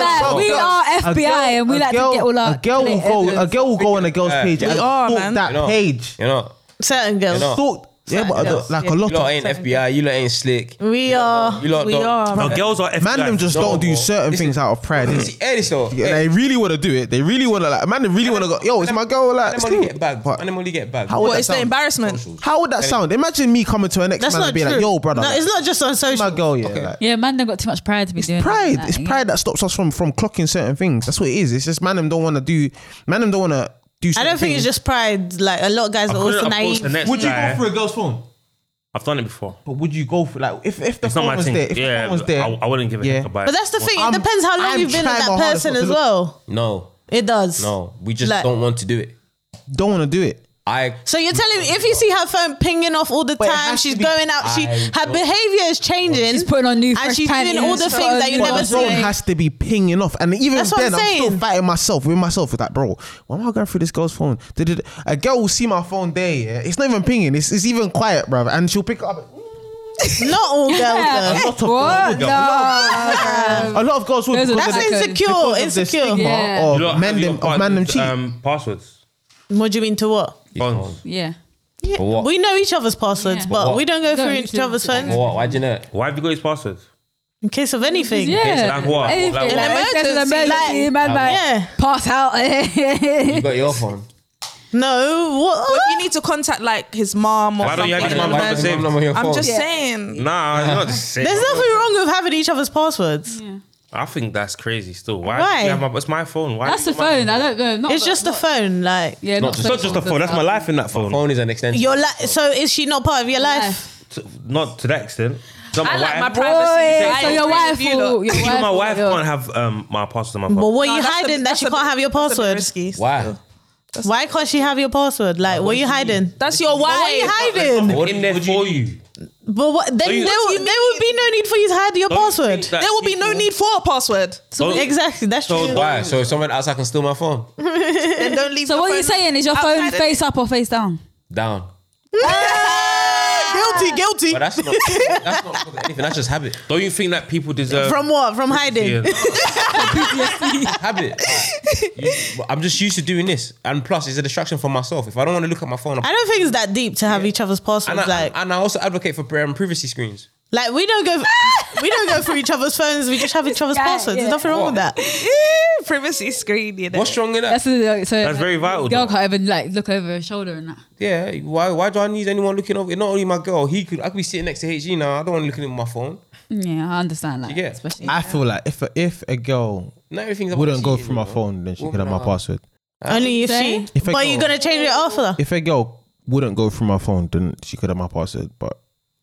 Speaker 1: does.
Speaker 2: the thing, like, we are FBI and we
Speaker 5: a
Speaker 2: like
Speaker 5: girl-
Speaker 2: to get all our
Speaker 5: a girl will go. A girl will go on a girl's
Speaker 6: Yeah.
Speaker 5: page and
Speaker 4: are,
Speaker 5: stalk
Speaker 4: man.
Speaker 5: that
Speaker 6: You know.
Speaker 5: page.
Speaker 6: You're not.
Speaker 1: Certain girls.
Speaker 6: You know.
Speaker 5: Stalk. Yeah, but
Speaker 1: Yes.
Speaker 5: like
Speaker 1: Yeah.
Speaker 5: a lot
Speaker 6: You lot
Speaker 5: of
Speaker 6: ain't FBI. You lot ain't slick.
Speaker 1: We are.
Speaker 6: You lot
Speaker 1: we
Speaker 6: don't-
Speaker 1: are.
Speaker 3: No, girls are FBI.
Speaker 5: man them just
Speaker 6: No,
Speaker 5: don't do
Speaker 6: bro.
Speaker 5: certain things out of pride.
Speaker 6: You
Speaker 5: innit?
Speaker 6: see, Eddie so.
Speaker 5: Yeah, they really want to do it. They really want to like. Man, they really want to go. Yo, it's my girl. Like,
Speaker 6: them only
Speaker 5: still.
Speaker 6: get bagged.
Speaker 5: But
Speaker 6: Man, them only get bagged.
Speaker 5: How would
Speaker 4: What
Speaker 5: that
Speaker 4: is the
Speaker 5: sound?
Speaker 4: embarrassment?
Speaker 5: How would that sound? Imagine me coming to an ex
Speaker 1: That's
Speaker 5: man
Speaker 1: not
Speaker 5: and being
Speaker 1: true.
Speaker 5: like, "Yo, brother,
Speaker 1: No,
Speaker 5: like,
Speaker 1: it's not just on
Speaker 5: it's
Speaker 1: social.
Speaker 5: my girl." Yeah, like,
Speaker 2: yeah, man, they got too much pride to be doing
Speaker 5: pride.
Speaker 2: That,
Speaker 5: It's
Speaker 2: yeah.
Speaker 5: pride that stops us from from clocking certain things. That's what it is. It's just man them don't want to do. Man them don't want to do.
Speaker 1: I
Speaker 5: certain
Speaker 1: don't think it's
Speaker 5: things.
Speaker 1: just pride. Like a lot of guys
Speaker 3: I
Speaker 1: are
Speaker 3: couldn't
Speaker 1: also
Speaker 3: approach
Speaker 1: naive.
Speaker 3: the next
Speaker 5: Would you
Speaker 3: guy.
Speaker 5: go for a girl's phone?
Speaker 3: I've done it before.
Speaker 5: But would you go for like if if the
Speaker 3: It's not
Speaker 5: phone
Speaker 3: my
Speaker 5: was
Speaker 3: thing.
Speaker 5: there? If the
Speaker 3: yeah,
Speaker 5: phone was there,
Speaker 3: I, I wouldn't give a
Speaker 5: Yeah.
Speaker 3: yeah. about
Speaker 1: But that's the thing.
Speaker 5: I'm-
Speaker 1: it depends how long
Speaker 5: I'm
Speaker 1: you've been with
Speaker 5: trying my
Speaker 1: that
Speaker 5: hardest
Speaker 1: person
Speaker 5: not to
Speaker 1: as
Speaker 5: look-
Speaker 1: well.
Speaker 6: No,
Speaker 1: It does.
Speaker 6: no. We just
Speaker 1: Like-
Speaker 6: don't want to do it.
Speaker 5: don't want to do it.
Speaker 6: I
Speaker 1: So you're telling me if you see her phone pinging off all the
Speaker 5: it
Speaker 1: time,
Speaker 5: has to
Speaker 1: she's
Speaker 5: be-
Speaker 1: going out. She
Speaker 6: I
Speaker 1: her
Speaker 6: don't-
Speaker 1: behavior is changing.
Speaker 2: She's putting on new
Speaker 1: and
Speaker 2: fresh
Speaker 1: she's
Speaker 2: panties.
Speaker 1: doing all the
Speaker 2: She's
Speaker 1: things
Speaker 2: put
Speaker 1: that
Speaker 2: on
Speaker 1: you
Speaker 2: new-
Speaker 5: But
Speaker 1: never
Speaker 5: the phone
Speaker 1: see.
Speaker 5: has to be pinging off, and even
Speaker 1: That's what
Speaker 5: then,
Speaker 1: I'm
Speaker 5: I'm, still
Speaker 1: saying.
Speaker 5: fighting myself with myself with that, bro. Why am I going through this girl's phone? Did a girl will see my phone there? Yeah, it's not even pinging. It's, it's even quiet, bro. And she'll pick it up.
Speaker 1: Not all girls. though.
Speaker 5: A lot of
Speaker 2: What?
Speaker 5: girls-
Speaker 2: No.
Speaker 5: A lot of girls would.
Speaker 2: Those are
Speaker 5: because
Speaker 2: the
Speaker 5: of
Speaker 1: That's
Speaker 2: Because
Speaker 5: the-
Speaker 1: insecure.
Speaker 5: because of the
Speaker 1: Insecure.
Speaker 5: stigma
Speaker 2: Yeah.
Speaker 5: of
Speaker 3: You lot-
Speaker 5: man
Speaker 3: you
Speaker 5: them-
Speaker 3: lot
Speaker 5: of man them
Speaker 3: got,
Speaker 5: cheat.
Speaker 3: Um, passwords.
Speaker 1: What do you mean to what?
Speaker 3: Phones.
Speaker 2: Yeah.
Speaker 1: Yeah,
Speaker 6: what?
Speaker 1: we know each other's passwords,
Speaker 2: Yeah.
Speaker 1: but
Speaker 6: what?
Speaker 1: we don't go
Speaker 2: Don't
Speaker 1: through
Speaker 2: use
Speaker 1: each
Speaker 2: them.
Speaker 1: other's phones
Speaker 6: what? Why do you know? it?
Speaker 3: Why have you got his passwords?
Speaker 1: in case of anything.
Speaker 2: Yeah.
Speaker 3: like what? Like
Speaker 2: Anything.
Speaker 3: what?
Speaker 2: Like, if there's an
Speaker 1: Emergency,
Speaker 2: emergency,
Speaker 1: like-
Speaker 2: man, like,
Speaker 1: Yeah.
Speaker 2: pass out.
Speaker 6: You got your phone.
Speaker 1: No, what?
Speaker 4: Well, if you need to contact like his mom or
Speaker 3: Why don't you
Speaker 4: something.
Speaker 3: have his
Speaker 6: Why
Speaker 3: mum
Speaker 6: don't you
Speaker 3: number
Speaker 6: have his
Speaker 3: saved?
Speaker 6: mum number on your
Speaker 4: I'm
Speaker 6: phone?
Speaker 4: just
Speaker 2: Yeah.
Speaker 4: saying.
Speaker 3: Nah, you're not saying.
Speaker 1: There's nothing wrong with having each other's passwords.
Speaker 3: I think that's crazy. Still, why?
Speaker 1: Why?
Speaker 3: do you have my- it's my phone. Why?
Speaker 2: That's the
Speaker 3: do you got my
Speaker 2: phone. I don't know. Not
Speaker 1: It's
Speaker 2: the-
Speaker 1: just a phone. Like
Speaker 2: Yeah, not,
Speaker 3: It's not just a phone. That's my life in that phone.
Speaker 6: Phone is an extension.
Speaker 1: your li- So is she not part of your life?
Speaker 3: T- Not to that extent. Not
Speaker 4: I like my
Speaker 3: wife.
Speaker 4: privacy. I
Speaker 2: so
Speaker 4: agree
Speaker 2: your
Speaker 4: with
Speaker 2: wife,
Speaker 4: you
Speaker 2: will,
Speaker 4: lot.
Speaker 2: your
Speaker 3: Even my
Speaker 2: will-
Speaker 3: wife
Speaker 2: yeah.
Speaker 3: can't have um, my passwords on my
Speaker 1: But
Speaker 3: phone.
Speaker 1: what you
Speaker 4: that's a
Speaker 1: hiding
Speaker 4: bit-
Speaker 1: that
Speaker 4: that's
Speaker 1: she
Speaker 4: a
Speaker 1: can't
Speaker 4: bit-
Speaker 1: have your
Speaker 4: that's a bit
Speaker 1: password?
Speaker 4: risky.
Speaker 6: Why?
Speaker 1: Why can't she have your password? Like, what are you hiding?
Speaker 4: That's your wife.
Speaker 1: Why are you hiding?
Speaker 3: What in there for you?
Speaker 1: But what, then there,
Speaker 3: you-
Speaker 1: will, there will be no need for you to hide your
Speaker 3: Don't you think
Speaker 1: password.
Speaker 3: that
Speaker 4: There will be no
Speaker 3: people-
Speaker 4: need for a password.
Speaker 3: Don't-
Speaker 1: exactly. That's
Speaker 3: So
Speaker 1: true.
Speaker 6: Why? So if someone else I can steal my phone
Speaker 4: Then don't leave.
Speaker 2: So
Speaker 4: your
Speaker 2: what you
Speaker 4: phone
Speaker 2: saying is your
Speaker 4: outside
Speaker 2: phone
Speaker 4: and-
Speaker 2: face up or face down?
Speaker 6: down.
Speaker 1: guilty, guilty.
Speaker 6: But that's not. that's not because of anything. That's just habit.
Speaker 3: Don't you think that people deserve
Speaker 1: From what? From hiding.
Speaker 3: Yeah.
Speaker 6: Habit. Like, you- I'm just used to doing this, and plus, it's a distraction for myself. If I don't want to look at my phone, I'm
Speaker 1: I don't think it's that deep to have each other's
Speaker 6: and
Speaker 1: passwords.
Speaker 6: I,
Speaker 1: like,
Speaker 6: and I also advocate for prayer and privacy screens.
Speaker 1: like we don't go, we don't go through each other's phones. We just have each other's
Speaker 2: guy,
Speaker 1: passwords.
Speaker 2: yeah.
Speaker 1: There's nothing wrong with that.
Speaker 4: Eh, privacy screen. You know.
Speaker 6: What's wrong with that?
Speaker 2: That's the, so
Speaker 3: That's very vital,
Speaker 2: Girl
Speaker 3: though.
Speaker 2: can't even like look over her shoulder and that.
Speaker 6: yeah. Why? Why do I need anyone looking over? Not only my girl. He could. I could be sitting next to HG now. I don't want to looking at my phone.
Speaker 2: Yeah, I understand that.
Speaker 6: You get it?
Speaker 2: Especially.
Speaker 5: I feel like if a, if a girl
Speaker 6: Not everything's about
Speaker 5: wouldn't go
Speaker 6: cheating,
Speaker 5: through my
Speaker 6: bro.
Speaker 5: phone, then she
Speaker 6: Well,
Speaker 5: could have my
Speaker 6: nah.
Speaker 5: password.
Speaker 1: Only if
Speaker 2: Say?
Speaker 1: she.
Speaker 5: If I
Speaker 1: but you're
Speaker 5: go-
Speaker 1: gonna change it after.
Speaker 5: If a girl wouldn't go through my phone, then she could have my password. But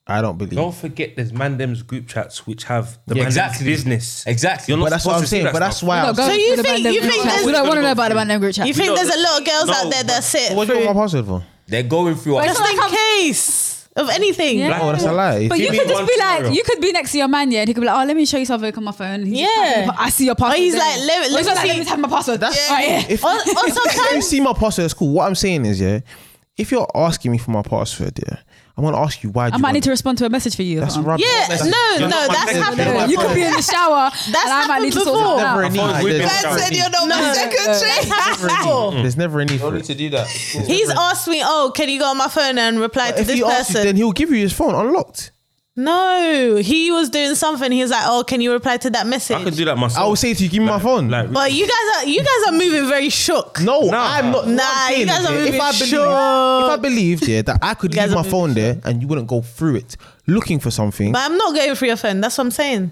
Speaker 5: I don't believe.
Speaker 3: Don't forget there's Mandem's group chats which have the
Speaker 6: Yeah,
Speaker 3: Mandem's
Speaker 6: exactly.
Speaker 3: business.
Speaker 6: Exactly.
Speaker 3: You're
Speaker 5: but
Speaker 3: not
Speaker 5: that's
Speaker 3: supposed
Speaker 5: what I'm
Speaker 3: to see
Speaker 5: saying.
Speaker 3: that
Speaker 5: But that's
Speaker 3: stuff.
Speaker 5: why. I
Speaker 2: Not
Speaker 5: was-
Speaker 2: going
Speaker 1: So
Speaker 2: through
Speaker 1: you
Speaker 2: the
Speaker 1: think-
Speaker 2: man
Speaker 1: you
Speaker 2: group
Speaker 1: think
Speaker 2: chat.
Speaker 1: there's-
Speaker 2: we don't want to
Speaker 3: No,
Speaker 2: know about the man them group chat?
Speaker 1: You think
Speaker 3: know-
Speaker 1: there's a lot of girls out
Speaker 3: No,
Speaker 1: there that
Speaker 3: but-
Speaker 1: sit
Speaker 5: What do you
Speaker 1: through-
Speaker 5: want my password for?
Speaker 6: They're going through. our-
Speaker 1: just in case of anything.
Speaker 2: Yeah.
Speaker 5: Oh, that's a lie.
Speaker 2: But you
Speaker 3: Give me
Speaker 2: could just
Speaker 3: one
Speaker 2: be like,
Speaker 3: scenario.
Speaker 2: you could be next to your man, yeah, and he could be like, oh, let me show you something on my phone. And he's just
Speaker 1: Yeah.
Speaker 2: like, I see your password.
Speaker 1: he's
Speaker 2: there.
Speaker 1: like, let-
Speaker 2: Or Oh, he's
Speaker 1: let me
Speaker 2: like,
Speaker 1: see-
Speaker 2: let me have my password.
Speaker 5: That's-
Speaker 2: Right, yeah.
Speaker 5: If,
Speaker 1: Or, or
Speaker 5: if you
Speaker 1: sometimes
Speaker 5: see my password, it's cool. What I'm saying is, yeah, if you're asking me for my password, yeah, I'm gonna ask you why. do
Speaker 2: I
Speaker 5: you
Speaker 2: might
Speaker 5: want
Speaker 2: need to
Speaker 5: it?
Speaker 2: respond to a message for you.
Speaker 5: That's
Speaker 2: Um,
Speaker 5: rubbish.
Speaker 1: Yeah, no,
Speaker 3: You're
Speaker 1: no,
Speaker 3: not
Speaker 1: that's
Speaker 3: my
Speaker 1: happened.
Speaker 5: best friend.
Speaker 1: before.
Speaker 2: You could be in the shower. and I might
Speaker 1: happened
Speaker 2: need to sort
Speaker 1: before.
Speaker 2: something
Speaker 5: Never
Speaker 2: out.
Speaker 5: any-
Speaker 3: phone's with me, I'm
Speaker 5: There's never
Speaker 4: Man
Speaker 3: sorry.
Speaker 5: a
Speaker 4: said
Speaker 5: need.
Speaker 4: you're not my second
Speaker 1: That's
Speaker 4: chain.
Speaker 1: happened before.
Speaker 5: There's never any
Speaker 6: No
Speaker 5: for
Speaker 6: need
Speaker 5: it.
Speaker 6: to do that.
Speaker 1: He's asked me, "Oh, can you go on my phone and reply to
Speaker 5: If
Speaker 1: this
Speaker 5: he asks you,
Speaker 1: person?"
Speaker 5: then he'll give you his phone unlocked.
Speaker 1: no, he was doing something. He was like, "Oh, can you reply to that
Speaker 3: I could
Speaker 1: message?"
Speaker 3: do that myself.
Speaker 5: I will say to you, give me my phone.
Speaker 3: Like,
Speaker 1: But you guys are you guys are moving very shook.
Speaker 5: No, I'm not.
Speaker 1: Nah,
Speaker 5: what I'm
Speaker 1: you
Speaker 5: saying
Speaker 1: guys
Speaker 5: is,
Speaker 1: are
Speaker 5: yeah,
Speaker 1: moving
Speaker 5: if I believed,
Speaker 1: sure.
Speaker 5: if I believed, yeah, that I could
Speaker 1: guys
Speaker 5: leave
Speaker 1: are
Speaker 5: my
Speaker 1: moving
Speaker 5: phone there and you wouldn't go through it looking for something,
Speaker 1: But I'm not going for your phone. That's what I'm saying.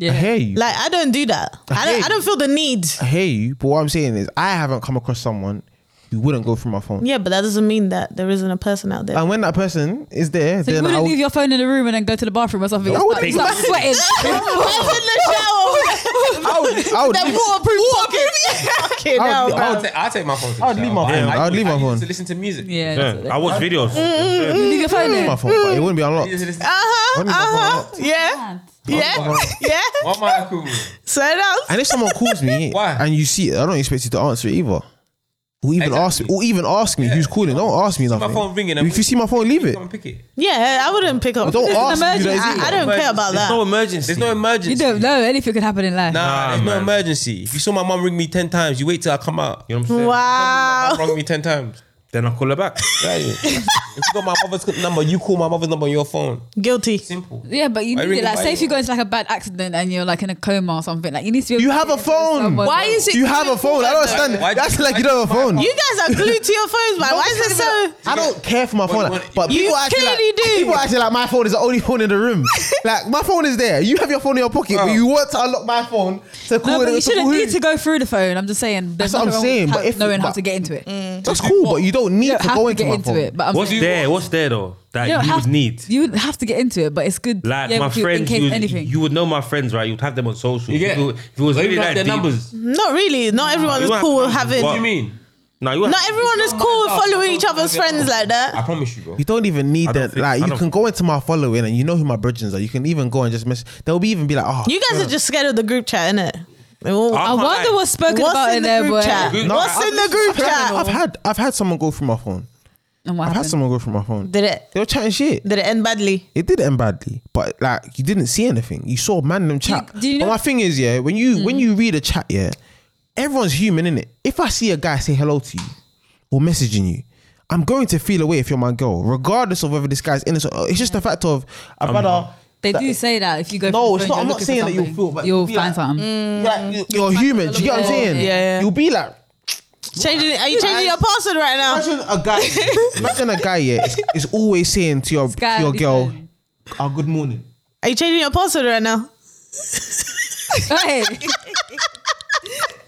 Speaker 5: I hear you.
Speaker 1: Like I don't do that. I
Speaker 5: Hey.
Speaker 1: don't. I don't feel the need.
Speaker 5: I hear you. But what I'm saying is, I haven't come across someone who wouldn't go through my phone.
Speaker 1: Yeah, but that doesn't mean that there isn't a person out there.
Speaker 5: And when that person is there,
Speaker 2: So you
Speaker 5: then I
Speaker 2: wouldn't
Speaker 5: will.
Speaker 2: leave your phone in the room and then go to the bathroom or something.
Speaker 5: I wouldn't
Speaker 2: You start
Speaker 5: do
Speaker 2: sweating.
Speaker 1: I
Speaker 5: I would. I would.
Speaker 1: was in the shower.
Speaker 5: leave-
Speaker 1: waterproof. Waterproof. Okay, now.
Speaker 5: I would- I
Speaker 1: bro.
Speaker 6: I would, ta- I'll take my phone.
Speaker 5: I'd leave my phone. I'd leave my phone.
Speaker 6: To listen to music.
Speaker 2: Yeah. that's
Speaker 3: yeah,
Speaker 2: what
Speaker 3: I watch videos.
Speaker 2: they- Leave your phone
Speaker 5: Mm. my
Speaker 2: in.
Speaker 5: phone, but it wouldn't be unlocked.
Speaker 6: Listen to-
Speaker 1: Uh-huh.
Speaker 5: Only my phone
Speaker 1: Uh-huh.
Speaker 5: unlocked.
Speaker 1: Yeah. Yeah. Yeah.
Speaker 6: What am I cool with?
Speaker 1: So now
Speaker 5: And if someone calls me
Speaker 6: Why?
Speaker 5: and you see it, I don't expect you to answer it either. Who even
Speaker 3: Exactly.
Speaker 5: ask? Who even ask me who's calling? Don't ask me
Speaker 3: See
Speaker 5: nothing.
Speaker 3: My phone ringing.
Speaker 5: If you see my phone, leave it.
Speaker 3: Come and pick it.
Speaker 1: Yeah, I wouldn't pick up.
Speaker 5: Don't
Speaker 1: This is
Speaker 5: ask me,
Speaker 1: emergency.
Speaker 5: that is
Speaker 1: I, I don't care about
Speaker 7: There's
Speaker 1: that.
Speaker 7: no emergency.
Speaker 3: There's no emergency.
Speaker 2: You don't know anything could happen in life.
Speaker 7: Nah,
Speaker 3: Nah,
Speaker 7: there's no
Speaker 3: man.
Speaker 7: emergency. If you saw my mom ring me ten times, you wait till I come out.
Speaker 3: You know what I'm saying?
Speaker 7: My
Speaker 1: Wow.
Speaker 7: mum rung me ten times.
Speaker 3: Then I call her back.
Speaker 7: Right? if you got my mother's number, you call my mother's number on your phone.
Speaker 1: Guilty.
Speaker 7: Simple.
Speaker 2: Yeah, but you
Speaker 7: I
Speaker 2: need
Speaker 7: really
Speaker 2: it. Like,
Speaker 7: like
Speaker 2: say if you
Speaker 7: it.
Speaker 2: go into like a bad accident and you're like in a coma or something, like you need to. Be
Speaker 5: You have a phone.
Speaker 2: Why
Speaker 4: is it?
Speaker 5: You have a phone. I don't understand.
Speaker 3: Why-
Speaker 5: That's like you don't have a phone.
Speaker 1: You guys are glued to your phones, man. Why is it so?
Speaker 5: I don't care for my phone,
Speaker 3: what-
Speaker 5: but
Speaker 1: You
Speaker 5: people actually
Speaker 1: clearly
Speaker 5: like,
Speaker 1: do.
Speaker 5: people actually like my phone is the only phone in the room. like my phone is there. You have your phone in your pocket,
Speaker 3: Oh.
Speaker 5: but you want to unlock my phone to call.
Speaker 2: No, but you
Speaker 5: to
Speaker 2: shouldn't
Speaker 5: call
Speaker 2: need
Speaker 5: who?
Speaker 2: to go through the phone. I'm just saying. There's
Speaker 5: That's
Speaker 2: nothing
Speaker 5: what I'm
Speaker 2: wrong with
Speaker 5: saying,
Speaker 2: ha-
Speaker 5: but if-
Speaker 2: knowing how
Speaker 5: but-
Speaker 2: to get into it, you
Speaker 5: That's cool, but you don't need
Speaker 2: don't
Speaker 5: to
Speaker 2: have
Speaker 5: go
Speaker 2: to
Speaker 5: into
Speaker 2: get
Speaker 5: my
Speaker 2: into
Speaker 5: phone.
Speaker 2: it. But I'm
Speaker 3: What's
Speaker 2: saying-
Speaker 3: there? What's there though that
Speaker 2: don't
Speaker 3: you,
Speaker 2: have-
Speaker 3: would need?
Speaker 2: You would have to get into it, but it's good.
Speaker 3: Like
Speaker 2: yeah,
Speaker 3: my
Speaker 2: if you- in
Speaker 3: friends,
Speaker 2: case
Speaker 3: you would,
Speaker 2: anything.
Speaker 3: you would know my friends, right? You'd have them on social.
Speaker 7: You
Speaker 3: If
Speaker 7: get-
Speaker 3: it was- if it was
Speaker 7: Or even
Speaker 3: really
Speaker 7: have
Speaker 3: that
Speaker 7: their
Speaker 3: deep-
Speaker 7: numbers.
Speaker 1: Not really. Not everyone
Speaker 3: You
Speaker 1: is
Speaker 3: have
Speaker 1: cool
Speaker 3: to-
Speaker 1: with having.
Speaker 7: What
Speaker 3: What?
Speaker 7: do you mean?
Speaker 3: No, you
Speaker 1: Not everyone is cool with following each other's friends like
Speaker 7: I
Speaker 1: that.
Speaker 7: promise you, bro.
Speaker 5: You don't even need
Speaker 3: I don't
Speaker 5: that.
Speaker 3: think-
Speaker 5: Like
Speaker 3: I
Speaker 5: you
Speaker 3: don't-
Speaker 5: can go into my following and you know who my brethren are. You can even go and just mess. They'll be even be like, oh,
Speaker 1: You guys are just scared of the group chat, innit? It won't-
Speaker 3: I
Speaker 2: I
Speaker 3: can't
Speaker 2: wonder
Speaker 3: lie.
Speaker 2: what's spoken
Speaker 1: What's
Speaker 2: about
Speaker 1: in
Speaker 2: in
Speaker 1: the
Speaker 2: there,
Speaker 1: group
Speaker 2: boy.
Speaker 1: chat?
Speaker 3: Group-
Speaker 1: What's in the group
Speaker 5: I've
Speaker 1: chat?
Speaker 5: had I've had someone go through my phone.
Speaker 2: And what
Speaker 5: I've had
Speaker 2: happened?
Speaker 5: someone go through my phone.
Speaker 1: Did it?
Speaker 5: They were chatting shit.
Speaker 1: Did it end badly?
Speaker 5: It did end badly, but like you didn't see anything. You saw man them chat.
Speaker 2: do you know- Mm.
Speaker 5: but my thing is, yeah, when you when you read a chat, yeah, everyone's human in it. If I see a guy say hello to you or messaging you, I'm going to feel away if you're my girl, regardless of whether this guy's innocent. It's just the fact of I better.
Speaker 2: They
Speaker 5: that-
Speaker 2: do say that if you go.
Speaker 5: No,
Speaker 2: through
Speaker 5: it's
Speaker 2: the phone,
Speaker 5: not. I'm
Speaker 2: you're
Speaker 5: not
Speaker 2: looking for
Speaker 5: saying that you'll
Speaker 2: something,
Speaker 5: feel, but
Speaker 2: you'll
Speaker 5: you'll be
Speaker 2: find
Speaker 5: like-
Speaker 2: something.
Speaker 5: like, you- you're human. Do you get what I'm saying?
Speaker 1: Yeah, yeah.
Speaker 5: You'll be like.
Speaker 1: Changing? Are you changing your password right now?
Speaker 5: Imagine a guy. imagine a guy. Yeah, is, is always saying to your
Speaker 2: Sky,
Speaker 5: to your
Speaker 2: be
Speaker 5: girl,
Speaker 2: fine.
Speaker 5: "Oh, good morning."
Speaker 1: Are you changing your password right now?
Speaker 2: Hey,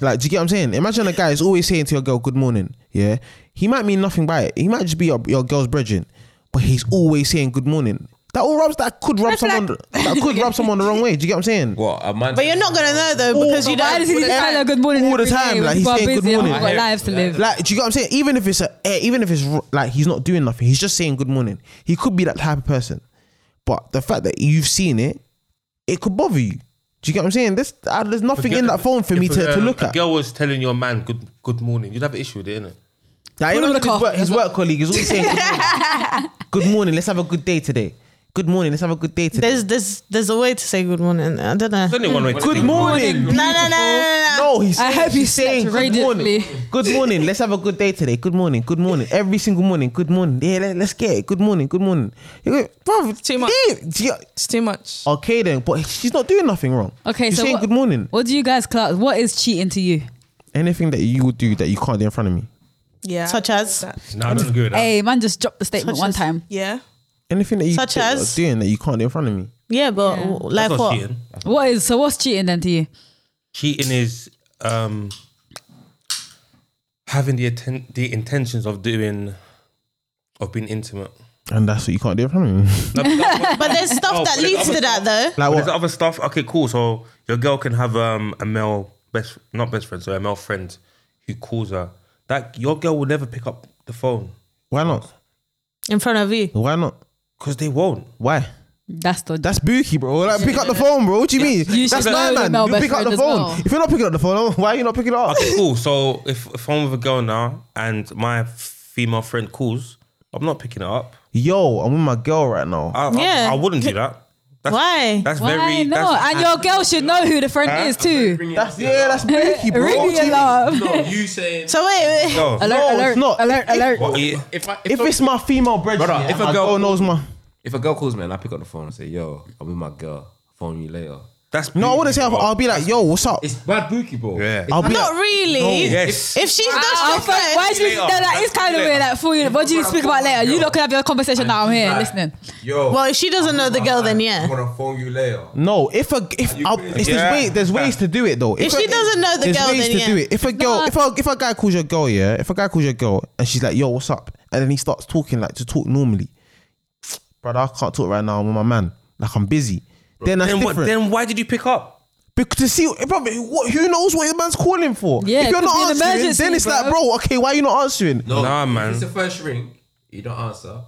Speaker 5: Like, do you get what I'm saying? Imagine a guy is always saying to your girl, "Good morning." Yeah, he might mean nothing by it. He might just be your, your girl's brethren, but he's always saying "Good morning." That all rubs. That could rub someone. That could rub someone the wrong way. Do you get what I'm saying?
Speaker 6: What a man.
Speaker 1: But you're not gonna know though because you
Speaker 2: Oh, why does he
Speaker 1: don't.
Speaker 2: need to tell her good morning
Speaker 5: All the
Speaker 2: every day
Speaker 5: time,
Speaker 2: when people
Speaker 5: like, he's
Speaker 2: are
Speaker 5: saying good
Speaker 2: busy and
Speaker 5: morning.
Speaker 2: people got lives to live.
Speaker 5: Like, do you get what I'm saying? Even if it's a, eh, even if it's ru- like he's not doing nothing, he's just saying good morning. He could be that type of person, but the fact that you've seen it, it could bother you. Do you get what I'm saying? This uh, there's nothing in that phone for me
Speaker 3: If,
Speaker 5: to, to
Speaker 3: um,
Speaker 5: look
Speaker 3: a
Speaker 5: at.
Speaker 3: girl was telling your man good good morning. You'd have an issue with it, innit?
Speaker 5: Like,
Speaker 2: Put him in the
Speaker 5: his,
Speaker 2: car.
Speaker 5: work, his work colleague is always saying good morning. good morning. Let's have a good day today. Good morning. Let's have a good day today.
Speaker 1: There's there's there's a way to say good morning. I don't know.
Speaker 3: There's only one way. to
Speaker 5: good
Speaker 3: think.
Speaker 5: morning.
Speaker 1: No, no, no, no, no, no.
Speaker 5: No, he's
Speaker 2: I
Speaker 5: saying,
Speaker 2: hope you
Speaker 5: he's saying
Speaker 2: slept
Speaker 5: good morning.
Speaker 2: radiantly.
Speaker 5: Good morning. Let's have a good day today. Good morning. Good morning. Every single morning. Good morning. Yeah, let, us get it. Good morning. Good morning. You go, bro,
Speaker 4: too much.
Speaker 5: yeah, yeah.
Speaker 4: It's too much.
Speaker 5: Okay then, but she's not doing nothing wrong.
Speaker 2: Okay,
Speaker 5: she's
Speaker 2: so
Speaker 5: saying
Speaker 2: what-
Speaker 5: good morning.
Speaker 2: What do you guys class? What is cheating to you?
Speaker 5: Anything that you would do that you can't do in front of me.
Speaker 4: Yeah.
Speaker 1: Such as?
Speaker 4: That-
Speaker 3: No, I don't agree with that.
Speaker 2: Hey, man, just dropped the statement
Speaker 1: Such
Speaker 2: one
Speaker 1: as-
Speaker 2: time.
Speaker 4: Yeah.
Speaker 5: Anything that you
Speaker 1: Such
Speaker 5: that you're
Speaker 1: as?
Speaker 5: doing that you can't do in front of me.
Speaker 1: Yeah, but
Speaker 2: Yeah.
Speaker 1: like
Speaker 3: That's not
Speaker 1: what?
Speaker 3: cheating.
Speaker 2: What is so? What's cheating then to you?
Speaker 3: Cheating is um, having the atten- the intentions of doing of being intimate.
Speaker 5: And that's what you can't do in front of me.
Speaker 3: No, but that's what-
Speaker 1: But there's stuff
Speaker 3: Oh,
Speaker 1: that
Speaker 3: but there's
Speaker 1: leads to
Speaker 3: other
Speaker 1: that though.
Speaker 5: like
Speaker 3: But
Speaker 5: what?
Speaker 3: there's other stuff. Okay, cool. So your girl can have um, a male best, not best friend, so a male friend who calls her. That your girl will never pick up the phone
Speaker 5: Why not?
Speaker 1: In front of you.
Speaker 5: Why not?
Speaker 3: because they won't.
Speaker 5: Why?
Speaker 2: That's the
Speaker 5: That's booky, bro. Like, pick up the phone, bro. What do you mean?
Speaker 2: You
Speaker 5: That's
Speaker 2: should know
Speaker 5: my
Speaker 2: your
Speaker 5: man.
Speaker 2: male
Speaker 5: You
Speaker 2: best
Speaker 5: pick up
Speaker 2: friend
Speaker 5: the
Speaker 2: as
Speaker 5: phone.
Speaker 2: well.
Speaker 5: If you're not picking up the phone, why are you not picking it up?
Speaker 3: Okay, cool. So if, if I'm with a girl now and my female friend calls, I'm not picking it up.
Speaker 5: Yo, I'm with my girl right now.
Speaker 3: I,
Speaker 1: Yeah.
Speaker 3: I, I wouldn't do that. That's,
Speaker 1: Why?
Speaker 3: That's
Speaker 2: why
Speaker 3: very.
Speaker 2: not?
Speaker 3: That's,
Speaker 2: and your girl should know who the friend is too.
Speaker 5: That's yeah, that's booky, bro. What
Speaker 2: Ring
Speaker 5: do you
Speaker 2: your
Speaker 5: mean?
Speaker 2: love.
Speaker 7: No, you saying
Speaker 1: So wait, wait.
Speaker 3: no.
Speaker 2: Alert!
Speaker 5: No,
Speaker 2: alert!
Speaker 5: it's not.
Speaker 2: Alert! Alert!
Speaker 3: What, yeah.
Speaker 7: if I
Speaker 5: If it's my female brethren,
Speaker 6: Brother,
Speaker 5: yeah,
Speaker 6: if a
Speaker 5: my
Speaker 6: girl-
Speaker 5: girl knows my.
Speaker 6: If a girl calls me and I pick up the phone and say, "Yo, I'm with my girl. Phone you later."
Speaker 3: That's
Speaker 5: No, I wouldn't say. I'll,
Speaker 3: bro.
Speaker 5: I'll be like, yo, what's up?
Speaker 6: It's bad bookie, bro.
Speaker 3: Yeah.
Speaker 5: I'll be
Speaker 1: Not
Speaker 5: like,
Speaker 1: really.
Speaker 3: yes.
Speaker 1: If she's not
Speaker 2: I'll
Speaker 1: your
Speaker 2: fuck- Why
Speaker 1: friend,
Speaker 2: is you, no, that is kind of weird. Like, for you, what do you speak about later? You lot can have your conversation now. I'm here listening.
Speaker 6: Yo.
Speaker 1: well, if she doesn't know the girl, then
Speaker 6: I'm
Speaker 1: yeah.
Speaker 6: gonna phone you later.
Speaker 5: no. If a if I'll, it's
Speaker 3: Yeah.
Speaker 5: there's, way, there's ways to do it though.
Speaker 1: If
Speaker 5: a-
Speaker 1: she doesn't know the
Speaker 5: there's
Speaker 1: girl,
Speaker 5: ways
Speaker 1: then
Speaker 5: to
Speaker 1: yeah.
Speaker 5: do it. If a girl, if a if a guy calls your girl, yeah. If a guy calls your girl and she's like, yo, what's up? And then he starts talking like to talk normally. Brother, I can't talk right now. I'm with my man. Like I'm busy. Then that's
Speaker 3: then what?
Speaker 5: different.
Speaker 3: Then why did you pick up?
Speaker 5: Because to see, eh, bro, what, who knows what your man's calling for?
Speaker 2: Yeah,
Speaker 5: if
Speaker 2: it
Speaker 5: you're
Speaker 2: could be
Speaker 5: not
Speaker 2: an
Speaker 5: answering,
Speaker 2: emergency,
Speaker 5: then it's like,
Speaker 2: bro.
Speaker 5: bro, okay, why are you not answering,
Speaker 6: No,
Speaker 3: Nah,
Speaker 6: if
Speaker 3: man.
Speaker 6: It's the first ring. You don't answer.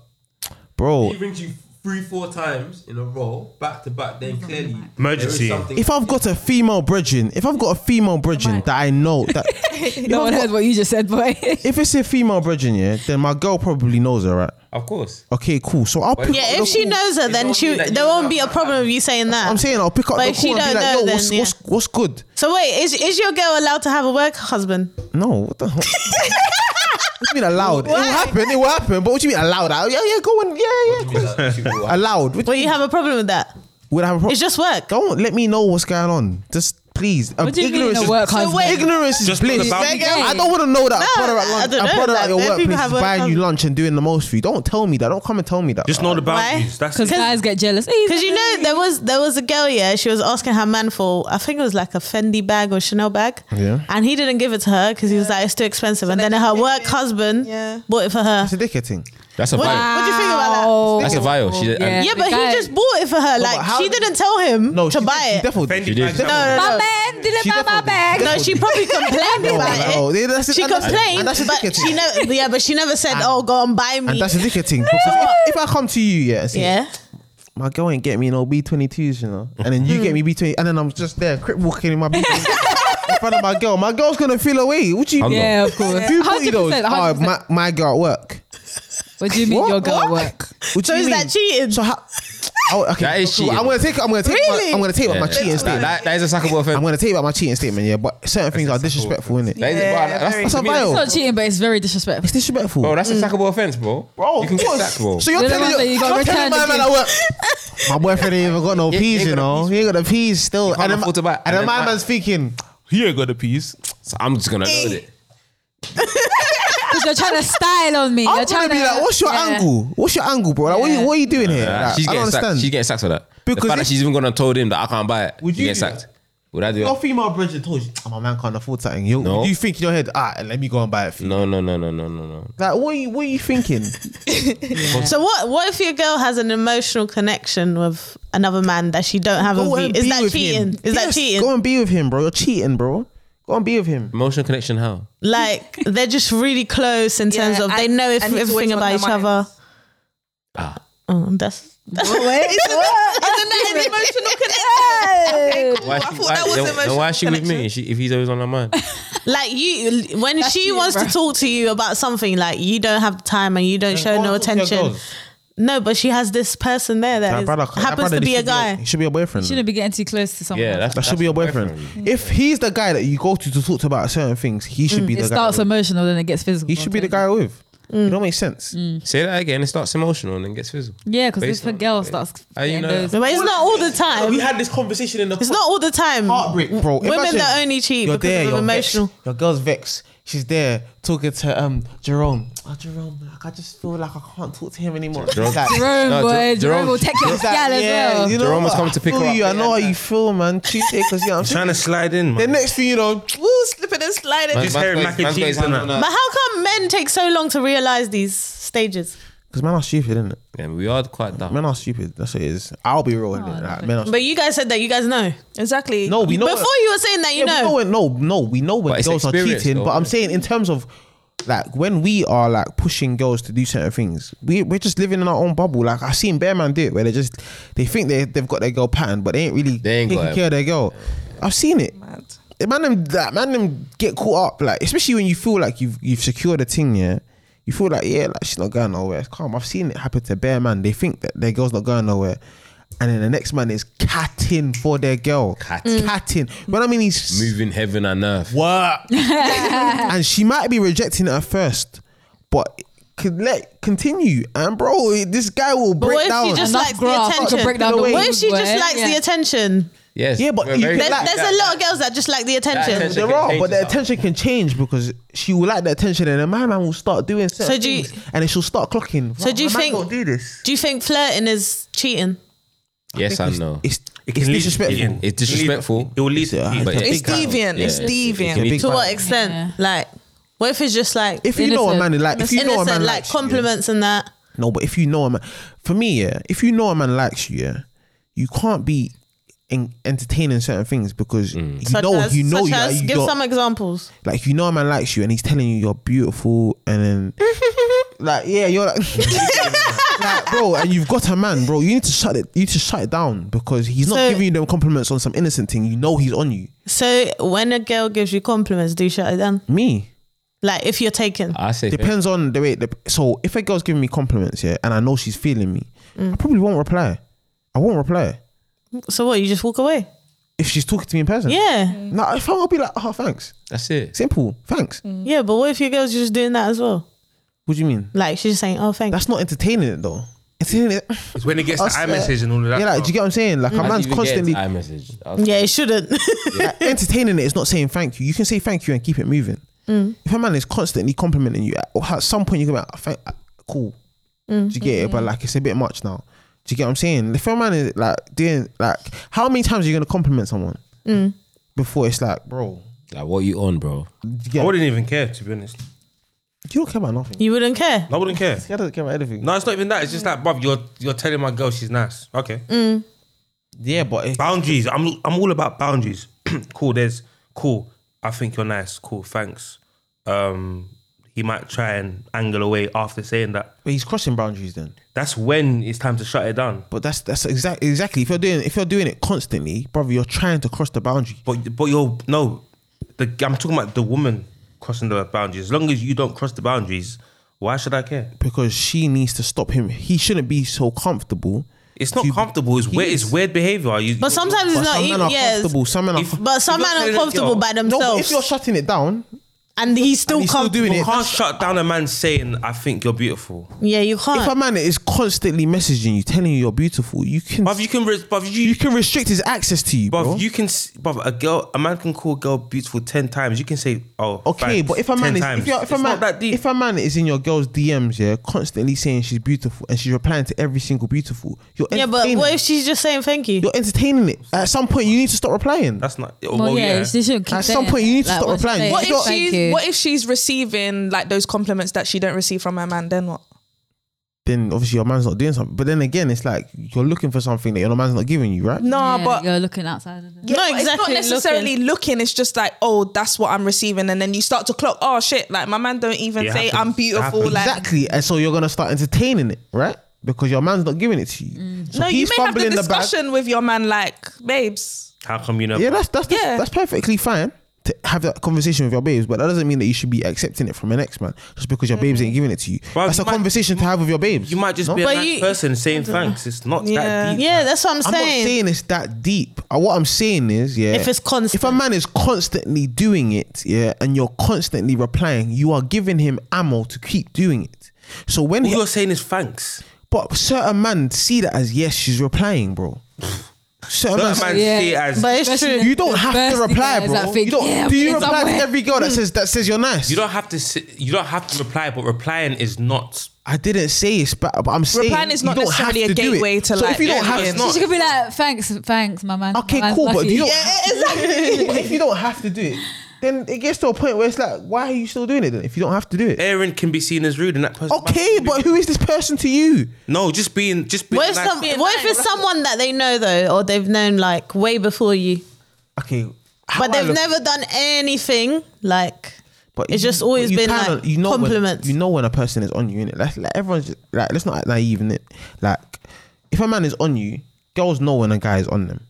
Speaker 5: bro?
Speaker 6: He rings uh, you three, four times in a row, back to back, then clearly there is
Speaker 3: Emergency.
Speaker 6: something-
Speaker 5: If I've got a female bridging, if I've got a female bridging that I know that
Speaker 2: no one heard what you just
Speaker 5: Um,
Speaker 2: said, boy.
Speaker 5: if it's a female bridging, yeah, then my girl probably knows her, right?
Speaker 6: of course.
Speaker 5: Okay, cool. So I'll pick
Speaker 1: Yeah, if she knows her, then
Speaker 6: don't
Speaker 1: she
Speaker 6: mean that you
Speaker 1: there won't
Speaker 6: have
Speaker 1: be a
Speaker 6: that.
Speaker 1: problem with you saying that.
Speaker 5: I'm saying I'll pick up
Speaker 1: But
Speaker 5: the
Speaker 1: if she
Speaker 5: call and be
Speaker 1: don't
Speaker 5: like,
Speaker 1: know,
Speaker 5: yo,
Speaker 1: then,
Speaker 5: what's, what's what's good?
Speaker 1: so wait, is is your girl allowed to have a work husband?
Speaker 5: No, what the hell? what do you mean allowed? It will happen, it will happen. But what do you mean allowed? I- Yeah, yeah, go on. Yeah, yeah. cool. Allowed. What do
Speaker 1: Well,
Speaker 5: you
Speaker 1: you have a problem with that.
Speaker 5: would I have a problem?
Speaker 1: It's just work.
Speaker 5: Don't let me know what's going on. Just please. Um,
Speaker 2: What do you mean
Speaker 5: ignorance
Speaker 2: a
Speaker 5: is-
Speaker 2: work So husband? wait-
Speaker 5: ignorance is
Speaker 3: Just not
Speaker 5: bliss.
Speaker 3: about-
Speaker 5: I don't want to know that
Speaker 1: No,
Speaker 5: brother at
Speaker 1: I
Speaker 5: lunch,
Speaker 1: don't
Speaker 5: a
Speaker 1: know
Speaker 5: brother
Speaker 1: that.
Speaker 5: at your
Speaker 1: People
Speaker 5: workplace
Speaker 1: have
Speaker 5: is
Speaker 1: work
Speaker 5: buying you
Speaker 1: husbands.
Speaker 5: lunch and doing the most for you. Don't tell me that. Don't come and tell me that.
Speaker 3: Just know the boundaries. That's
Speaker 2: Because guys get jealous.
Speaker 1: Because you know there was there was a girl yeah she was asking her man for I think it was like a Fendi bag or Chanel bag
Speaker 5: Yeah.
Speaker 1: and he didn't give it to her because he was like it's too expensive and then her work husband
Speaker 4: Yeah.
Speaker 1: bought it for her
Speaker 5: It's a dickhead thing.
Speaker 6: That's a
Speaker 1: what,
Speaker 6: vibe.
Speaker 1: what do you think about
Speaker 6: That's a vibe. She did-
Speaker 1: that
Speaker 6: and-
Speaker 1: yeah but he just bought it for her like
Speaker 5: Oh, how-
Speaker 1: she didn't tell him
Speaker 5: No,
Speaker 1: to
Speaker 5: she
Speaker 1: buy
Speaker 5: did-
Speaker 1: it
Speaker 5: She definitely
Speaker 3: Fendi
Speaker 5: did.
Speaker 3: bags.
Speaker 5: She
Speaker 1: no no
Speaker 5: definitely
Speaker 1: no
Speaker 2: my man didn't
Speaker 5: She
Speaker 2: buy my
Speaker 5: definitely-
Speaker 2: bag.
Speaker 1: no she probably complained
Speaker 5: did.
Speaker 1: about
Speaker 5: Oh,
Speaker 1: it
Speaker 5: yeah, that's-
Speaker 1: she
Speaker 5: and that's-
Speaker 1: complained
Speaker 5: and that's a
Speaker 1: but
Speaker 5: dickhead
Speaker 1: she
Speaker 5: thing.
Speaker 1: never yeah but she never said oh go and buy me
Speaker 5: And that's a dickhead thing. Because if, if I come to you, yeah, and say,
Speaker 1: yeah
Speaker 5: my girl ain't getting me no B22s, you know, and then
Speaker 1: Hmm.
Speaker 5: you get me B20, and then I'm just there, crip walking in my B22 in front of my girl. My girl's gonna feel away. What you
Speaker 6: I'm
Speaker 5: mean?
Speaker 6: not.
Speaker 2: Yeah, of course.
Speaker 5: Who bought you those?
Speaker 2: 100%,
Speaker 5: Oh,
Speaker 2: 100%.
Speaker 5: my, my girl at work.
Speaker 2: What do you mean
Speaker 5: What?
Speaker 2: your girl work?
Speaker 5: What
Speaker 1: so
Speaker 5: do you
Speaker 1: is
Speaker 5: mean?
Speaker 1: that cheating
Speaker 5: So how? Oh, okay.
Speaker 6: That is
Speaker 5: cool.
Speaker 6: cheating.
Speaker 5: I'm gonna take. I'm gonna take.
Speaker 1: Really?
Speaker 5: My, I'm gonna take about my
Speaker 6: Yeah.
Speaker 5: cheating
Speaker 6: That-
Speaker 5: statement.
Speaker 6: that- that is a sackable
Speaker 5: I'm
Speaker 6: offense.
Speaker 5: gonna take about my cheating statement. Yeah, but certain things are disrespectful, innit?
Speaker 6: That is- bro, that's-
Speaker 5: That's a
Speaker 6: to me, that's-
Speaker 5: vile.
Speaker 2: It's not cheating, but it's very disrespectful.
Speaker 5: It's disrespectful.
Speaker 6: Bro, that's a sackable offense, bro.
Speaker 5: Bro,
Speaker 6: you can
Speaker 5: of
Speaker 6: get
Speaker 5: course.
Speaker 6: sacked, bro.
Speaker 5: So you're
Speaker 2: Then
Speaker 5: telling
Speaker 2: that's
Speaker 5: your,
Speaker 2: it, you got
Speaker 5: you're telling my
Speaker 2: returned
Speaker 5: man
Speaker 2: the
Speaker 5: at work. My boyfriend ain't even got no
Speaker 6: Yeah,
Speaker 5: peas,
Speaker 6: he
Speaker 5: you
Speaker 6: ain't got no
Speaker 5: know.
Speaker 6: peas.
Speaker 5: He ain't got the peas still.
Speaker 6: can't
Speaker 5: And then,
Speaker 6: afford to buy it.
Speaker 5: and then
Speaker 6: And
Speaker 5: my
Speaker 6: then-
Speaker 5: man's thinking,
Speaker 3: you ain't got the peas.
Speaker 6: So I'm just gonna load it.
Speaker 2: Because you're trying to style on me.
Speaker 5: I'm
Speaker 2: you're
Speaker 5: gonna
Speaker 2: trying
Speaker 5: be
Speaker 2: to
Speaker 5: like, what's your
Speaker 2: Yeah.
Speaker 5: angle? What's your angle, bro? Like, what,
Speaker 2: Yeah.
Speaker 5: you, what are you doing here?
Speaker 6: Nah,
Speaker 5: Like,
Speaker 6: she's
Speaker 5: I don't
Speaker 6: getting sacked.
Speaker 5: understand.
Speaker 6: She's getting sacked for that.
Speaker 5: Because
Speaker 6: the fact
Speaker 5: if-
Speaker 6: that she's even gonna told him that I can't buy it.
Speaker 5: Would
Speaker 6: you
Speaker 5: you
Speaker 6: get
Speaker 5: do
Speaker 6: sacked?
Speaker 5: that?
Speaker 6: Would I do
Speaker 5: Your
Speaker 6: it?
Speaker 5: female bridge told you, oh, my man can't afford something. You,
Speaker 6: No.
Speaker 5: you think in your head, ah, let me go and buy it for you.
Speaker 6: No, no, no, no, no, no, no.
Speaker 5: Like, what are you, what are you thinking?
Speaker 1: So what? What if your girl has an emotional connection with another man that she don't have a
Speaker 5: Go
Speaker 1: view?
Speaker 5: and
Speaker 1: Is
Speaker 5: be
Speaker 1: that
Speaker 5: with
Speaker 1: cheating?
Speaker 5: him.
Speaker 1: Is that
Speaker 5: Yes,
Speaker 1: cheating?
Speaker 5: Go and be with him, bro. You're cheating, bro. Go and be with him.
Speaker 6: Emotional connection, how?
Speaker 1: Like they're just really close in terms
Speaker 4: Yeah,
Speaker 1: of they
Speaker 4: and-
Speaker 1: know if
Speaker 4: and he's
Speaker 1: everything
Speaker 4: always on
Speaker 1: about
Speaker 4: their
Speaker 1: each other.
Speaker 6: Ah.
Speaker 1: Oh, that's
Speaker 6: Why
Speaker 4: I thought that was
Speaker 6: then- then why
Speaker 4: emotional
Speaker 6: is she with me? She, if he's always on her mind.
Speaker 1: like you when she
Speaker 2: cheating,
Speaker 1: wants
Speaker 2: bruh.
Speaker 1: to talk to you about something like you don't have the time and you don't show no attention. No, but she has this person there that
Speaker 5: My
Speaker 1: is,
Speaker 5: brother, my
Speaker 1: happens
Speaker 5: brother
Speaker 1: to be
Speaker 5: should
Speaker 1: a guy.
Speaker 5: He should be your boyfriend.
Speaker 2: You shouldn't be getting too close to someone.
Speaker 6: Yeah,
Speaker 2: else.
Speaker 6: that's
Speaker 5: That should be your boyfriend. If he's the guy that you go to to talk to about certain things, he
Speaker 1: Mm,
Speaker 5: should be
Speaker 2: it
Speaker 5: the guy.
Speaker 2: starts
Speaker 5: with.
Speaker 2: emotional, then it gets physical.
Speaker 5: He should be the guy with. It don't make sense.
Speaker 1: Mm.
Speaker 6: Say that again. It starts emotional and then gets physical.
Speaker 2: Yeah, because
Speaker 6: Based
Speaker 2: if a
Speaker 6: on-
Speaker 2: girl starts
Speaker 6: How you
Speaker 2: getting
Speaker 6: know
Speaker 2: those,
Speaker 1: But it's not all the
Speaker 7: We
Speaker 1: time.
Speaker 7: had this conversation in the
Speaker 1: It's not all the time.
Speaker 5: Heartbreak, bro.
Speaker 1: Women
Speaker 5: Imagine
Speaker 1: that only cheat
Speaker 5: you're
Speaker 1: because
Speaker 5: there,
Speaker 1: of
Speaker 5: you're
Speaker 1: emotional.
Speaker 5: vexed. Your girl's vexed. She's there talking to um Jerome. Oh, Jerome, like I just feel like I can't talk to him anymore.
Speaker 6: Jerome-
Speaker 5: It's like-
Speaker 2: Jerome,
Speaker 6: No,
Speaker 2: boy,
Speaker 6: Jer-
Speaker 2: Jerome will
Speaker 6: Jerome-
Speaker 2: take your
Speaker 5: it's like,
Speaker 2: gal as
Speaker 5: yeah,
Speaker 2: well.
Speaker 5: You know
Speaker 6: Jerome was
Speaker 5: what?
Speaker 6: coming to
Speaker 5: I
Speaker 6: pick her
Speaker 5: feel
Speaker 6: up.
Speaker 5: You, I know how you feel, man. Tuesday, because yeah, I'm
Speaker 3: Trying to slide in,
Speaker 5: The
Speaker 3: man.
Speaker 5: next thing you know,
Speaker 4: Ooh, slipping and sliding.
Speaker 3: Just hearing mac and cheese and that.
Speaker 1: But how come men take so long to realize these stages?
Speaker 5: because man are stupid, isn't it?
Speaker 6: Yeah, we are quite dumb.
Speaker 5: Men are stupid. That's what it is. I'll be real with it. Like, men are
Speaker 1: Oh, But you guys said that you guys know.
Speaker 4: Exactly.
Speaker 5: No, we know.
Speaker 1: Before you were saying that you know.
Speaker 5: yeah, we know when, no, no, we know when
Speaker 6: But it's
Speaker 5: girls are
Speaker 6: experience,
Speaker 5: cheating.
Speaker 6: though,
Speaker 5: but I'm
Speaker 6: innit?
Speaker 5: saying in terms of like when we are like pushing girls to do certain things, we we're just living in our own bubble. Like I've seen Bear Man do it where they just they think they they've got their girl pattern, but they ain't really
Speaker 6: They ain't got
Speaker 5: taking
Speaker 6: it.
Speaker 5: care of their girl. I've seen it. The Man them that man them get caught up like especially when you feel like you've you've secured a thing, yeah. You feel like yeah, like she's not going nowhere. It's calm. I've seen it happen to Bear Man. They think that their girl's not going nowhere. And then the next man is catting for their girl. Mm.
Speaker 6: Catting.
Speaker 5: Catting. But I mean, he's
Speaker 6: Moving heaven and earth.
Speaker 5: work. and she might be rejecting it at first, but could let continue. And bro, it- this guy will
Speaker 1: But
Speaker 5: break
Speaker 1: what if
Speaker 5: down.
Speaker 1: she just
Speaker 2: Enough
Speaker 1: likes
Speaker 2: grass
Speaker 1: the
Speaker 2: to
Speaker 1: attention?
Speaker 2: break down the
Speaker 1: What if she
Speaker 2: wood,
Speaker 1: just
Speaker 2: boy?
Speaker 1: likes the
Speaker 2: Yeah.
Speaker 1: attention?
Speaker 6: Yes.
Speaker 5: Yeah, but
Speaker 6: we're
Speaker 5: you
Speaker 6: very
Speaker 5: could-
Speaker 1: There's,
Speaker 6: dumb.
Speaker 5: Like
Speaker 1: there's a lot of girls that just like the attention.
Speaker 6: attention.
Speaker 5: they're
Speaker 6: can
Speaker 5: wrong,
Speaker 6: change
Speaker 5: but the
Speaker 6: itself.
Speaker 5: attention can change because she will like the attention, and then my man will start doing certain
Speaker 1: So do you-
Speaker 5: things, and then she'll start clocking.
Speaker 1: So do you
Speaker 5: "My man
Speaker 1: think-
Speaker 5: don't do this?
Speaker 1: Do you think flirting is cheating?
Speaker 6: Yes, I know.
Speaker 5: It's,
Speaker 3: It
Speaker 5: it's
Speaker 3: can lead-
Speaker 5: disrespectful.
Speaker 3: it-
Speaker 6: It's disrespectful.
Speaker 3: It will lead to
Speaker 5: It's-
Speaker 3: peas.
Speaker 6: but
Speaker 5: it's a
Speaker 4: It's
Speaker 5: big battle.
Speaker 4: deviant. It's
Speaker 6: Yeah, it- it
Speaker 4: deviant.
Speaker 6: can be-
Speaker 5: Big
Speaker 1: To what
Speaker 5: battle.
Speaker 1: extent?
Speaker 2: Yeah.
Speaker 1: Like, what if it's just like
Speaker 5: If you know a man,
Speaker 2: Innocent.
Speaker 5: like if you know a
Speaker 1: innocent,
Speaker 5: man
Speaker 1: like
Speaker 5: likes you, yeah.
Speaker 1: compliments and that?
Speaker 5: No, but if you know a man, for me, yeah, if you know a man likes you, yeah, you can't be en- entertaining certain things because you
Speaker 1: Such
Speaker 5: know
Speaker 1: as,
Speaker 5: you know
Speaker 1: such
Speaker 5: you,
Speaker 1: as,
Speaker 5: like, you
Speaker 1: give
Speaker 5: got-
Speaker 1: some examples.
Speaker 5: like you know a man likes you and he's telling you you're beautiful and then like yeah you're like Like, bro, and you've got a man, bro. You need to shut it. You need to shut it down because he's not
Speaker 1: So-
Speaker 5: giving you them compliments on some innocent thing. You know he's on you.
Speaker 1: So when a girl gives you compliments, do you shut it down?
Speaker 5: Me
Speaker 1: Like if you're taken.
Speaker 6: I say
Speaker 5: depends on the way. The, so if a girl's giving me compliments, yeah, and I know she's feeling me, I
Speaker 1: Mm.
Speaker 5: probably won't reply. I won't reply
Speaker 1: So what? You just walk away?
Speaker 5: if she's talking to me in person.
Speaker 1: Yeah,
Speaker 5: No, if I'm, I'll be like, oh, thanks.
Speaker 6: That's it.
Speaker 5: Simple, thanks.
Speaker 1: yeah. But what if your girl's just doing that as well?
Speaker 5: What do you mean?
Speaker 1: Like she's just saying, "Oh, thank."
Speaker 5: That's not entertaining it though. Entertaining it.
Speaker 3: It's when it gets
Speaker 5: Us, uh,
Speaker 3: to iMessage and all of that.
Speaker 5: yeah, like, do you
Speaker 3: stuff.
Speaker 5: get what I'm saying?
Speaker 1: Mm.
Speaker 5: Like, a man's constantly
Speaker 6: iMessage. I was-
Speaker 1: you. Yeah, it shouldn't.
Speaker 5: like, entertaining it is not saying thank you. You can say thank you and keep it moving. If a man is constantly complimenting you, at, at some point you're gonna be like, "Thank- uh, cool. Do you get it? But like, it's a bit much now. Do you get what I'm saying? If a man is like doing like, how many times are you gonna compliment someone before it's like, bro?
Speaker 6: Like, what you on, bro?
Speaker 5: Do you,
Speaker 3: I
Speaker 5: get,
Speaker 3: wouldn't even care to be honest.
Speaker 5: you don't care about nothing.
Speaker 1: you wouldn't care.
Speaker 3: I wouldn't care.
Speaker 5: Yeah, doesn't care about anything.
Speaker 3: No, it's not even that. It's just like, bruv, you're you're telling my girl she's nice. Okay.
Speaker 5: Yeah, but it,
Speaker 3: Boundaries. I'm I'm all about boundaries. cool. There's cool. I think you're nice. Cool. Thanks. Um, he might try and angle away after saying that.
Speaker 5: but he's crossing boundaries then.
Speaker 3: That's when it's time to shut it down.
Speaker 5: But that's that's exactly exactly. If you're doing if you're doing it constantly, brother, you're trying to cross the boundary.
Speaker 3: But but you're no, the, I'm talking about the woman crossing the boundaries. As long as you don't cross the boundaries, why should I care?
Speaker 5: because she needs to stop him. He shouldn't be so comfortable.
Speaker 3: It's not
Speaker 5: to-
Speaker 3: comfortable. It's
Speaker 5: He
Speaker 3: weird. It's
Speaker 5: is.
Speaker 3: weird behavior. You,
Speaker 1: But sometimes
Speaker 5: But
Speaker 1: it's not
Speaker 5: some men
Speaker 1: even.
Speaker 5: are
Speaker 1: Yes,
Speaker 5: comfortable. Some men are.
Speaker 3: If-
Speaker 5: com-
Speaker 1: but some
Speaker 3: If you're
Speaker 1: men
Speaker 3: telling
Speaker 1: are
Speaker 3: a
Speaker 1: comfortable
Speaker 3: girl-
Speaker 1: by
Speaker 5: no, but
Speaker 1: themselves,
Speaker 5: if you're shutting it down,
Speaker 1: and he's still,
Speaker 5: and he's still
Speaker 1: com-
Speaker 5: doing
Speaker 3: you
Speaker 5: it.
Speaker 3: can't shut down a man saying, "I think you're beautiful."
Speaker 1: Yeah, you can't.
Speaker 5: If a man is constantly messaging you, telling you you're beautiful, you can
Speaker 3: But you can, res- but you,
Speaker 5: you can restrict his access to you,
Speaker 3: Bruv,
Speaker 5: bro.
Speaker 3: you can, s- bruv, a girl, a man can call a girl beautiful ten times. You can say, oh,
Speaker 5: okay,
Speaker 3: thanks,
Speaker 5: but if a man
Speaker 3: 10
Speaker 5: is
Speaker 3: times.
Speaker 5: if, you're, if a
Speaker 3: It's
Speaker 5: man
Speaker 3: not that deep,
Speaker 5: if a man is in your girl's DMs, yeah, constantly saying she's beautiful and she's replying to every single beautiful, you're
Speaker 1: yeah, but
Speaker 5: entertaining
Speaker 1: what
Speaker 5: it.
Speaker 1: if she's just saying thank you?
Speaker 5: you're entertaining it. At some point, you need to stop replying.
Speaker 3: that's not. oh, Well,
Speaker 2: Well, yeah,
Speaker 3: yeah,
Speaker 2: They shouldn't keep
Speaker 5: At some
Speaker 2: saying
Speaker 5: point,
Speaker 2: it.
Speaker 5: you need to stop
Speaker 2: once you
Speaker 5: replying.
Speaker 2: say
Speaker 5: What
Speaker 2: it,
Speaker 5: if
Speaker 2: thank
Speaker 4: she's
Speaker 2: you.
Speaker 4: what if she's receiving like those compliments that she don't receive from her man? Then what?
Speaker 5: Then obviously your man's not doing something. But then again, it's like you're looking for something that your man's not giving you, right?
Speaker 4: No,
Speaker 2: Yeah,
Speaker 4: but
Speaker 2: you're looking outside. Of it.
Speaker 4: Yeah,
Speaker 1: No,
Speaker 4: but
Speaker 1: exactly,
Speaker 4: It's not necessarily looking. It's just like, oh, that's what I'm receiving, and then you start to clock. Oh shit! Like my man don't even
Speaker 3: It
Speaker 4: say
Speaker 3: happens.
Speaker 4: I'm
Speaker 3: It
Speaker 4: beautiful.
Speaker 3: happens.
Speaker 4: Like
Speaker 5: Exactly, and so you're gonna start entertaining it, right? Because your man's not giving it to you. So
Speaker 4: Mm. no, you
Speaker 5: he's
Speaker 4: may have the
Speaker 5: fumbling bag.
Speaker 4: discussion with your man, like, babes.
Speaker 3: how come you know?
Speaker 5: Yeah, that's that's, that's
Speaker 4: Yeah.
Speaker 5: that's perfectly fine to have that conversation with your babes, but that doesn't mean that you should be accepting it from an ex man just because your
Speaker 4: Mm.
Speaker 5: babes ain't giving it to you.
Speaker 3: But
Speaker 5: that's
Speaker 3: you
Speaker 5: a
Speaker 3: might-
Speaker 5: conversation to have with your babes.
Speaker 3: you might just be a
Speaker 1: But
Speaker 3: nice
Speaker 1: you-
Speaker 3: person saying thanks. It's not
Speaker 4: Yeah.
Speaker 3: that deep.
Speaker 1: Yeah, that's what I'm
Speaker 5: I'm not
Speaker 1: saying.
Speaker 5: saying it's that deep. Uh, what I'm saying is, yeah,
Speaker 1: If it's constant.
Speaker 5: if a man is constantly doing it, yeah, and you're constantly replying, you are giving him ammo to keep doing it. So when
Speaker 3: All
Speaker 5: he-
Speaker 3: you're saying is thanks.
Speaker 5: But certain men see that as yes, she's replying, bro. certain
Speaker 3: That
Speaker 5: man,
Speaker 3: man
Speaker 2: Yeah.
Speaker 3: see it as
Speaker 1: but it's
Speaker 2: Especially
Speaker 1: true.
Speaker 5: you don't
Speaker 2: The
Speaker 5: have
Speaker 2: first
Speaker 5: to reply,
Speaker 2: thing is
Speaker 5: bro.
Speaker 2: that thing,
Speaker 5: You don't,
Speaker 2: yeah,
Speaker 5: do you
Speaker 2: it's
Speaker 5: reply
Speaker 2: somewhere.
Speaker 5: to every girl that says that says you're nice?
Speaker 3: you don't have to. Say, you don't have to reply, but replying is not.
Speaker 5: I didn't say it's bad, but I'm saying
Speaker 4: Replying is
Speaker 5: you
Speaker 4: not
Speaker 5: don't
Speaker 4: necessarily
Speaker 5: have
Speaker 4: a
Speaker 5: to do it.
Speaker 4: gateway to,
Speaker 5: so
Speaker 4: like,
Speaker 5: if you don't
Speaker 4: yeah,
Speaker 5: have
Speaker 4: it's
Speaker 5: to,
Speaker 2: She could be like, thanks, thanks, my man.
Speaker 5: okay,
Speaker 2: my man's
Speaker 5: cool, but
Speaker 2: lucky."
Speaker 5: you don't. exactly. if you don't have to do it, then it gets to a point where it's like, why are you still doing it? Then if you don't have to do it,
Speaker 3: Aaron can be seen as rude, and that person.
Speaker 5: okay, but who is this person to you?
Speaker 3: no, just being, just being.
Speaker 1: What if,
Speaker 3: nice.
Speaker 1: some, what if it's someone that they know though, or they've known like way before you,
Speaker 5: Okay, how
Speaker 1: but
Speaker 5: I
Speaker 1: they've
Speaker 5: look-
Speaker 1: never done anything like?
Speaker 5: But
Speaker 1: It's
Speaker 5: you-
Speaker 1: just always
Speaker 5: but you
Speaker 1: been,
Speaker 5: kinda-
Speaker 1: like,
Speaker 5: you know when-
Speaker 1: compliments.
Speaker 5: you know when a person is on you, innit? Like, like everyone's just, like, let's not act naive in it. Like, if a man is on you, girls know when a guy is on them.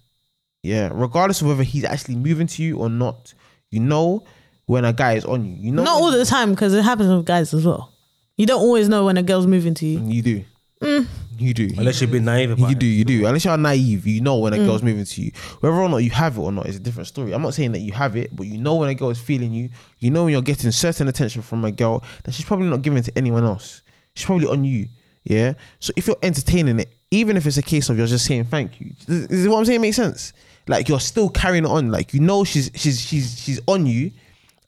Speaker 5: Yeah, regardless of whether he's actually moving to you or not, you know when a guy is on you. You know
Speaker 1: Not all the time because it happens with guys as well. You don't always know when a girl's moving to you.
Speaker 5: you do.
Speaker 1: Mm.
Speaker 5: You do.
Speaker 3: unless you've been naive about
Speaker 5: you
Speaker 3: it.
Speaker 5: do, you do. Unless you're naive, you know when a girl's moving to you. Whether or not you have it or not is a different story. I'm not saying that you have it, but you know when a girl is feeling you. You know when you're getting certain attention from a girl that she's probably not giving to anyone else. She's probably on you. Yeah. So if you're entertaining it, even if it's a case of you're just saying thank you, is is what I'm saying make sense? Like you're still carrying on. Like you know she's she's she's she's on you,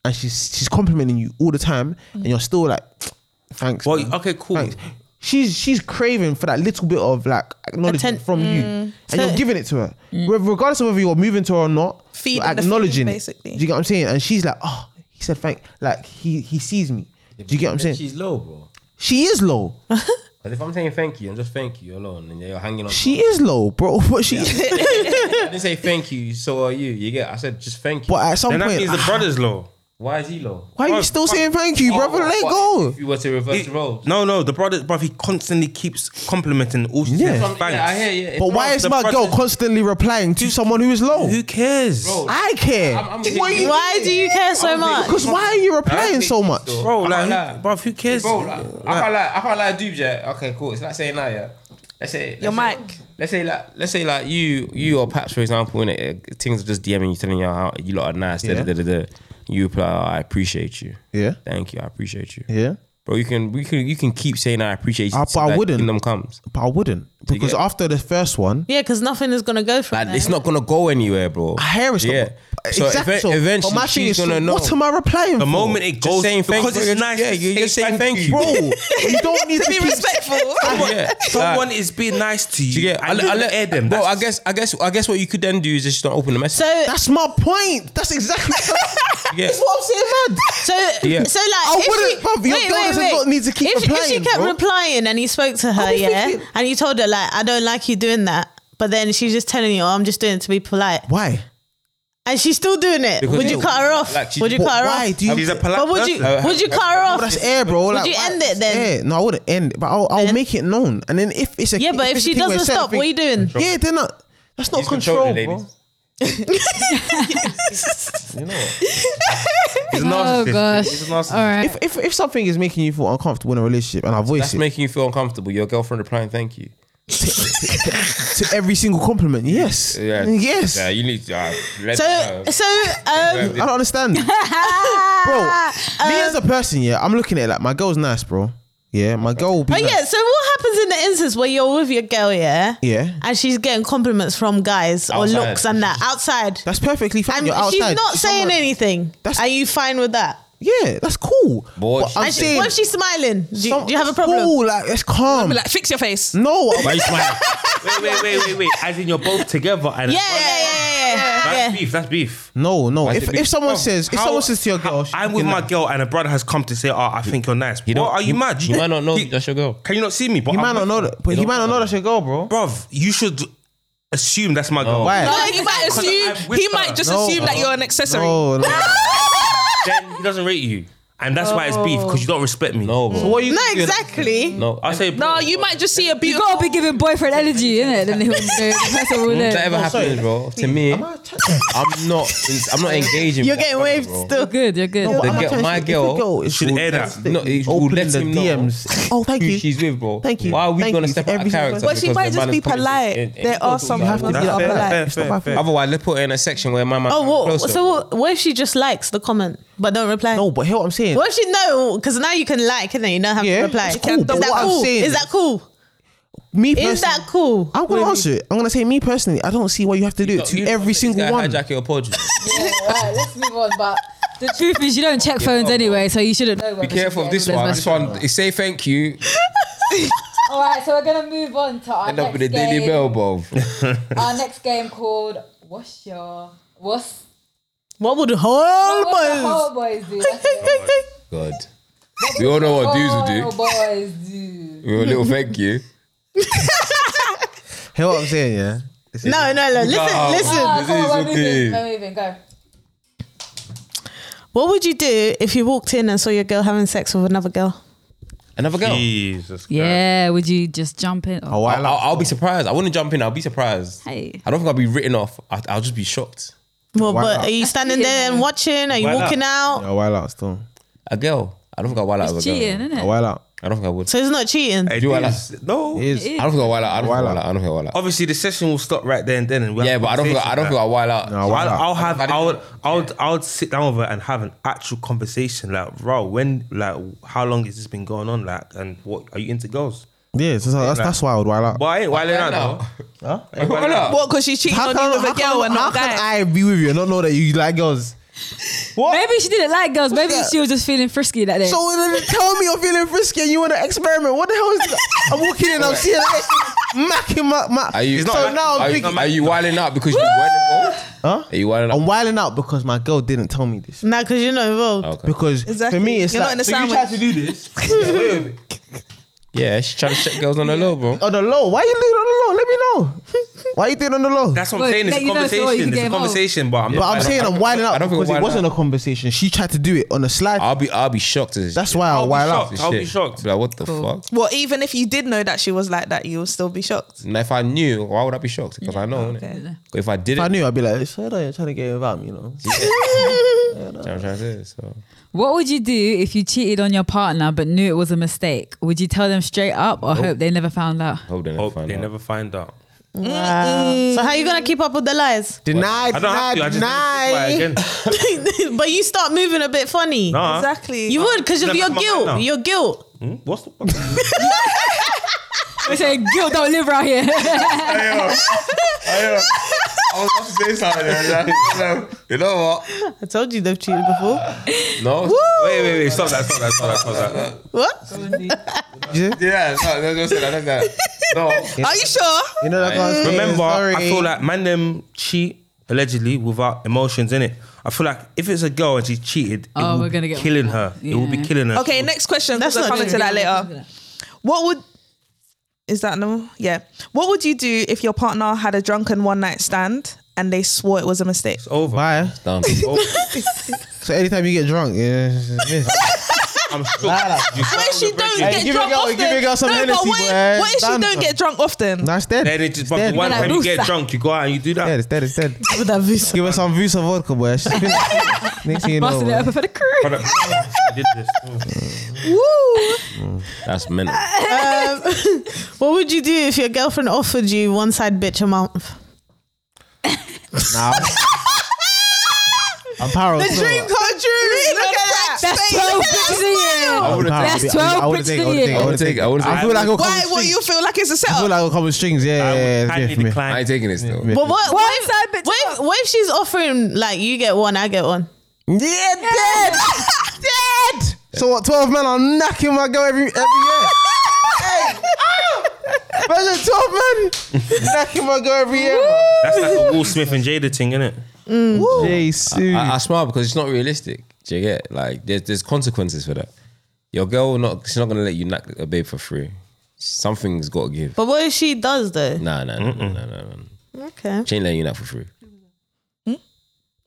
Speaker 5: and she's she's complimenting you all the time, and you're still like, thanks.
Speaker 3: Well,
Speaker 5: man.
Speaker 3: okay, cool.
Speaker 5: Thanks. She's she's craving for that little bit of like acknowledgement
Speaker 1: Atten-
Speaker 5: from you,
Speaker 4: Mm.
Speaker 5: and you're giving it to her, Re- regardless of whether you're moving to her or not.
Speaker 4: Feeding
Speaker 5: you're
Speaker 4: the
Speaker 5: acknowledging
Speaker 4: feeling,
Speaker 5: it.
Speaker 4: basically.
Speaker 5: Do you get what I'm saying? And she's like, oh, he said thank, like he he sees me. Do you get what I'm saying?
Speaker 6: She's low, bro.
Speaker 5: she is low.
Speaker 6: But if I'm saying thank you, I'm just thank you alone, and you're hanging on.
Speaker 5: She is low, bro. But she,
Speaker 6: I didn't say thank you. So are you? You get? I said just thank you.
Speaker 5: but at some
Speaker 3: Then that
Speaker 5: point, ah,
Speaker 3: means the brother's law. Why is he low?
Speaker 5: Why are you still saying thank you, brother? Let go.
Speaker 6: If you were to reverse
Speaker 3: He-
Speaker 6: roles.
Speaker 3: No, no, the brother, bruv, he constantly keeps complimenting all she
Speaker 5: Yeah.
Speaker 3: says.
Speaker 5: Some-
Speaker 3: Thanks.
Speaker 6: Yeah, I hear you.
Speaker 5: But why
Speaker 3: not
Speaker 5: is
Speaker 3: the
Speaker 5: my girl
Speaker 3: brother-
Speaker 5: constantly replying to someone who is low?
Speaker 3: Who cares?
Speaker 5: I care.
Speaker 6: I'm- I'm-
Speaker 5: What are you-
Speaker 1: Why do you care so much?
Speaker 5: Because why are you replying
Speaker 6: think
Speaker 5: so
Speaker 6: it's
Speaker 5: much?
Speaker 6: still-
Speaker 3: Bro,
Speaker 6: I'm
Speaker 3: like,
Speaker 6: not
Speaker 3: who,
Speaker 6: lying.
Speaker 3: bruv, who cares?
Speaker 6: Bro, like, I can't lie. I can't lie, dudes. Yeah. Okay, cool. It's like saying that. Yeah. Let's say let's
Speaker 4: Your
Speaker 6: say-
Speaker 4: mic.
Speaker 6: Let's say like let's say like you you or Pat for example, and things are just DMing you, telling you how you lot are nice.
Speaker 5: Yeah.
Speaker 6: Da, da, da, da, da. You reply, "Oh, I appreciate you.
Speaker 5: Yeah.
Speaker 6: Thank you. I appreciate you.
Speaker 5: Yeah.
Speaker 6: Bro, you can we can you can keep saying I appreciate you.
Speaker 5: Ah,
Speaker 6: till
Speaker 5: but I
Speaker 6: that
Speaker 5: wouldn't.
Speaker 6: Kingdom comes.
Speaker 5: But I wouldn't. Because
Speaker 6: get-
Speaker 5: after the first one,
Speaker 1: Yeah, because nothing is gonna go from
Speaker 6: Like,
Speaker 1: there.
Speaker 6: it's not gonna go anywhere, bro.
Speaker 5: I hear it's not-
Speaker 6: Yeah. So
Speaker 5: Exactly.
Speaker 6: eve- eventually
Speaker 5: But my thing
Speaker 6: she's
Speaker 5: is,
Speaker 6: gonna know.
Speaker 5: What am I replying
Speaker 3: The
Speaker 5: for?
Speaker 3: moment it
Speaker 6: just
Speaker 3: goes,
Speaker 6: saying thank
Speaker 3: because
Speaker 6: you.
Speaker 3: it's nice.
Speaker 6: Yeah, you're
Speaker 3: say
Speaker 6: just saying thank you.
Speaker 5: bro, you don't need to be respectful.
Speaker 3: Someone,
Speaker 6: Yeah.
Speaker 3: someone is being nice to you.
Speaker 6: Do you get?
Speaker 3: I, I, let air them.
Speaker 6: Bro,
Speaker 3: That's-
Speaker 6: I guess, I guess, I guess what you could then do is just don't open the message.
Speaker 1: So
Speaker 5: That's my point. That's exactly.
Speaker 6: Yeah.
Speaker 5: That's what I'm saying, man.
Speaker 1: So,
Speaker 6: Yeah.
Speaker 1: so like,
Speaker 5: I
Speaker 1: if
Speaker 5: wouldn't,
Speaker 1: she-
Speaker 5: bruv, your girl does not need to keep
Speaker 1: if, she- If she
Speaker 5: replying,
Speaker 1: kept
Speaker 5: bro.
Speaker 1: replying and he spoke to her,
Speaker 5: I'll be
Speaker 1: yeah,
Speaker 5: thinking-
Speaker 1: and you told her like, I don't like you doing that, but then she's just telling you, oh, I'm just doing it to be polite,
Speaker 5: Why?
Speaker 1: and she's still doing it.
Speaker 6: Because-
Speaker 1: would you cut her off?
Speaker 6: Like, she-
Speaker 1: would you
Speaker 5: But
Speaker 1: cut her
Speaker 5: why
Speaker 1: off?
Speaker 5: do you?
Speaker 3: She's a
Speaker 5: But
Speaker 3: polite
Speaker 1: but would you
Speaker 3: person.
Speaker 1: would you cut her off?
Speaker 5: that's air, bro. Would
Speaker 1: you end it then?
Speaker 5: No, I wouldn't end it. But I'll, I'll
Speaker 1: Then-
Speaker 5: make it known. And then if it's a
Speaker 1: yeah, but if
Speaker 5: it's a
Speaker 1: she
Speaker 5: thing where
Speaker 1: doesn't
Speaker 5: certain
Speaker 1: stop, what are you
Speaker 5: thing-
Speaker 1: doing?
Speaker 5: Yeah, they're not. That's not
Speaker 6: He's
Speaker 5: control,
Speaker 6: controlling,
Speaker 5: bro.
Speaker 6: ladies.
Speaker 3: He's a
Speaker 2: Oh,
Speaker 3: narcissist.
Speaker 2: gosh.
Speaker 3: He's a narcissist.
Speaker 2: All right.
Speaker 5: If, if if something is making you feel uncomfortable in a relationship, and I voice
Speaker 6: That's
Speaker 5: it
Speaker 6: making you feel uncomfortable. Your girlfriend replying, "Thank you."
Speaker 5: to every single compliment, yes,
Speaker 6: Yeah.
Speaker 5: yes,
Speaker 6: Yeah, you need. Uh, let,
Speaker 1: So, so um,
Speaker 5: I don't understand. bro, me as a person, yeah, I'm looking at it like my girl's nice, bro. Yeah, my girl will be.
Speaker 1: oh
Speaker 5: nice.
Speaker 1: yeah. So what happens in the instance where you're with your girl, yeah,
Speaker 5: Yeah.
Speaker 1: and she's getting compliments from guys or
Speaker 6: Outside.
Speaker 1: looks and that outside?
Speaker 5: That's perfectly fine.
Speaker 1: And
Speaker 5: You're outside.
Speaker 1: she's not
Speaker 5: She's
Speaker 1: saying
Speaker 5: someone-
Speaker 1: anything.
Speaker 5: That's-
Speaker 1: Are you fine with that?
Speaker 5: Yeah, that's cool.
Speaker 6: Boy,
Speaker 5: But
Speaker 6: she-
Speaker 5: I'm
Speaker 1: And she,
Speaker 5: saying,
Speaker 1: what if she's smiling? Do you,
Speaker 5: some-
Speaker 1: do you have a
Speaker 5: it's
Speaker 1: problem?
Speaker 5: Cool, like it's calm.
Speaker 4: Like, fix your face.
Speaker 5: no,
Speaker 3: Why you smiling? wait, wait, wait, wait, wait. As in you're both together and
Speaker 1: Yeah, yeah, yeah, yeah, yeah.
Speaker 3: That's
Speaker 1: yeah.
Speaker 3: beef. That's beef.
Speaker 5: no, no.
Speaker 6: Why
Speaker 5: If
Speaker 6: is it
Speaker 5: if someone
Speaker 6: big-
Speaker 5: says if
Speaker 3: How-
Speaker 5: someone says to your girl,
Speaker 3: how-
Speaker 5: she-
Speaker 3: I'm with
Speaker 5: you know,
Speaker 3: my girl, and a brother has come to say, "Oh, I think you're nice."
Speaker 6: You
Speaker 3: Well,
Speaker 6: don't-
Speaker 3: are you
Speaker 6: you-
Speaker 3: mad?
Speaker 6: you might not know
Speaker 3: He-
Speaker 6: that's your girl.
Speaker 3: Can you not see me? But
Speaker 5: He
Speaker 3: I'm
Speaker 5: might not
Speaker 3: with
Speaker 5: know
Speaker 3: her.
Speaker 5: that, but he might not know that's your girl, bro.
Speaker 3: bruv. You should assume that's my girl.
Speaker 5: Why?
Speaker 4: No, he might
Speaker 3: Because
Speaker 4: assume.
Speaker 3: I'm with
Speaker 4: He
Speaker 3: her.
Speaker 4: might just
Speaker 5: No.
Speaker 4: assume that you're an accessory.
Speaker 5: No, no.
Speaker 3: Then he doesn't rate you, and that's why it's beef because you don't respect me.
Speaker 6: no, bro.
Speaker 5: What are you?
Speaker 1: No, exactly.
Speaker 6: No.
Speaker 3: I say,
Speaker 4: No,
Speaker 3: bro,
Speaker 4: you might just see a
Speaker 2: You
Speaker 4: beautiful.
Speaker 2: gotta be giving boyfriend energy, innit? Then he'll know. The person will know.
Speaker 6: Whatever happens, bro. To me,
Speaker 5: Am I attracted?
Speaker 6: I'm not. I'm not engaging.
Speaker 1: You're
Speaker 6: with
Speaker 1: getting
Speaker 6: that brother,
Speaker 1: waved
Speaker 6: bro.
Speaker 1: still.
Speaker 2: You're good. You're good.
Speaker 5: No, but
Speaker 6: The
Speaker 5: am I
Speaker 6: girl- my
Speaker 5: attracted? If your
Speaker 6: girl
Speaker 5: is
Speaker 3: should
Speaker 5: cool,
Speaker 3: air that.
Speaker 5: that's it.
Speaker 6: No, it- we'll
Speaker 5: Opening
Speaker 6: let
Speaker 5: the
Speaker 6: him know
Speaker 5: DMs. Oh, thank
Speaker 6: who
Speaker 5: you.
Speaker 6: she's with, bro.
Speaker 5: Thank you.
Speaker 6: Why are we
Speaker 5: Thank
Speaker 6: gonna
Speaker 5: you
Speaker 6: step
Speaker 5: for
Speaker 6: out
Speaker 5: every
Speaker 6: of
Speaker 5: single-
Speaker 6: character?
Speaker 5: But
Speaker 4: she
Speaker 6: because
Speaker 4: might
Speaker 6: the
Speaker 4: just
Speaker 6: man
Speaker 4: be
Speaker 6: is coming-
Speaker 4: polite.
Speaker 6: and- and
Speaker 4: There
Speaker 6: you
Speaker 4: are
Speaker 6: talk
Speaker 4: some
Speaker 5: You have
Speaker 6: about
Speaker 5: to
Speaker 6: it.
Speaker 5: be
Speaker 3: That's fair, fair,
Speaker 5: polite. It's
Speaker 3: fair,
Speaker 5: not my
Speaker 3: fair.
Speaker 5: fault.
Speaker 6: Otherwise, let's put her in a section where my man.
Speaker 1: Oh, what,
Speaker 6: closer.
Speaker 1: so what, what if she just likes the comment but don't reply?
Speaker 5: No, but hear what I'm saying.
Speaker 1: What if she no? Because now you can like, and then you don't have
Speaker 5: Yeah,
Speaker 1: to reply.
Speaker 5: it's cool,
Speaker 1: is,
Speaker 5: but
Speaker 1: that
Speaker 5: what I'm
Speaker 1: cool?
Speaker 5: saying
Speaker 1: is that cool?
Speaker 5: Me
Speaker 1: Is
Speaker 5: personally,
Speaker 1: that cool?
Speaker 5: I'm gonna answer it. I'm gonna say me personally. I don't see why you have to do it to
Speaker 6: You-
Speaker 5: every
Speaker 6: this
Speaker 5: single
Speaker 6: guy
Speaker 5: one.
Speaker 6: Hijack your pod.
Speaker 2: Alright, let's move on. But the truth is, you don't check phones anyway, so you shouldn't know.
Speaker 6: Be careful of this one. This one, it say thank you.
Speaker 2: All right, so we're gonna move on to our
Speaker 6: End up
Speaker 2: next
Speaker 6: with a Daily
Speaker 2: game.
Speaker 6: Mail, bro.
Speaker 2: Our next game called What's Your What's
Speaker 1: What would whole
Speaker 2: What the
Speaker 1: boys?
Speaker 2: Whole Boys Do?
Speaker 6: God. We all know what dudes will
Speaker 2: Whole Boys Do.
Speaker 6: do. We a little thank you.
Speaker 5: Hear what I'm saying, yeah.
Speaker 1: No, no, no. Listen,
Speaker 6: No.
Speaker 1: listen.
Speaker 2: Ah,
Speaker 6: This
Speaker 2: come
Speaker 6: is
Speaker 2: on, we're
Speaker 6: okay.
Speaker 2: moving. We're moving. Go.
Speaker 1: What would you do if you walked in and saw your girl having sex with another girl?
Speaker 6: Another girl.
Speaker 3: Jesus. Christ.
Speaker 2: Yeah, would you just jump in?
Speaker 5: Oh, I
Speaker 6: I'll, I'll,
Speaker 5: like.
Speaker 6: I'll be surprised. I wouldn't jump in. I'll be surprised.
Speaker 2: Hey.
Speaker 6: I don't think I'll be written off. I, I'll just be shocked.
Speaker 1: Well,
Speaker 5: Why
Speaker 1: but
Speaker 5: not?
Speaker 1: are you standing there and watching? Are you
Speaker 3: Why not?
Speaker 1: walking out?
Speaker 5: I while out still.
Speaker 6: A girl. I don't think I'll wild out of a
Speaker 2: It's
Speaker 6: girl.
Speaker 2: cheating, isn't
Speaker 5: I
Speaker 2: it?
Speaker 5: while out.
Speaker 6: I don't think I would.
Speaker 1: So it's not cheating.
Speaker 3: It
Speaker 6: Do I like-
Speaker 3: is. No.
Speaker 5: It is.
Speaker 6: I don't think I'll wild out. I don't think I'll
Speaker 5: Wild
Speaker 6: wild
Speaker 5: out.
Speaker 6: out. I don't think I'll wild out.
Speaker 3: Obviously, the session will stop right there and then. And we'll
Speaker 6: Yeah,
Speaker 3: have
Speaker 6: but I don't think I don't
Speaker 3: conversation,
Speaker 6: think I'll wild out.
Speaker 5: No, I
Speaker 3: I'll,
Speaker 5: wild out.
Speaker 3: I'll have
Speaker 6: I
Speaker 3: I would
Speaker 6: didn't-
Speaker 3: I would I would sit down with her and have an actual conversation like bro when like how long has this been going on like and what are you into girls
Speaker 5: Yeah, so that's, that's why I would while out.
Speaker 3: but I ain't wilding out though
Speaker 5: Huh?
Speaker 3: I ain't wilding out.
Speaker 4: What? Because she's cheating on you with a girl and
Speaker 5: how
Speaker 4: not
Speaker 5: can
Speaker 4: guy.
Speaker 5: I be with you and not know that you like girls? What?
Speaker 2: Maybe she didn't like girls. Maybe she was just feeling frisky that day.
Speaker 5: So then tell me you're feeling frisky and you want to experiment. What the hell is that? I'm walking in, I'm seeing like macking my, my.
Speaker 6: Are you?
Speaker 5: so now I'm
Speaker 6: are, you-
Speaker 5: thinking,
Speaker 6: are you wilding out because you weren't involved?
Speaker 5: huh? Oh,
Speaker 6: Are you wilding
Speaker 5: I'm
Speaker 6: out?
Speaker 5: wilding out because my girl didn't tell me this.
Speaker 1: Nah,
Speaker 3: Oh.
Speaker 1: because you're not involved.
Speaker 6: Okay.
Speaker 5: Because
Speaker 4: Exactly.
Speaker 5: for me, it's
Speaker 4: You're not
Speaker 5: like
Speaker 4: in the
Speaker 5: so you
Speaker 4: sandwich.
Speaker 5: tried to do this.
Speaker 6: Yeah, she's trying to check girls on the low, bro.
Speaker 5: On the low. Why you doing on the low? Let me know. Why you doing on the low?
Speaker 3: That's what
Speaker 2: Well,
Speaker 3: I'm saying. It's
Speaker 2: let
Speaker 3: a
Speaker 2: you know so you
Speaker 3: conversation.
Speaker 2: can
Speaker 3: It's
Speaker 2: get
Speaker 3: a
Speaker 2: involved.
Speaker 3: conversation, but I'm
Speaker 5: but I'm
Speaker 3: I
Speaker 5: saying
Speaker 3: don't-
Speaker 5: I'm winding
Speaker 6: I
Speaker 5: up
Speaker 6: don't think
Speaker 5: because it
Speaker 6: winding
Speaker 5: wasn't
Speaker 6: up.
Speaker 5: a conversation. She tried to do it on the slide.
Speaker 6: I'll be, I'll be shocked. as-
Speaker 5: That's why I
Speaker 3: I'll be
Speaker 5: wild out.
Speaker 3: shocked. I'll be
Speaker 6: Shit.
Speaker 3: shocked.
Speaker 6: Like, what the fuck?
Speaker 4: Well, even if you did know that she was like that, you will still be shocked.
Speaker 6: And if I knew, why would I be shocked? Because I know, innit? But if I
Speaker 5: If I
Speaker 6: didn't,
Speaker 5: knew, I'd be like, so you're trying to get about me, you know.
Speaker 6: that's what I'm trying to say. So.
Speaker 2: What would you do if you cheated on your partner but knew it was a mistake? Would you tell them straight up or hope they never found out?
Speaker 6: Hope they never
Speaker 3: Hope
Speaker 6: find
Speaker 3: they
Speaker 6: out.
Speaker 3: never find out.
Speaker 1: Wow. So how you gonna keep up with the lies?
Speaker 5: Deny,
Speaker 3: I don't
Speaker 5: deny,
Speaker 3: have to. I just
Speaker 5: deny.
Speaker 3: need to think about it again.
Speaker 1: but you start moving a bit funny.
Speaker 3: Nah.
Speaker 4: Exactly.
Speaker 1: You would because of
Speaker 3: Never
Speaker 1: your
Speaker 3: come back now.
Speaker 1: guilt. Your guilt.
Speaker 3: Hmm? What's the fuck?
Speaker 2: They say, Gil, don't live right here.
Speaker 6: I was about to say something. and then- you know what?
Speaker 1: I told you they've cheated before.
Speaker 6: No.
Speaker 3: Wait, wait, wait. Stop that. Stop that. Stop that. Stop that.
Speaker 1: What?
Speaker 6: Yeah, no, no, just that. That's that. No.
Speaker 4: Are you sure?
Speaker 5: You know that guy's
Speaker 3: Remember, I feel like man them cheat allegedly without emotions in it. I feel like if it's a girl and she cheated, it
Speaker 2: Oh,
Speaker 3: will
Speaker 2: we're
Speaker 3: be
Speaker 2: gonna get-
Speaker 3: killing her. It will be
Speaker 2: Yeah.
Speaker 3: killing her.
Speaker 4: Okay, next question.
Speaker 1: That's
Speaker 4: That's I'll
Speaker 1: not
Speaker 4: come
Speaker 1: true.
Speaker 4: to that later. What would is that no? Yeah. What would you do if your partner had a drunken one night stand and they swore it was a mistake?
Speaker 3: It's over.
Speaker 5: Why?
Speaker 6: Dumb.
Speaker 5: So anytime you get drunk, yeah. it's just-
Speaker 3: I'm shook. You
Speaker 4: What if she don't
Speaker 5: Hey,
Speaker 4: get
Speaker 5: give a
Speaker 4: drunk
Speaker 5: girl-
Speaker 4: often?
Speaker 5: give a girl some
Speaker 4: no, but
Speaker 5: Hennessy,
Speaker 4: what
Speaker 5: boy.
Speaker 4: if, what if she
Speaker 5: Stand
Speaker 4: don't
Speaker 5: up.
Speaker 4: get drunk often?
Speaker 5: That's dead.
Speaker 3: Then it just
Speaker 5: dead.
Speaker 3: but one
Speaker 2: Like
Speaker 3: time you get
Speaker 2: Rusa.
Speaker 3: drunk, you go out and you do that.
Speaker 5: dead. It's dead. It's dead.
Speaker 1: With that visa.
Speaker 5: Give us some views of vodka, boy. Next thing you know,
Speaker 2: Busting it
Speaker 5: boy.
Speaker 2: up for the crew.
Speaker 3: But
Speaker 5: uh,
Speaker 3: I- I did this. Mm.
Speaker 6: That's mental.
Speaker 1: Um, what would you do if your girlfriend offered you one side bitch a month?
Speaker 5: nah. I'm paranoid.
Speaker 1: come true. Look at
Speaker 2: That's 12 bitches in
Speaker 5: I
Speaker 2: here.
Speaker 5: would've
Speaker 2: That's
Speaker 5: taken-
Speaker 2: 12
Speaker 5: I would've
Speaker 2: bricks
Speaker 5: taken-
Speaker 2: for
Speaker 5: I
Speaker 2: you.
Speaker 5: would've taken- I would've taken-
Speaker 6: I would've
Speaker 5: I feel
Speaker 6: taken-
Speaker 5: like I'll come
Speaker 4: Why?
Speaker 5: with
Speaker 4: What
Speaker 5: strings.
Speaker 4: you feel like it's a
Speaker 5: I feel
Speaker 4: setup?
Speaker 5: like I'll come with strings. Yeah,
Speaker 3: I would
Speaker 5: yeah, yeah.
Speaker 3: kindly
Speaker 5: it's good for me.
Speaker 6: I ain't
Speaker 3: decline.
Speaker 6: taking this though.
Speaker 1: But what,
Speaker 2: One
Speaker 1: what,
Speaker 2: side
Speaker 1: if,
Speaker 2: bitch
Speaker 1: what, if, what if she's offering, like, you get one, I get one?
Speaker 5: Yeah, dead, dead. So what? Twelve men are knocking my girl every every year. hey, ah! imagine twelve men knocking my girl every year. man.
Speaker 3: That's like a Will Smith and Jada thing, innit?
Speaker 5: Jay Sue.
Speaker 6: I, I smile because it's not realistic. Do you get like there's there's consequences for that. Your girl will not she's not gonna let you knock a babe for free. Something's got to give.
Speaker 1: But what if she does, though?
Speaker 6: Nah, nah, nah, nah, nah, nah, nah.
Speaker 1: Okay.
Speaker 6: She ain't letting you knock for free.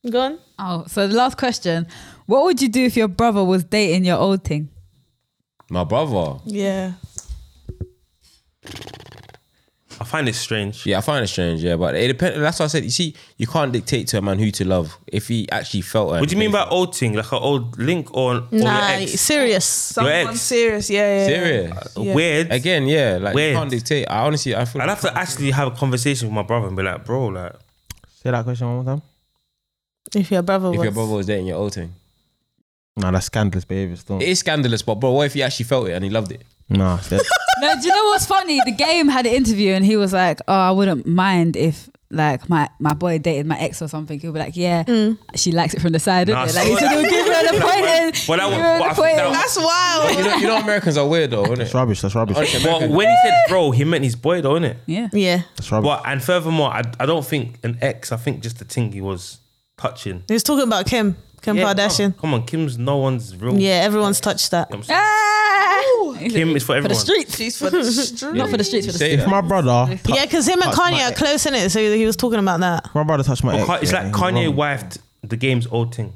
Speaker 1: Go on.
Speaker 2: Oh, so the last question. What would you do if your brother was dating your old thing?
Speaker 6: My brother.
Speaker 4: Yeah.
Speaker 3: I find it strange.
Speaker 6: Yeah, I find it strange. Yeah, but it depends. That's what I said. You see, you can't dictate to a man who to love if he actually felt. her.
Speaker 3: What do you mean by old thing? Like an old link or, or
Speaker 1: Nah,
Speaker 3: your ex?
Speaker 1: serious.
Speaker 3: Your
Speaker 4: Someone
Speaker 3: ex.
Speaker 4: serious, yeah, yeah.
Speaker 6: serious?
Speaker 3: Weird.
Speaker 6: Again, yeah. Like
Speaker 3: Weird.
Speaker 6: you can't dictate. I honestly, I feel.
Speaker 3: I'd have to actually have a conversation with my brother and be like, bro, like,
Speaker 5: Say that question one more time.
Speaker 1: If your brother
Speaker 6: if
Speaker 1: was.
Speaker 6: your brother was dating your old thing,
Speaker 5: Nah, that's scandalous behavior. Still.
Speaker 6: it is scandalous. But bro, what if he actually felt it and he loved it?
Speaker 5: Nah, it's dead.
Speaker 2: No, do you know what's funny? The game had an interview and he was like, "Oh, I wouldn't mind if like my my boy dated my ex or something." He'll be like, "Yeah,
Speaker 1: Mm.
Speaker 2: she likes it from the side."
Speaker 3: Nah,
Speaker 2: isn't it? Like
Speaker 3: so-
Speaker 2: he said, he'll give her the point. and give
Speaker 3: Well, that was-
Speaker 2: her the
Speaker 3: well, I think
Speaker 2: point
Speaker 3: that
Speaker 2: and-
Speaker 3: was-
Speaker 4: That's wild.
Speaker 6: You know, you know Americans are weird though, isn't
Speaker 5: That's
Speaker 6: it?
Speaker 5: rubbish. That's rubbish.
Speaker 6: Honestly,
Speaker 3: well,
Speaker 6: Americans-
Speaker 3: when he said bro, he meant his boy, though, innit?
Speaker 2: yeah.
Speaker 1: yeah.
Speaker 5: That's rubbish.
Speaker 3: But and furthermore, I, I don't think an ex. I think just the thing he was touching.
Speaker 1: He was talking about Kim, Kim
Speaker 3: Yeah,
Speaker 1: Kardashian.
Speaker 3: Come,
Speaker 5: Oh.
Speaker 3: come on, Kim's no one's real.
Speaker 1: Yeah, everyone's touched that.
Speaker 3: I'm sorry.
Speaker 2: Ah!
Speaker 3: Kim is for
Speaker 2: for the
Speaker 3: everyone.
Speaker 2: streets.
Speaker 4: She's for the street.
Speaker 2: Not for the streets, for
Speaker 6: You
Speaker 2: the
Speaker 6: say
Speaker 2: streets.
Speaker 5: If my brother, tou-
Speaker 1: Yeah, because him and
Speaker 5: touched my
Speaker 1: Kanye are
Speaker 5: ex.
Speaker 1: close in it, so he was talking about that
Speaker 5: my brother touched my
Speaker 3: But
Speaker 5: ex.
Speaker 3: Ka- Oh, it's
Speaker 5: yeah,
Speaker 3: like
Speaker 5: he's wrong.
Speaker 3: Kanye wifed the game's old thing.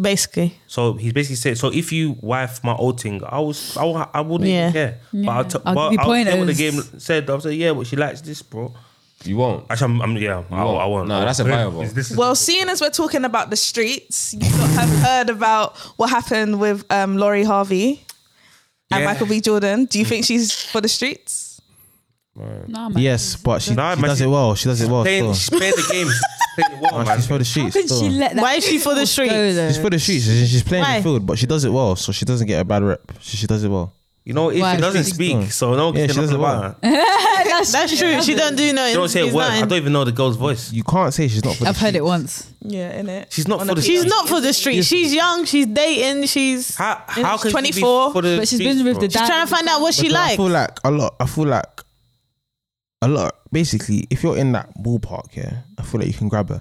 Speaker 1: basically.
Speaker 3: So he's basically saying, so if you wife my old thing, I was I, wa- I wouldn't
Speaker 1: Yeah.
Speaker 3: even care. But I'll, t-
Speaker 2: I'll
Speaker 3: but
Speaker 2: give you
Speaker 3: I'll say what the game
Speaker 2: pointers.
Speaker 3: said. I'll say yeah, but she likes this, bro.
Speaker 6: you won't.
Speaker 3: Actually, I'm, I'm yeah, I,
Speaker 6: won't.
Speaker 3: I won't.
Speaker 6: No,
Speaker 3: I won't.
Speaker 6: that's a viable.
Speaker 3: Is This is,
Speaker 4: Well, seeing as we're talking about the streets, you lot have heard about what happened with um, Laurie Harvey and
Speaker 3: Yeah.
Speaker 4: Michael B. Jordan. Do you think she's for the streets?
Speaker 2: Nah, man.
Speaker 5: Yes, but she,
Speaker 3: Nah,
Speaker 5: she
Speaker 3: man,
Speaker 5: does
Speaker 3: she-
Speaker 5: it well. She does it well.
Speaker 3: playing, she's
Speaker 5: Still.
Speaker 3: playing the game. She's playing it well,
Speaker 5: Nah,
Speaker 3: man.
Speaker 5: She's for the sheets.
Speaker 2: Couldn't
Speaker 5: still.
Speaker 2: she let that
Speaker 1: Why is she for the
Speaker 2: go,
Speaker 1: streets?
Speaker 2: though?
Speaker 5: She's for the sheets. She's, she's playing
Speaker 1: Why?
Speaker 5: the field, but she does it well, so she doesn't get a bad rep. She, she does it well.
Speaker 3: You know, if
Speaker 2: Why?
Speaker 3: she doesn't
Speaker 2: She's-
Speaker 3: speak, so no one can
Speaker 5: Yeah,
Speaker 3: say
Speaker 5: she
Speaker 3: nothing
Speaker 5: doesn't
Speaker 3: about
Speaker 5: want.
Speaker 3: her.
Speaker 1: That's true. She don't do nothing.
Speaker 3: They don't say a
Speaker 1: She's
Speaker 3: word. I
Speaker 1: nothing.
Speaker 3: don't even know the girl's voice.
Speaker 5: You can't say she's not for the
Speaker 2: I've heard it
Speaker 5: sheets.
Speaker 2: once.
Speaker 4: Yeah, in it.
Speaker 3: She's not for the.
Speaker 1: She's not for the street. She's young. She's dating. She's
Speaker 3: How, how can
Speaker 4: 24,
Speaker 3: she be for the
Speaker 2: But she's been
Speaker 3: streets,
Speaker 2: with
Speaker 3: bro?
Speaker 2: the dad.
Speaker 1: she's trying to find out what she
Speaker 5: But I
Speaker 1: likes.
Speaker 5: feel like a lot. I feel like a lot. Basically, if you're in that ballpark, yeah, I feel like you can grab her.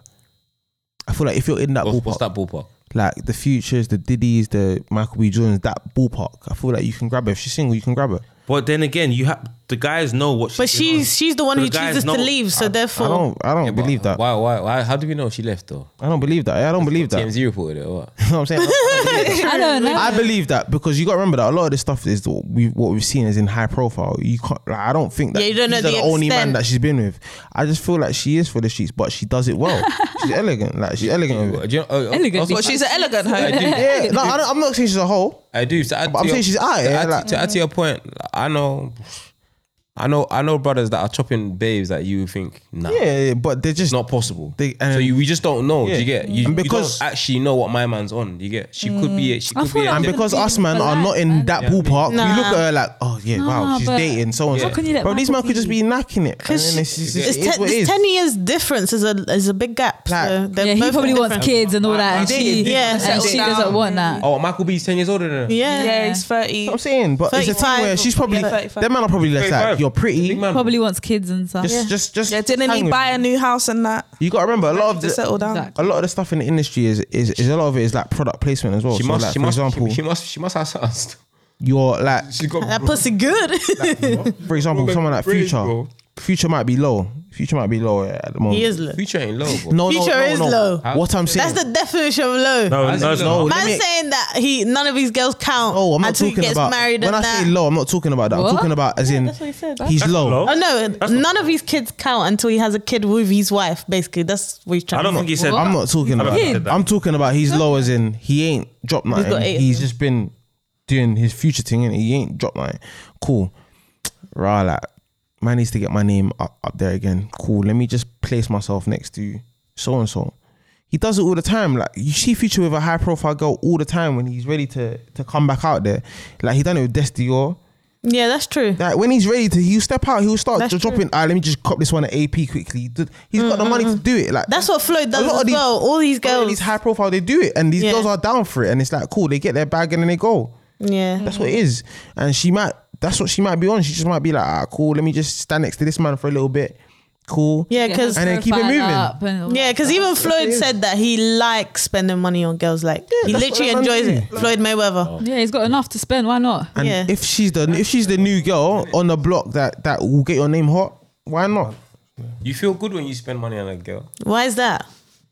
Speaker 5: I feel like if you're in that
Speaker 6: What's,
Speaker 5: ballpark,
Speaker 6: what's that ballpark?
Speaker 5: like the futures, the Diddy's, the Michael B. Jordans, that ballpark, I feel like you can grab her. If she's single, you can grab her.
Speaker 3: But then again, you have the guys know what.
Speaker 1: But she's she's the one
Speaker 3: The
Speaker 1: who
Speaker 3: guys
Speaker 1: chooses
Speaker 3: know-
Speaker 1: to leave, so
Speaker 5: I
Speaker 1: therefore
Speaker 5: don't. I don't believe that.
Speaker 6: Why? Why? Why? How do we know she left though?
Speaker 5: I don't believe that. I don't believe that.
Speaker 6: TMZ reported it or what?
Speaker 5: You know what I'm saying? I don't believe
Speaker 2: I don't know.
Speaker 5: that. I believe that because you got to remember that a lot of this stuff is the, we, what we've seen is in high profile. You can't. Like, I don't think that
Speaker 1: Yeah, you don't know
Speaker 5: these are
Speaker 1: the
Speaker 5: only man
Speaker 1: extent.
Speaker 5: that she's been with. I just feel like she is for the streets, but she does it well. she's elegant. Like she's elegant. With it.
Speaker 6: Do you know- oh, oh,
Speaker 2: Elegant.
Speaker 6: also-
Speaker 2: Well,
Speaker 4: But she's an elegant hoe.
Speaker 6: I do.
Speaker 5: Yeah, no, I don't, I'm not saying she's a hoe.
Speaker 6: I do. So add
Speaker 5: But
Speaker 6: to
Speaker 5: I'm saying she's alright,
Speaker 6: To,
Speaker 5: yeah,
Speaker 6: add,
Speaker 5: like-
Speaker 6: to, add to your point, I know, I know, I know brothers that are chopping babes that you think nah,
Speaker 5: Yeah, but they're just
Speaker 6: it's not possible.
Speaker 5: They- and-
Speaker 6: so you, we just don't know.
Speaker 5: Yeah.
Speaker 6: Do you get? You,
Speaker 5: And
Speaker 6: because
Speaker 5: because- Mm.
Speaker 6: don't actually know what my man's on. Do you get? She could be. A, she
Speaker 2: I
Speaker 6: could
Speaker 2: feel
Speaker 6: be. A,
Speaker 2: like-
Speaker 5: And
Speaker 2: Yeah.
Speaker 5: because
Speaker 2: Yeah.
Speaker 5: us man are not in that
Speaker 6: Yeah.
Speaker 5: ballpark,
Speaker 1: Nah.
Speaker 5: we look at her like, oh yeah,
Speaker 2: Nah,
Speaker 5: wow, she's
Speaker 2: but-
Speaker 5: dating so and so.
Speaker 2: How can you let
Speaker 5: Bro,
Speaker 2: man
Speaker 5: these man could just be knacking it.
Speaker 1: Because
Speaker 5: And then it's,
Speaker 1: it's,
Speaker 5: just- it is
Speaker 1: te-
Speaker 5: what it
Speaker 1: this
Speaker 5: is.
Speaker 1: ten years difference is a is a big gap.
Speaker 5: Like-
Speaker 1: so they're
Speaker 2: yeah, he
Speaker 1: both
Speaker 2: probably
Speaker 1: different.
Speaker 2: wants kids and all that, and
Speaker 5: I- I
Speaker 2: she,
Speaker 5: dated-
Speaker 1: Yeah,
Speaker 2: and she
Speaker 4: settled
Speaker 2: doesn't
Speaker 4: down.
Speaker 2: want that.
Speaker 6: oh, Michael B's ten years older than her.
Speaker 1: Yeah,
Speaker 4: Yeah, he's 30.
Speaker 5: You know what I'm saying, but it's a thing
Speaker 1: 35.
Speaker 5: where she's probably
Speaker 4: Yeah,
Speaker 5: that
Speaker 4: 35.
Speaker 5: man are probably like, that.
Speaker 6: 35.
Speaker 5: you're pretty.
Speaker 6: Big man.
Speaker 2: Probably wants kids and stuff.
Speaker 5: Just, just, just.
Speaker 4: Yeah, didn't
Speaker 5: hang
Speaker 4: he
Speaker 5: with
Speaker 4: buy
Speaker 5: me.
Speaker 4: a new house and that?
Speaker 5: You got to remember a lot of
Speaker 4: to
Speaker 5: the,
Speaker 4: settle down.
Speaker 2: Exactly.
Speaker 5: a lot of the stuff in the industry is is, is a lot of it is like product placement as well.
Speaker 6: She
Speaker 5: so
Speaker 6: must.
Speaker 5: like,
Speaker 6: she
Speaker 5: for
Speaker 6: must.
Speaker 5: example,
Speaker 6: She, she must. She must have something.
Speaker 5: you're like
Speaker 6: She's got.
Speaker 1: that pussy good.
Speaker 5: for example
Speaker 6: Bro,
Speaker 5: someone like
Speaker 6: braids,
Speaker 5: Future.
Speaker 6: bro.
Speaker 5: Future might be low. Future might be low yeah, at the moment.
Speaker 1: he is low.
Speaker 6: Future ain't low, bro.
Speaker 5: No, no,
Speaker 1: Future
Speaker 5: no,
Speaker 1: is
Speaker 5: no.
Speaker 1: low.
Speaker 5: What I'm saying.
Speaker 1: That's the definition of low.
Speaker 3: No, no, it's
Speaker 5: no,
Speaker 3: not.
Speaker 5: let
Speaker 1: Man
Speaker 5: me-
Speaker 1: saying that he none of these girls count
Speaker 5: Oh, I'm not
Speaker 1: until
Speaker 5: talking
Speaker 1: he gets
Speaker 5: about
Speaker 1: married
Speaker 5: when
Speaker 1: and
Speaker 5: I
Speaker 1: that.
Speaker 5: say low. I'm not talking about that.
Speaker 2: What?
Speaker 5: I'm talking about as in
Speaker 1: that's what he said.
Speaker 5: he's low.
Speaker 3: low.
Speaker 1: Oh no! none of his kids count until he has a kid with his wife. Basically, that's what he's trying.
Speaker 3: I don't
Speaker 1: to
Speaker 3: think
Speaker 1: say.
Speaker 3: he said.
Speaker 5: I'm not talking
Speaker 3: I don't
Speaker 5: about.
Speaker 3: think he said
Speaker 5: That.
Speaker 3: that.
Speaker 5: I'm talking about he's low as in he ain't dropped nothing. He's,
Speaker 1: got eight.
Speaker 5: just been doing his future thing and he ain't dropped nothing. Cool, rah like man needs to get my name up, up there again. Cool, let me just place myself next to so and so. He does it all the time. Like you see Future with a high profile girl all the time when he's ready to to come back out there. Like he done it with Destior.
Speaker 1: Yeah, that's true.
Speaker 5: Like when he's ready to, he'll step out. He'll start
Speaker 1: That's
Speaker 5: just dropping. Ah, let me just cop this one at AP quickly. Dude, He's got the money to do it. Like
Speaker 1: Mm-hmm. That's what Flo does
Speaker 5: lot
Speaker 1: as
Speaker 5: of these-
Speaker 1: well. All these
Speaker 5: a lot of
Speaker 1: girls.
Speaker 5: these high profile, they do it, and these
Speaker 1: Yeah.
Speaker 5: girls are down for it, and it's like cool. They get their bag and then they go.
Speaker 1: yeah,
Speaker 5: That's what it is. And she might. That's what she might be on. She just might be like, ah, cool. Let me just stand next to this man for a little bit. Cool.
Speaker 1: yeah, because
Speaker 5: And then keep it
Speaker 2: Fat
Speaker 5: moving.
Speaker 2: up and all
Speaker 1: Yeah,
Speaker 2: that.
Speaker 1: because even Floyd said that he likes spending money on girls. Like he
Speaker 5: that's
Speaker 1: literally
Speaker 5: what Oh. I'm
Speaker 1: enjoys
Speaker 5: saying.
Speaker 1: it. Floyd Mayweather.
Speaker 2: yeah, he's got enough to spend. Why not?
Speaker 5: And
Speaker 1: Yeah.
Speaker 5: if she's the if she's the new girl on the block that that will get your name hot, why not?
Speaker 6: You feel good when you spend money on a girl.
Speaker 1: Why is that?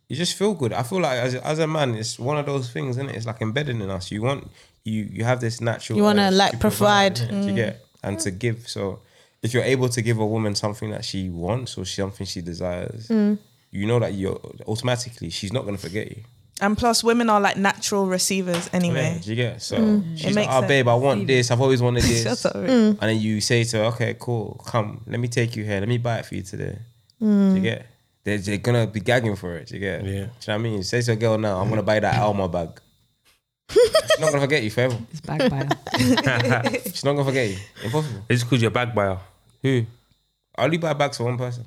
Speaker 6: you just feel good. I feel like as a, as a man, it's one of those things, isn't it? It's like embedded in us. You want you you have this natural.
Speaker 1: You wanna,
Speaker 6: urge
Speaker 1: like, provide.
Speaker 6: innit? to get
Speaker 4: Mm.
Speaker 6: and to give. So if you're able to give a woman something that she wants or something she desires,
Speaker 4: Mm.
Speaker 6: you know that you're automatically she's not gonna forget you.
Speaker 4: And plus, women are like natural receivers
Speaker 6: Yeah,
Speaker 4: anyway.
Speaker 6: do you get? So
Speaker 4: Mm. It
Speaker 6: she's like,
Speaker 4: makes
Speaker 6: "Oh,
Speaker 4: sense.
Speaker 6: babe, I want this. I've always wanted this."
Speaker 4: Shut up, Mm. Rick.
Speaker 6: And then you say to her, "Okay, cool. Come, let me take you here. Let me buy it for you today."
Speaker 4: Mm.
Speaker 6: Do you get? They're, they're gonna be gagging for it. Do you get? Yeah. Do you know what I mean? Say to a girl now, "I'm gonna buy that Alma bag." She's not gonna forget you forever.
Speaker 2: It's bag buyer.
Speaker 6: She's not gonna forget you. Impossible.
Speaker 3: It's because you're a bag buyer.
Speaker 6: Who? I only buy bags for one person.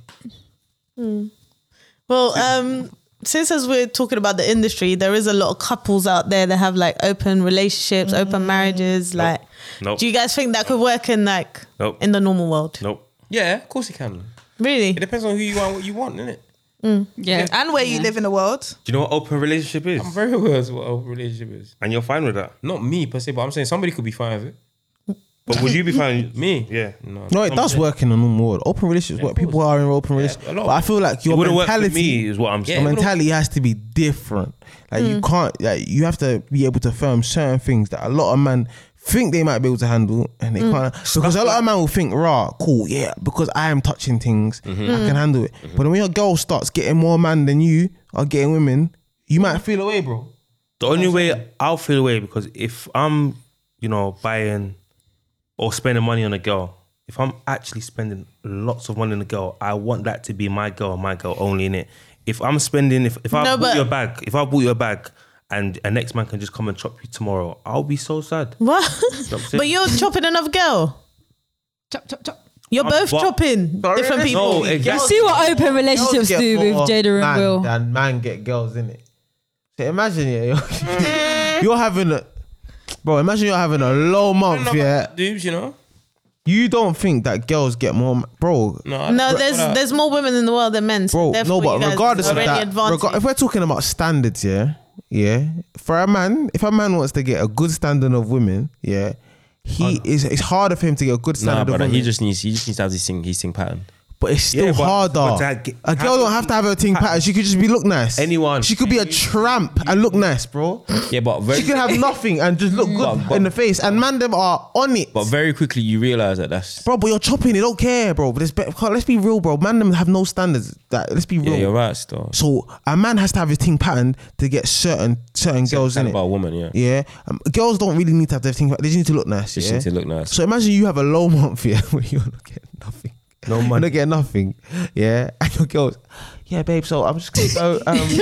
Speaker 1: Well, um, since as we're talking about the industry, there is a lot of couples out there that have like open relationships,
Speaker 2: Mm-hmm.
Speaker 1: open marriages. Like,
Speaker 3: Nope.
Speaker 1: do you guys think that could work in like
Speaker 3: Nope.
Speaker 1: in the normal world?
Speaker 3: Nope.
Speaker 6: Yeah, of course you can.
Speaker 1: Really?
Speaker 6: It depends on who you are and what you want, innit?
Speaker 2: yeah.
Speaker 4: And where you live in the world.
Speaker 3: Do you know what open relationship is?
Speaker 6: I'm very aware of what a relationship is.
Speaker 3: and you're fine with that.
Speaker 6: Not me per se, but I'm saying somebody could be fine with it.
Speaker 3: But would you be fine?
Speaker 6: Me?
Speaker 3: Yeah.
Speaker 6: No.
Speaker 5: No, it does work in a normal world. Open relationships, work. people are in open relationships,
Speaker 6: a lot
Speaker 5: but I
Speaker 6: of-
Speaker 5: feel like
Speaker 3: It
Speaker 5: your
Speaker 3: wouldn't work for
Speaker 5: mentality
Speaker 3: me, is what I'm
Speaker 5: your
Speaker 3: saying.
Speaker 6: Yeah. would've-
Speaker 5: mentality has to be different. Like you can't, like you have to be able to firm certain things that a lot of men think they might be able to handle, and they can't. Because a lot of men will think, "Raw, cool, yeah," because I am touching things,
Speaker 3: Mm-hmm.
Speaker 5: I can handle it. But when your girl starts getting more man than you or getting women, you might feel away, bro.
Speaker 3: The only way I'll feel away because if I'm, you know, buying or spending money on a girl, if I'm actually spending lots of money on a girl, I want that to be my girl, my girl only in it. If I'm spending, if, if I
Speaker 1: No,
Speaker 3: bought
Speaker 1: but-
Speaker 3: your bag, if I bought your bag, and a next man can just come and chop you tomorrow, I'll be so sad.
Speaker 1: What?
Speaker 3: I'm saying?
Speaker 1: but you're chopping another girl.
Speaker 2: Chop, chop, chop.
Speaker 1: You're
Speaker 3: I'm-
Speaker 1: both
Speaker 3: what?
Speaker 1: chopping
Speaker 5: Sorry,
Speaker 1: different
Speaker 5: no,
Speaker 1: people.
Speaker 3: exactly.
Speaker 1: Girls-
Speaker 2: See what open relationships
Speaker 5: Girls get
Speaker 2: do with
Speaker 5: more
Speaker 2: Jada
Speaker 5: man
Speaker 2: and Will.
Speaker 5: Than man get girls in it. So imagine yeah, you're, you're having a bro. Imagine you're having a low month, yeah.
Speaker 6: Dudes, you know?
Speaker 5: You don't think that girls get more, ma- bro?
Speaker 6: No, I-
Speaker 1: No,
Speaker 6: but-
Speaker 1: there's
Speaker 6: but I-
Speaker 1: there's more women in the world than men. So
Speaker 5: bro.
Speaker 1: therefore
Speaker 5: No,
Speaker 1: you
Speaker 5: but
Speaker 1: guys
Speaker 5: regardless of
Speaker 1: already
Speaker 5: that,
Speaker 1: advanced.
Speaker 5: rega- if we're talking about standards, yeah, yeah, for a man, if a man wants to get a good standard of women, yeah, He is. It's harder for him to get a good
Speaker 8: Nah,
Speaker 5: standard of
Speaker 8: brother,
Speaker 5: women.
Speaker 8: he just needs he just needs to have his thing his thing pattern.
Speaker 5: but it's still
Speaker 3: Yeah, but-
Speaker 5: harder.
Speaker 3: but to get-
Speaker 5: a girl don't have to have her thing pattern. She could just be look nice.
Speaker 3: Anyone.
Speaker 5: She could be a tramp and look nice, bro.
Speaker 8: Yeah, but
Speaker 5: She
Speaker 8: very
Speaker 5: could have nothing and just look good
Speaker 8: But- but-
Speaker 5: in the face. And man, them are on it.
Speaker 8: but very quickly you realize that that's
Speaker 5: Bro, but you're chopping. They don't care, bro. But it's be- let's be real, bro. Man, them have no standards. That let's be real.
Speaker 8: yeah, you're right, still.
Speaker 5: So a man has to have his thing patterned to get certain certain girls in
Speaker 8: Kind
Speaker 5: it.
Speaker 8: about a woman, yeah.
Speaker 5: Yeah, um, girls don't really need to have their thing. They just need to look nice.
Speaker 8: Just
Speaker 5: yeah?
Speaker 8: need to look nice.
Speaker 5: So imagine you have a low month, yeah, where you're not getting nothing.
Speaker 3: No
Speaker 5: You're not
Speaker 3: money.
Speaker 5: getting nothing. Yeah, and your girls, yeah, babe. So I'm just gonna go because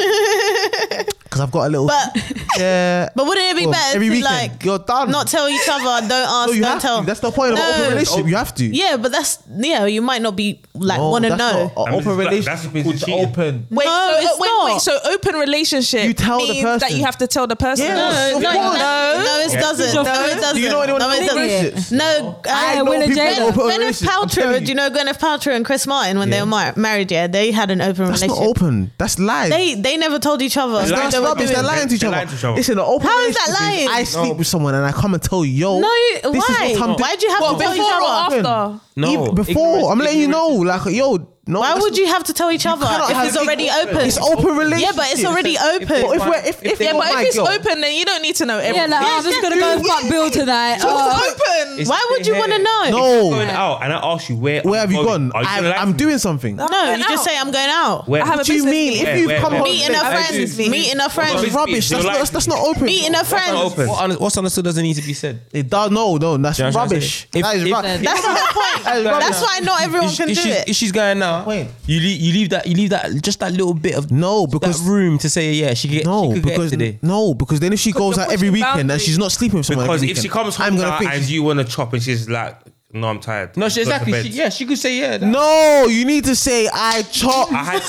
Speaker 5: I've got a little.
Speaker 1: But
Speaker 5: yeah,
Speaker 1: but wouldn't it be
Speaker 5: Well,
Speaker 1: better
Speaker 5: every
Speaker 1: to
Speaker 5: weekend
Speaker 1: like
Speaker 5: you're done.
Speaker 1: not tell each other, don't ask,
Speaker 5: no, you
Speaker 1: don't
Speaker 5: have
Speaker 1: tell.
Speaker 5: to. That's the point of an
Speaker 1: No.
Speaker 5: open relationship. You have to.
Speaker 1: yeah, but that's yeah. You might not be like want to
Speaker 5: that's
Speaker 1: know.
Speaker 3: I mean,
Speaker 5: not- an open
Speaker 3: it's like-
Speaker 5: relationship
Speaker 3: that's
Speaker 5: is
Speaker 3: called
Speaker 5: just
Speaker 3: cheating.
Speaker 5: open.
Speaker 4: Wait,
Speaker 1: No,
Speaker 4: so,
Speaker 1: it's
Speaker 4: wait,
Speaker 1: not.
Speaker 4: wait. So open relationship.
Speaker 5: You tell the
Speaker 4: means that
Speaker 5: person.
Speaker 4: you have to tell the person.
Speaker 5: Yeah.
Speaker 1: No,
Speaker 5: Of
Speaker 1: no,
Speaker 5: course.
Speaker 1: no, no, it doesn't. No, it doesn't.
Speaker 5: Do you know anyone
Speaker 1: no, it
Speaker 5: in open
Speaker 1: doesn't.
Speaker 5: relationships?
Speaker 1: No,
Speaker 2: I
Speaker 1: uh,
Speaker 2: will
Speaker 5: people
Speaker 2: enjoy
Speaker 5: in
Speaker 2: that.
Speaker 5: open
Speaker 1: Gwyneth
Speaker 5: relationships, I'm
Speaker 1: Paltrow.
Speaker 5: telling
Speaker 1: Do you know Gwyneth Paltrow and Chris Martin when they were mar- married? Yeah, they had an open
Speaker 5: That's not
Speaker 1: relationship.
Speaker 5: open. That's lies.
Speaker 1: They they never told each other.
Speaker 3: That's
Speaker 1: what
Speaker 5: That's
Speaker 1: they were
Speaker 5: rubbish. They're
Speaker 1: doing.
Speaker 5: lying to each
Speaker 3: They're
Speaker 5: other.
Speaker 3: lying to each other.
Speaker 5: It's an open
Speaker 1: How is that
Speaker 5: relationship.
Speaker 1: lying?
Speaker 5: I sleep with someone and I come and tell you, yo.
Speaker 1: No, you-
Speaker 5: this is what
Speaker 1: why?
Speaker 5: I'm
Speaker 1: Why'd you have
Speaker 4: What,
Speaker 1: to tell each
Speaker 4: before or
Speaker 1: other?
Speaker 4: after?
Speaker 5: doing.
Speaker 8: No.
Speaker 5: Even before
Speaker 8: Ignorance-
Speaker 5: I'm letting you know, like, yo, no.
Speaker 1: Why
Speaker 5: that's-
Speaker 1: would you have to tell each other
Speaker 5: cannot
Speaker 1: if
Speaker 5: have
Speaker 1: it's
Speaker 5: it
Speaker 1: already open?
Speaker 5: It's open
Speaker 1: Yeah,
Speaker 5: relationship.
Speaker 1: but it's already open.
Speaker 5: But if we're if, if,
Speaker 4: yeah,
Speaker 5: you're
Speaker 4: but
Speaker 5: my
Speaker 4: if it's
Speaker 5: girl-
Speaker 4: open, then you don't need to know
Speaker 2: Yeah,
Speaker 4: everything.
Speaker 2: like, oh, I'm just gonna go and fuck Bill tonight. Oh.
Speaker 4: It's open.
Speaker 1: Why would you want to know?
Speaker 5: no,
Speaker 3: Going out and I ask you where
Speaker 5: where have you
Speaker 3: going,
Speaker 5: gone?
Speaker 3: are you
Speaker 5: I,
Speaker 3: gonna lie to
Speaker 5: I'm
Speaker 3: me?
Speaker 5: doing something. What
Speaker 1: No,
Speaker 4: I'm
Speaker 1: you just
Speaker 4: out.
Speaker 1: say I'm going out.
Speaker 3: Where?
Speaker 4: I have a
Speaker 5: do you
Speaker 4: business
Speaker 5: mean?
Speaker 4: meeting.
Speaker 5: If you've
Speaker 3: where-
Speaker 5: come
Speaker 3: where-
Speaker 5: home,
Speaker 1: Meeting her
Speaker 5: late,
Speaker 4: friends.
Speaker 1: friends.
Speaker 4: meeting.
Speaker 1: Meeting her
Speaker 5: that's
Speaker 1: friends.
Speaker 3: Rubbish.
Speaker 5: rubbish. That's
Speaker 3: You're
Speaker 5: not,
Speaker 3: lying.
Speaker 5: that's not open.
Speaker 1: Meeting her friends.
Speaker 3: open.
Speaker 8: What un- what's understood doesn't need to be said.
Speaker 5: It does. No, no, that's
Speaker 8: what I'm
Speaker 5: rubbish.
Speaker 8: saying?
Speaker 5: That
Speaker 8: If-
Speaker 5: is
Speaker 8: if-
Speaker 5: rubbish.
Speaker 1: That's my point.
Speaker 5: That is
Speaker 1: That's
Speaker 5: rubbish.
Speaker 1: why not everyone
Speaker 8: If,
Speaker 1: can do
Speaker 8: if, she's,
Speaker 1: it.
Speaker 8: if she's going now,
Speaker 5: Wait.
Speaker 8: you leave, you leave that you leave that just that little bit of
Speaker 5: No, because
Speaker 8: that room to say yeah she could get she
Speaker 5: No,
Speaker 8: could get
Speaker 5: because
Speaker 8: today.
Speaker 5: no, because then if she goes
Speaker 4: you're
Speaker 5: out every
Speaker 4: pushing
Speaker 5: weekend and
Speaker 4: boundaries.
Speaker 5: she's not sleeping with someone,
Speaker 3: Because
Speaker 5: every
Speaker 3: if she
Speaker 5: weekend,
Speaker 3: comes home
Speaker 5: I'm gonna
Speaker 3: now
Speaker 5: think.
Speaker 3: and you want to chop and she's like, no, I'm tired.
Speaker 8: No, she,
Speaker 3: Go to
Speaker 8: exactly.
Speaker 3: bed.
Speaker 8: She, yeah, she could say yeah. that-
Speaker 5: no, you need to say I chop.
Speaker 3: I had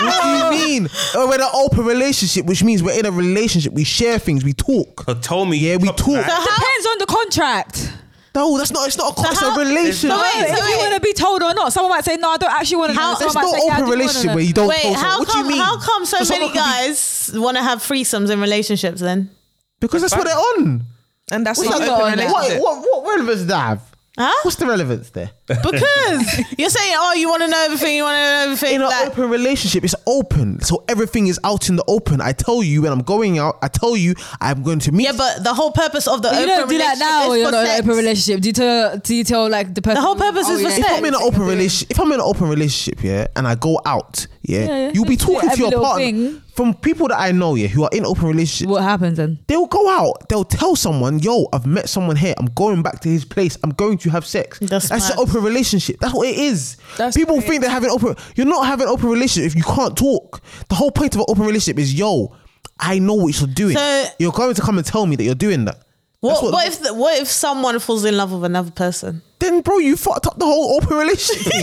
Speaker 5: what do you mean? Oh, we're in an open relationship, which means we're in a relationship. We share things. We talk.
Speaker 3: So tell me.
Speaker 5: Yeah, we
Speaker 3: chop
Speaker 5: talk.
Speaker 3: tonight.
Speaker 2: Depends on the contract.
Speaker 5: No, that's not. It's not a. co- it's
Speaker 1: how-
Speaker 5: a relationship.
Speaker 1: No,
Speaker 2: No,
Speaker 1: wait,
Speaker 2: if
Speaker 1: so
Speaker 2: you
Speaker 1: wait.
Speaker 2: want to be told or not, someone might say no, I don't actually want to know.
Speaker 5: There's
Speaker 2: Someone
Speaker 5: no
Speaker 2: might say, yeah, I
Speaker 5: open
Speaker 2: do wanna
Speaker 5: relationship
Speaker 2: know.
Speaker 5: where you don't
Speaker 1: Wait,
Speaker 5: tell someone.
Speaker 1: how
Speaker 5: What do you
Speaker 1: come,
Speaker 5: mean?
Speaker 1: how come so
Speaker 5: Because
Speaker 1: many
Speaker 5: someone could be-
Speaker 1: guys want to have threesomes in relationships then?
Speaker 5: because that's what they're on.
Speaker 4: And that's
Speaker 5: What's
Speaker 4: not
Speaker 5: that-
Speaker 4: open
Speaker 5: what,
Speaker 4: relationship.
Speaker 5: what, what relevance does that have?
Speaker 1: Huh?
Speaker 5: What's the relevance there?
Speaker 1: Because you're saying, oh, you want to know everything, you want to know everything.
Speaker 5: in an
Speaker 1: like-
Speaker 5: open relationship, it's open, so everything is out in the open. I tell you when I'm going out. I tell you I'm going to meet.
Speaker 1: yeah, but the whole purpose of the
Speaker 2: You
Speaker 1: open
Speaker 2: don't do that
Speaker 1: relationship
Speaker 2: now
Speaker 1: is
Speaker 2: when you're
Speaker 1: for
Speaker 2: not in an
Speaker 1: sex.
Speaker 2: open relationship. Do you tell, do you tell like the person?
Speaker 1: The whole purpose is for
Speaker 5: if
Speaker 1: sex.
Speaker 5: I'm in an open relationship, if I'm in an open relationship, yeah, and I go out, yeah,
Speaker 2: yeah.
Speaker 5: you'll be
Speaker 2: Just do
Speaker 5: talking to
Speaker 2: every
Speaker 5: your
Speaker 2: little
Speaker 5: partner
Speaker 2: thing.
Speaker 5: from people that I know, yeah, who are in open relationships.
Speaker 2: What happens then?
Speaker 5: They'll go out. They'll tell someone, "Yo, I've met someone here. I'm going back to his place. I'm going to have sex."
Speaker 1: That's
Speaker 5: an
Speaker 1: mad.
Speaker 5: open relationship. That's what it is.
Speaker 4: That's
Speaker 5: People
Speaker 4: crazy.
Speaker 5: think they're having open. You're not having open relationship if you can't talk. The whole point of an open relationship is, "Yo, I know what you're doing.
Speaker 1: So-
Speaker 5: you're going to come and tell me that you're doing that." That's
Speaker 1: What, what, if the, what if someone falls in love with another person?
Speaker 5: then bro, you fucked up the whole open relationship.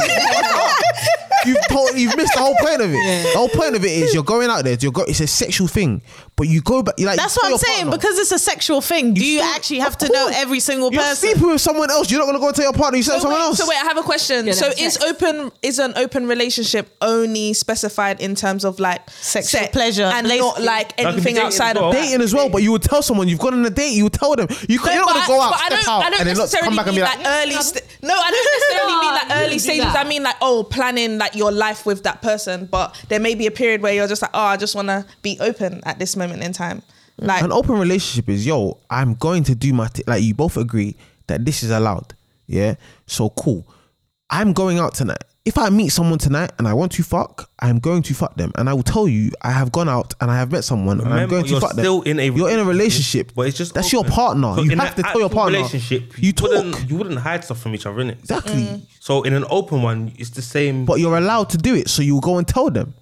Speaker 5: you've totally you've missed the whole point of it. The whole point of it is you're going out there. You're go, it's a sexual thing, but you go back. You like
Speaker 1: That's what
Speaker 5: you tell
Speaker 1: I'm
Speaker 5: your
Speaker 1: saying.
Speaker 5: partner.
Speaker 1: Because it's a sexual thing, do you
Speaker 5: still-
Speaker 1: actually have
Speaker 5: of
Speaker 1: to know
Speaker 5: course.
Speaker 1: every single
Speaker 5: you're
Speaker 1: person?
Speaker 5: sleeping with someone else. You're not gonna go and tell your partner. You tell
Speaker 4: So
Speaker 5: someone
Speaker 4: wait,
Speaker 5: else.
Speaker 4: so wait, I have a question.
Speaker 2: Yeah,
Speaker 4: so
Speaker 2: that's
Speaker 4: is
Speaker 2: sex.
Speaker 4: open is an open relationship only specified in terms of like
Speaker 1: Sexual pleasure,
Speaker 4: and
Speaker 1: place-
Speaker 4: not like
Speaker 3: be
Speaker 4: anything
Speaker 3: dating
Speaker 4: outside
Speaker 3: as well.
Speaker 4: of
Speaker 5: Dating as well, but you would tell someone you've gone on a date. You would tell them you,
Speaker 4: No,
Speaker 5: are not
Speaker 4: but
Speaker 5: gonna
Speaker 4: I-
Speaker 5: go out,
Speaker 4: but I
Speaker 5: step
Speaker 4: don't-
Speaker 5: out,
Speaker 4: I don't
Speaker 5: and then not
Speaker 4: necessarily
Speaker 5: come back and be
Speaker 4: mean,
Speaker 5: like,
Speaker 4: early. St- no, I don't necessarily mean like
Speaker 2: No, you
Speaker 4: early
Speaker 2: do
Speaker 4: stages.
Speaker 2: that.
Speaker 4: I mean like oh, planning like your life with that person, but there may be a period where you're just like oh, I just want to be open at this moment in time. Like
Speaker 5: An open relationship is yo, I'm going to do my t-. like. You both agree that this is allowed, yeah. So cool. I'm going out tonight. If I meet someone tonight and I want to fuck, I'm going to fuck them, and I will tell you I have gone out and I have met someone and I'm
Speaker 3: Remember,
Speaker 5: going to
Speaker 3: you're
Speaker 5: fuck them.
Speaker 3: still in a
Speaker 5: you're in a relationship,
Speaker 3: but it's just
Speaker 5: that's
Speaker 3: open.
Speaker 5: your partner.
Speaker 3: So
Speaker 5: you
Speaker 3: in
Speaker 5: have
Speaker 3: an
Speaker 5: to tell your
Speaker 3: actual
Speaker 5: partner.
Speaker 3: Relationship.
Speaker 5: you talk
Speaker 3: Wouldn't, you wouldn't hide stuff from each other, innit?
Speaker 5: exactly,
Speaker 4: Mm.
Speaker 3: So in an open one, it's the same.
Speaker 5: but you're allowed to do it, so you go and tell them.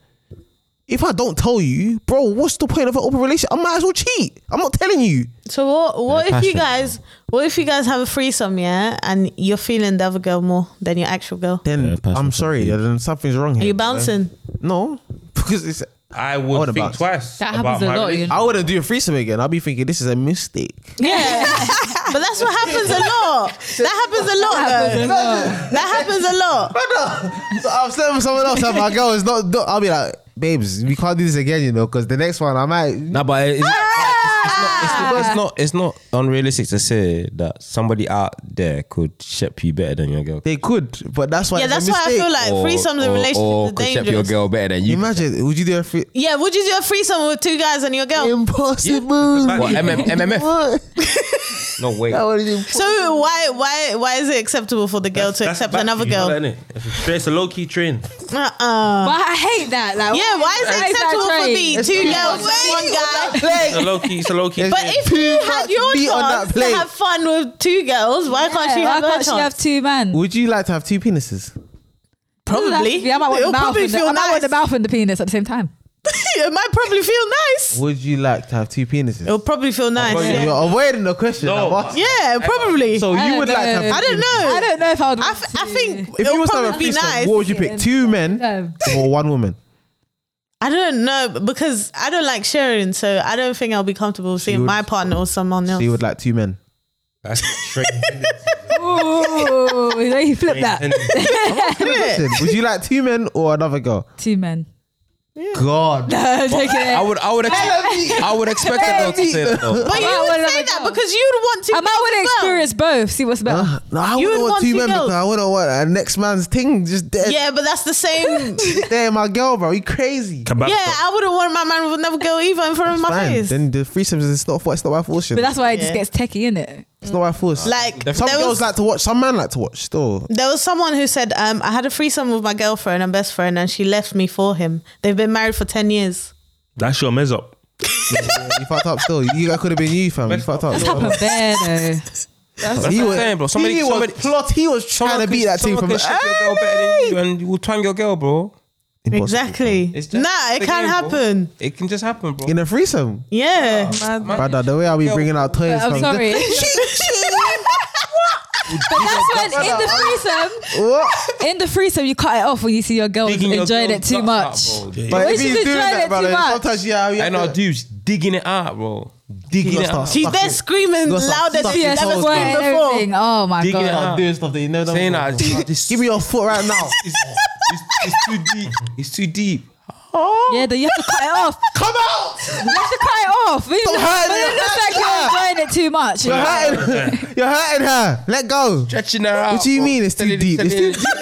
Speaker 5: If I don't tell you, bro, what's the point of an open relationship? I might as well cheat. I'm not telling you.
Speaker 1: So what? What if you
Speaker 8: passionate.
Speaker 1: guys? What if you guys have a threesome, yeah, and you're feeling the other girl more than your actual girl?
Speaker 5: Then
Speaker 8: pass
Speaker 5: I'm
Speaker 8: me some
Speaker 5: sorry.
Speaker 8: tea.
Speaker 5: Then something's wrong here.
Speaker 1: Are you
Speaker 5: bro.
Speaker 1: bouncing?
Speaker 5: No, because it's.
Speaker 3: I
Speaker 5: I
Speaker 3: would
Speaker 5: would've
Speaker 3: think
Speaker 5: bounced.
Speaker 3: twice.
Speaker 2: That
Speaker 3: about
Speaker 2: happens a
Speaker 3: my
Speaker 2: lot, you
Speaker 3: relationship.
Speaker 2: know.
Speaker 5: I wouldn't do a threesome again. I'd be thinking this is a mistake.
Speaker 1: Yeah, but that's what happens a lot. That happens a lot. Though. That happens a lot.
Speaker 5: so I'm sleeping with someone else, and my girl is not. not- I'll be like, babes, we can't do this again, you know, because the next one I might.
Speaker 8: Nah, but it's, it's
Speaker 6: not, it's,
Speaker 1: Ah.
Speaker 6: not, it's not unrealistic to say that somebody out there could ship you better than your girl.
Speaker 5: They could, but that's why.
Speaker 1: Yeah,
Speaker 5: it's
Speaker 1: that's
Speaker 5: a
Speaker 1: why I
Speaker 5: mistake.
Speaker 1: feel like threesomes and relationships
Speaker 6: or
Speaker 1: are
Speaker 6: could ship your
Speaker 1: dangerous.
Speaker 6: girl better than you.
Speaker 5: Imagine, would you do a free?
Speaker 1: Yeah, would you do a threesome with two guys and your girl?
Speaker 5: Impossible.
Speaker 6: What, MM, MMF?
Speaker 5: What?
Speaker 6: No, wait.
Speaker 5: That would be-
Speaker 1: So why why why is it acceptable for the girl to accept another girl?
Speaker 3: That, innit? If it's straight, it's a low key train.
Speaker 1: Uh-uh.
Speaker 2: But I hate that. Like,
Speaker 1: Yeah, why is it acceptable for me? Two girls, one guy.
Speaker 3: It's a low key. It's a low key.
Speaker 1: But if you had your
Speaker 5: be on that
Speaker 1: chance to
Speaker 5: plate.
Speaker 1: have fun with two girls, why can't she have
Speaker 2: why
Speaker 1: her
Speaker 2: can't
Speaker 1: chance?
Speaker 2: she have two men?
Speaker 5: Would you like to have two penises?
Speaker 1: probably.
Speaker 2: Yeah, I might want
Speaker 1: It'll
Speaker 2: the mouth
Speaker 1: probably
Speaker 2: and the,
Speaker 1: feel
Speaker 2: I might want the
Speaker 1: nice.
Speaker 2: mouth and the penis at the same time.
Speaker 1: it might probably feel nice.
Speaker 5: Would you like to have two penises?
Speaker 1: It'll probably feel nice. Yeah,
Speaker 5: You're avoiding the question.
Speaker 3: No.
Speaker 5: I'm asking.
Speaker 1: Yeah, probably.
Speaker 5: So
Speaker 2: I
Speaker 5: you
Speaker 2: don't
Speaker 5: would like to
Speaker 2: know.
Speaker 5: have?
Speaker 1: I don't know.
Speaker 2: I don't know if I would.
Speaker 1: I,
Speaker 2: want
Speaker 1: f- I
Speaker 2: to-
Speaker 1: think
Speaker 5: If
Speaker 1: it'll
Speaker 5: you must have a
Speaker 1: probably be
Speaker 5: threesome,
Speaker 1: nice.
Speaker 5: what would you pick? Two men
Speaker 2: No.
Speaker 5: or one woman?
Speaker 1: I don't know because I don't like sharing, so I don't think I'll be comfortable seeing
Speaker 5: would-
Speaker 1: my partner or someone
Speaker 5: So
Speaker 1: else.
Speaker 5: you would like two men.
Speaker 3: That's straight.
Speaker 2: Ooh, the way he flipped that.
Speaker 5: Listen, would you like two men or another girl?
Speaker 2: Two men.
Speaker 5: God.
Speaker 2: No, take it.
Speaker 6: I would, I would,
Speaker 1: E.
Speaker 6: expect, I would expect a girl to say that. though.
Speaker 1: but you
Speaker 2: might
Speaker 1: would
Speaker 2: want
Speaker 1: say
Speaker 2: another
Speaker 1: that
Speaker 2: girl.
Speaker 1: because you'd want to.
Speaker 2: I might want to experience both. See what's better.
Speaker 6: Uh,
Speaker 5: No, I
Speaker 1: You
Speaker 5: wouldn't
Speaker 1: would
Speaker 5: want,
Speaker 1: want
Speaker 5: two
Speaker 1: two
Speaker 5: men
Speaker 1: girls.
Speaker 5: because I wouldn't want a next man's thing just dead.
Speaker 1: Yeah, but that's the same.
Speaker 5: There, my girl, bro. You crazy.
Speaker 3: Kebab
Speaker 1: yeah,
Speaker 3: shop.
Speaker 1: I wouldn't want my man with another girl either in front of my
Speaker 5: Fine.
Speaker 1: face.
Speaker 5: Then the threesomes is not for it's not by force. you
Speaker 2: But
Speaker 5: know.
Speaker 2: that's why it
Speaker 1: Yeah.
Speaker 2: just gets techie, isn't it?
Speaker 5: It's not by force.
Speaker 1: Like
Speaker 5: some
Speaker 1: there
Speaker 5: girls
Speaker 1: was,
Speaker 5: like to watch. Some men like to watch. Still,
Speaker 1: there was someone who said, um, "I had a threesome with my girlfriend and best friend, and she left me for him. They've been married for ten years."
Speaker 3: That's your mess up.
Speaker 5: you fucked up. Still, you that could have been you, fam. You fucked up.
Speaker 6: Oh.
Speaker 2: Up a bear, though.
Speaker 6: That's
Speaker 5: He
Speaker 6: what I'm
Speaker 5: was,
Speaker 6: saying, bro. Somebody,
Speaker 5: he
Speaker 6: somebody,
Speaker 5: was plot. He was trying to beat that team from.
Speaker 6: Someone could ship your girl better than you, and you will twang your girl, bro.
Speaker 5: Impossible.
Speaker 1: Exactly.
Speaker 6: It's just
Speaker 1: Nah, it
Speaker 6: the
Speaker 1: can
Speaker 6: game, bro.
Speaker 1: happen.
Speaker 6: It can just happen, bro.
Speaker 5: In a threesome,
Speaker 1: Yeah.
Speaker 5: Oh, brother. The way I be
Speaker 6: Yo.
Speaker 5: bringing out toys.
Speaker 2: I'm
Speaker 5: fam.
Speaker 2: sorry. but that's when in the
Speaker 5: What?
Speaker 2: threesome, in the threesome, you cut it off when you see your girl
Speaker 6: Digging your
Speaker 2: enjoying it
Speaker 6: girl's
Speaker 2: too
Speaker 6: nuts
Speaker 2: much.
Speaker 6: out, bro.
Speaker 5: But
Speaker 2: When she's
Speaker 5: if he's doing
Speaker 2: enjoying it
Speaker 5: that,
Speaker 2: too
Speaker 5: brother,
Speaker 2: much.
Speaker 5: sometimes yeah, we have
Speaker 6: And our
Speaker 5: to-
Speaker 6: dudes digging it out, bro.
Speaker 5: You
Speaker 6: Digging
Speaker 5: gotta
Speaker 6: it out.
Speaker 5: start
Speaker 1: She's
Speaker 5: sucking.
Speaker 1: there screaming
Speaker 5: You gotta start
Speaker 1: louder than she's
Speaker 5: sucking
Speaker 2: Yes,
Speaker 1: ever
Speaker 5: toes,
Speaker 2: swear,
Speaker 5: bro.
Speaker 1: screamed before.
Speaker 2: everything. Oh my
Speaker 6: Digging it
Speaker 2: god.
Speaker 6: out.
Speaker 5: Start doing stuff that you never done
Speaker 6: Saying
Speaker 5: before.
Speaker 6: that this,
Speaker 5: Give me your foot right now.
Speaker 6: it's, it's, it's too deep. It's too deep.
Speaker 2: Yeah, then you have to cut it off.
Speaker 5: Come out!
Speaker 2: You have to cut it off. But it
Speaker 5: Stop
Speaker 2: looks-
Speaker 5: hurting
Speaker 2: but it
Speaker 5: her.
Speaker 2: looks like you're enjoying it too much.
Speaker 5: You're hurting. You're hurting her. Let go.
Speaker 6: Stretching her out.
Speaker 5: What do you
Speaker 6: bro.
Speaker 5: mean it's too
Speaker 6: Telling-
Speaker 5: deep? It's
Speaker 6: telling-
Speaker 5: too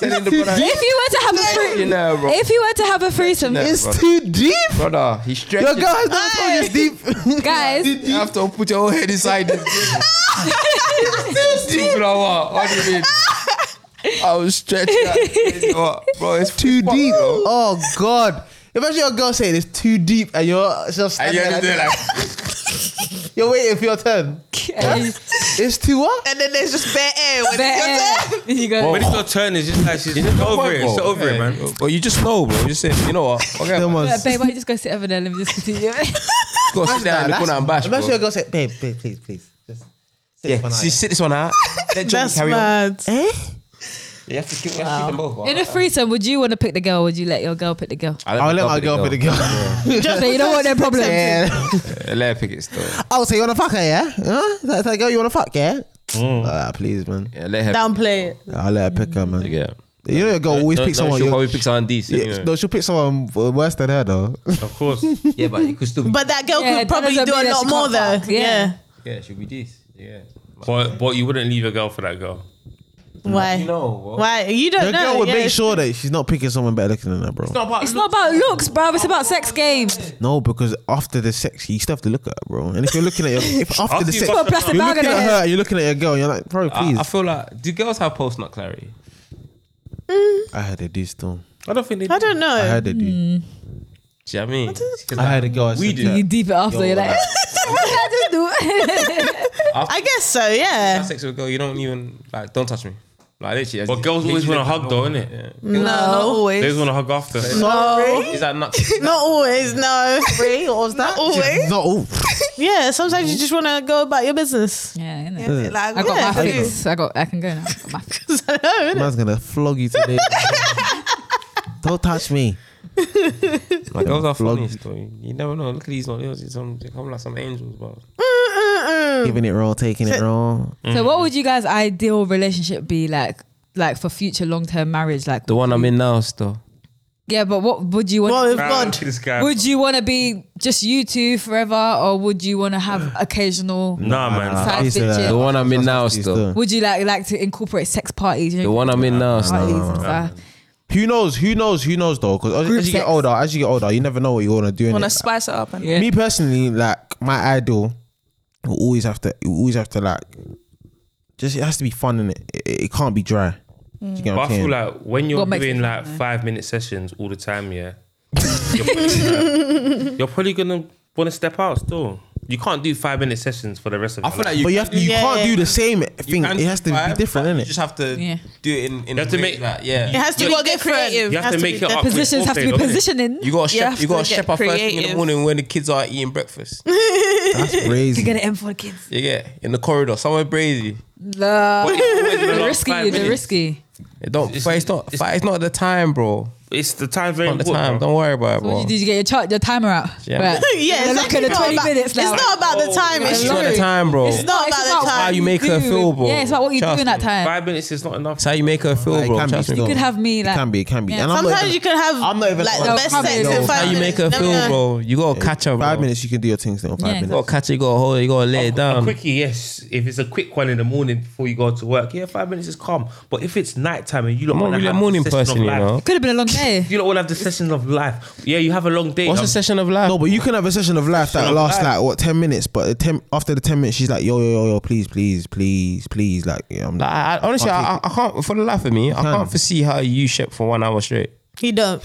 Speaker 6: Telling the brother,
Speaker 2: If you were to have a
Speaker 6: stretching
Speaker 2: free,
Speaker 6: her, bro.
Speaker 2: if you were to have a threesome,
Speaker 6: Nah.
Speaker 5: It's too deep.
Speaker 6: Brother, he's
Speaker 5: Your
Speaker 6: stretching.
Speaker 5: girl has never told you it's deep.
Speaker 2: guys,
Speaker 6: You have to put your whole head inside this. Stupid or what? What do you mean? I was stretching that. You know what? Bro, it's
Speaker 5: Too
Speaker 6: fuck,
Speaker 5: deep.
Speaker 6: bro.
Speaker 5: Oh God. Imagine your girl saying it's too deep and you're just
Speaker 6: And
Speaker 5: standing
Speaker 6: you're just
Speaker 5: there
Speaker 6: there
Speaker 5: like,
Speaker 6: like,
Speaker 5: you're waiting for your turn.
Speaker 2: okay,
Speaker 5: It's too what?
Speaker 1: And then there's just bare air. When
Speaker 2: better. You go.
Speaker 3: When it's your turn, it's just like she's over it. It's
Speaker 5: Oh,
Speaker 3: over it, man.
Speaker 6: Well, you just know, bro. You just say, you know what? Okay,
Speaker 5: Them
Speaker 6: man.
Speaker 5: ones.
Speaker 2: But babe, why you just go sit over there? Let me just continue.
Speaker 6: Go sit down in the
Speaker 5: That's-
Speaker 6: corner and bash,
Speaker 5: Imagine your
Speaker 6: bro.
Speaker 5: girl said, babe, babe, please, please. Just sit
Speaker 6: Yeah,
Speaker 5: for now,
Speaker 6: see, sit this one out. Let Johnny
Speaker 1: That's
Speaker 6: carry on.
Speaker 1: mad.
Speaker 5: Eh?
Speaker 6: You have to keep, you have to keep them both. bro.
Speaker 2: In a threesome, would you want to pick the girl? or Would you let your girl pick the girl?
Speaker 5: I'll let my girl for the girl.
Speaker 2: So you don't want their problem.
Speaker 5: Yeah.
Speaker 6: Yeah, let her pick it still.
Speaker 5: Oh, so you wanna fuck her, yeah? Huh? Is that that girl you wanna fuck, yeah?
Speaker 6: Mm.
Speaker 5: Ah, please, man.
Speaker 6: Yeah, let her.
Speaker 1: Downplay it.
Speaker 5: I'll let her pick her, man.
Speaker 6: Yeah.
Speaker 5: You know your girl always
Speaker 6: No,
Speaker 5: picks
Speaker 6: no,
Speaker 5: someone.
Speaker 6: She'll
Speaker 5: you're-
Speaker 6: probably pick someone decent.
Speaker 5: yeah,
Speaker 6: Yeah,
Speaker 5: no, she'll pick someone worse than her though.
Speaker 3: Of course.
Speaker 6: yeah, but he could still. Be,
Speaker 1: But that girl
Speaker 2: Yeah,
Speaker 1: could
Speaker 2: that
Speaker 1: probably
Speaker 2: doesn't
Speaker 1: do
Speaker 2: mean
Speaker 1: a
Speaker 2: that
Speaker 1: lot
Speaker 2: she
Speaker 1: more though.
Speaker 2: can't fuck.
Speaker 1: Yeah.
Speaker 2: Yeah.
Speaker 6: yeah, she'll be this. Yeah.
Speaker 3: But but you wouldn't leave a girl for that girl.
Speaker 1: Why?
Speaker 6: You know, bro.
Speaker 1: Why? You don't
Speaker 5: Your
Speaker 1: know.
Speaker 5: girl would
Speaker 1: yeah.
Speaker 5: make sure that she's not picking someone better looking than her, bro.
Speaker 2: It's not about looks, bro. It's about sex game.
Speaker 5: No, because after the sex, you still have to look at her, bro. And if you're looking at your, if after,
Speaker 3: After
Speaker 5: the
Speaker 3: you
Speaker 5: sex,
Speaker 3: fuck her
Speaker 2: Plastic
Speaker 5: you're
Speaker 2: bag
Speaker 5: looking
Speaker 2: in
Speaker 5: at
Speaker 2: her
Speaker 5: her, you're looking at your girl, you're like, bro,
Speaker 6: I,
Speaker 5: please.
Speaker 6: I feel like do girls have post nut clarity?
Speaker 5: I heard they do still.
Speaker 3: I don't think they
Speaker 1: I don't
Speaker 5: I
Speaker 1: know.
Speaker 5: heard they do.
Speaker 6: Do you know what I mean? 'Cause
Speaker 5: I heard a girl.
Speaker 6: We
Speaker 5: said
Speaker 6: do.
Speaker 2: Mm. You
Speaker 5: that.
Speaker 2: deep it after.
Speaker 5: Yo,
Speaker 2: you're like, what did I just do?
Speaker 1: I guess so, yeah.
Speaker 6: have sex with a girl, you don't even like. Don't touch me. Like literally.
Speaker 3: But girls always want to hug though, innit?
Speaker 6: Yeah.
Speaker 1: No, not
Speaker 3: They
Speaker 1: always.
Speaker 3: always want to hug after.
Speaker 6: Is that nuts?
Speaker 1: Not always, no. Not always.
Speaker 5: Not all.
Speaker 1: Yeah, sometimes you just want to go about your business.
Speaker 2: yeah, innit?
Speaker 4: Like,
Speaker 2: I got
Speaker 1: Yeah,
Speaker 2: my
Speaker 1: I do.
Speaker 2: fix. I got. I can go now. I got my fix.
Speaker 5: Man's gonna flog you today. Don't touch me.
Speaker 6: My girls are
Speaker 5: Flog
Speaker 6: funny. though. You never know. Look at these ones. These some they come like some angels, bro.
Speaker 5: Giving it raw, taking it raw.
Speaker 6: Mm.
Speaker 2: So, what would you guys' ideal relationship be like? Like for future long term marriage, like
Speaker 6: The one I'm in now, still.
Speaker 2: Yeah, but what would you want?
Speaker 1: Well, if
Speaker 3: Ah,
Speaker 1: God.
Speaker 3: this guy.
Speaker 2: Would you want to be just you two forever, or would you want to have occasional?
Speaker 3: Nah, man.
Speaker 2: Side
Speaker 5: Nah, he's, uh,
Speaker 2: bitches?
Speaker 9: The one I'm in now
Speaker 5: he's
Speaker 9: still.
Speaker 5: done.
Speaker 2: Would you like like to incorporate sex parties? You know,
Speaker 9: The one I'm in now
Speaker 2: parties
Speaker 9: still.
Speaker 2: and stuff.
Speaker 5: Who knows? Who knows? Who knows though? Because as,
Speaker 2: Group
Speaker 5: as you get
Speaker 2: sex.
Speaker 5: older, as you get older, you never know what you want to do.
Speaker 4: want to
Speaker 5: innit?
Speaker 4: spice it up and
Speaker 2: Yeah.
Speaker 5: Me personally, like my idol, will always have to will always have to like, just it has to be fun in it. It, it can't be dry. Do you
Speaker 3: But
Speaker 5: get what
Speaker 3: I
Speaker 5: I'm saying?
Speaker 3: feel like when you're
Speaker 2: What makes
Speaker 3: doing
Speaker 2: it
Speaker 3: like five minute sessions all the time, yeah, you're probably, like, you're probably gonna want to step out still. You can't do five minute sessions for the rest of.
Speaker 6: I
Speaker 3: your
Speaker 6: feel
Speaker 3: life.
Speaker 6: like you,
Speaker 5: but you have to, you
Speaker 1: Yeah,
Speaker 5: can't
Speaker 1: yeah.
Speaker 5: do the same thing.
Speaker 6: can
Speaker 5: It has to be
Speaker 6: survive,
Speaker 5: different,
Speaker 6: but
Speaker 5: innit?
Speaker 6: You just have to
Speaker 2: Yeah.
Speaker 6: do it in. in
Speaker 3: You have to
Speaker 6: a way
Speaker 3: make-
Speaker 6: that, yeah.
Speaker 1: It has to
Speaker 3: You
Speaker 1: be
Speaker 3: gotta
Speaker 1: different.
Speaker 4: creative.
Speaker 3: you
Speaker 1: It
Speaker 3: have,
Speaker 1: has
Speaker 3: to,
Speaker 1: be
Speaker 3: make it up.
Speaker 1: different.
Speaker 3: with
Speaker 2: Positions have to be
Speaker 3: foreplay, don't it?
Speaker 2: positioning
Speaker 6: You gotta
Speaker 4: You
Speaker 6: shep-
Speaker 4: have
Speaker 6: you gotta
Speaker 4: to get
Speaker 6: shepherd first thing in the
Speaker 4: creative.
Speaker 6: morning when the kids are eating breakfast.
Speaker 5: That's crazy.
Speaker 2: to get it in for the kids.
Speaker 6: You get in the corridor, somewhere brazy.
Speaker 2: The, the
Speaker 3: been like five
Speaker 2: risky, the
Speaker 3: minutes.
Speaker 2: risky.
Speaker 6: It don't. but it's not. but it's not the time, bro.
Speaker 3: It's the time very
Speaker 6: Not the
Speaker 3: important,
Speaker 6: time.
Speaker 3: bro.
Speaker 6: Don't worry about
Speaker 2: What
Speaker 6: it, bro.
Speaker 2: did you, did you get your chart, your timer out?
Speaker 6: Yeah.
Speaker 2: Right.
Speaker 1: yeah,
Speaker 2: You're
Speaker 1: exactly.
Speaker 2: looking
Speaker 1: It's
Speaker 2: at
Speaker 1: not
Speaker 2: 20
Speaker 1: about-
Speaker 2: minutes now.
Speaker 1: It's not about
Speaker 3: Oh,
Speaker 1: the time. It's
Speaker 6: It's not the
Speaker 1: true.
Speaker 6: time, bro.
Speaker 1: It's
Speaker 6: It's
Speaker 1: not about the
Speaker 2: how
Speaker 1: time.
Speaker 6: you make her
Speaker 2: do.
Speaker 6: feel, bro.
Speaker 2: Yeah, it's about what you
Speaker 6: Trust
Speaker 2: do in that
Speaker 6: me.
Speaker 2: time.
Speaker 3: Five minutes is not enough.
Speaker 6: how you make her feel,
Speaker 5: Like, it
Speaker 6: bro.
Speaker 5: can be
Speaker 6: Trust me.
Speaker 2: You
Speaker 5: still.
Speaker 2: could have me
Speaker 5: it
Speaker 2: like
Speaker 5: can be. It can be.
Speaker 2: Yeah.
Speaker 5: And I'm not
Speaker 1: Sometimes
Speaker 5: even-
Speaker 1: you can have
Speaker 5: I'm not even-
Speaker 1: like
Speaker 5: No,
Speaker 1: the best
Speaker 2: come
Speaker 1: sex
Speaker 2: here,
Speaker 1: in
Speaker 2: no.
Speaker 1: five
Speaker 6: How you make
Speaker 1: minutes.
Speaker 6: her
Speaker 1: Never
Speaker 6: feel,
Speaker 1: know.
Speaker 6: bro. You gotta catch her, bro.
Speaker 5: five minutes. You can do your things still in five
Speaker 2: Yeah.
Speaker 6: You gotta
Speaker 5: minutes.
Speaker 6: catch her. You gotta hold her. You gotta lay it
Speaker 3: A
Speaker 6: down.
Speaker 3: quickie, yes. If it's a quick one in the morning before you go to work, yeah, five minutes is calm. But if it's nighttime and you lot
Speaker 6: I'm
Speaker 3: want
Speaker 6: not
Speaker 3: to
Speaker 6: really a
Speaker 3: have
Speaker 6: morning
Speaker 3: the session
Speaker 6: person,
Speaker 3: of
Speaker 6: you
Speaker 3: life,
Speaker 6: know.
Speaker 2: Could have been a long day.
Speaker 3: you lot will have the session of life. Yeah, you have a long day.
Speaker 6: What's
Speaker 3: um,
Speaker 6: the session of life?
Speaker 5: No, but you can have a session of life that
Speaker 3: of
Speaker 5: lasts
Speaker 3: life.
Speaker 5: like what ten minutes. But the ten, after the ten minutes, she's like, yo, yo, yo, yo, please, please, please, please. Like, yeah, I'm
Speaker 6: Like, I, I- honestly, I, I, I can't. For the life of me, I can't foresee how you ship for one hour straight.
Speaker 1: You don't.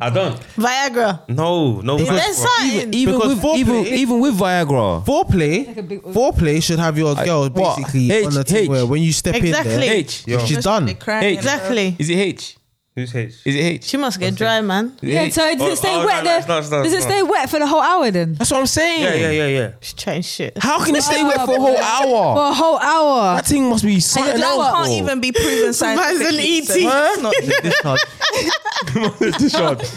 Speaker 3: I don't.
Speaker 1: Viagra.
Speaker 3: No, no.
Speaker 1: Is there
Speaker 3: that's wrong.
Speaker 1: something?
Speaker 6: Even
Speaker 5: Because
Speaker 6: with even
Speaker 5: foreplay-
Speaker 6: even with Viagra,
Speaker 5: foreplay.
Speaker 2: a big-
Speaker 5: foreplay should have your girl
Speaker 6: what?
Speaker 5: basically
Speaker 6: H-
Speaker 5: on the thing
Speaker 6: H.
Speaker 5: where when you step in
Speaker 1: Exactly.
Speaker 5: there,
Speaker 6: H.
Speaker 5: if she's done.
Speaker 4: They crying.
Speaker 6: Hey,
Speaker 1: Exactly.
Speaker 6: Is it H?
Speaker 3: Who's H?
Speaker 6: Is it H?
Speaker 1: She must get dry, man.
Speaker 6: Is it
Speaker 2: Yeah,
Speaker 6: H?
Speaker 2: so does
Speaker 3: Oh,
Speaker 2: it stay
Speaker 3: oh, no,
Speaker 2: wet
Speaker 3: no,
Speaker 2: there?
Speaker 3: it's not, it's not,
Speaker 2: Does it
Speaker 3: it's not.
Speaker 2: stay wet for the whole hour then?
Speaker 6: That's what I'm saying.
Speaker 3: Yeah, yeah, yeah, yeah.
Speaker 1: She's chatting shit.
Speaker 6: How can it stay wet for a whole
Speaker 2: For
Speaker 6: hour?
Speaker 2: a whole hour.
Speaker 6: That thing must be something
Speaker 4: That
Speaker 6: else.
Speaker 5: Oh.
Speaker 2: what?
Speaker 4: Oh, can't
Speaker 6: bro.
Speaker 4: even be proven
Speaker 5: E
Speaker 4: scientifically.
Speaker 1: Man's an ET.
Speaker 4: so it's not-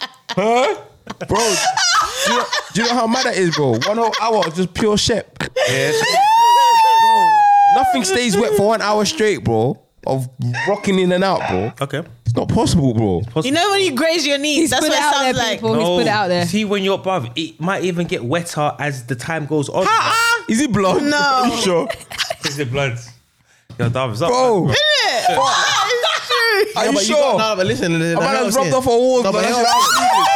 Speaker 6: bro. Do you, know, do you know how mad that is, bro? One whole hour of just pure shep. bro, nothing stays wet for one hour straight, bro. Of rocking in and out, bro.
Speaker 3: Okay.
Speaker 6: It's not possible, bro.
Speaker 1: You know when you graze your knees, that's
Speaker 2: put
Speaker 1: what
Speaker 2: it
Speaker 1: it
Speaker 2: out
Speaker 1: sounds
Speaker 2: there,
Speaker 1: like.
Speaker 2: people. Always put it out there.
Speaker 3: See, when you're above, it might even get wetter as the time goes on.
Speaker 5: ah!
Speaker 6: Is it blonde?
Speaker 1: No.
Speaker 6: Are you sure?
Speaker 3: Is it blood? Yo, Darvin's up.
Speaker 6: Bro.
Speaker 3: man.
Speaker 6: Are
Speaker 5: but
Speaker 6: you
Speaker 5: you
Speaker 6: sure?
Speaker 5: got- no, but listen, the- the-
Speaker 6: A man
Speaker 5: the-
Speaker 6: has rubbed off a wall,
Speaker 5: No,
Speaker 6: bro.
Speaker 5: but
Speaker 6: That's
Speaker 5: that's-
Speaker 6: what I'm thinking.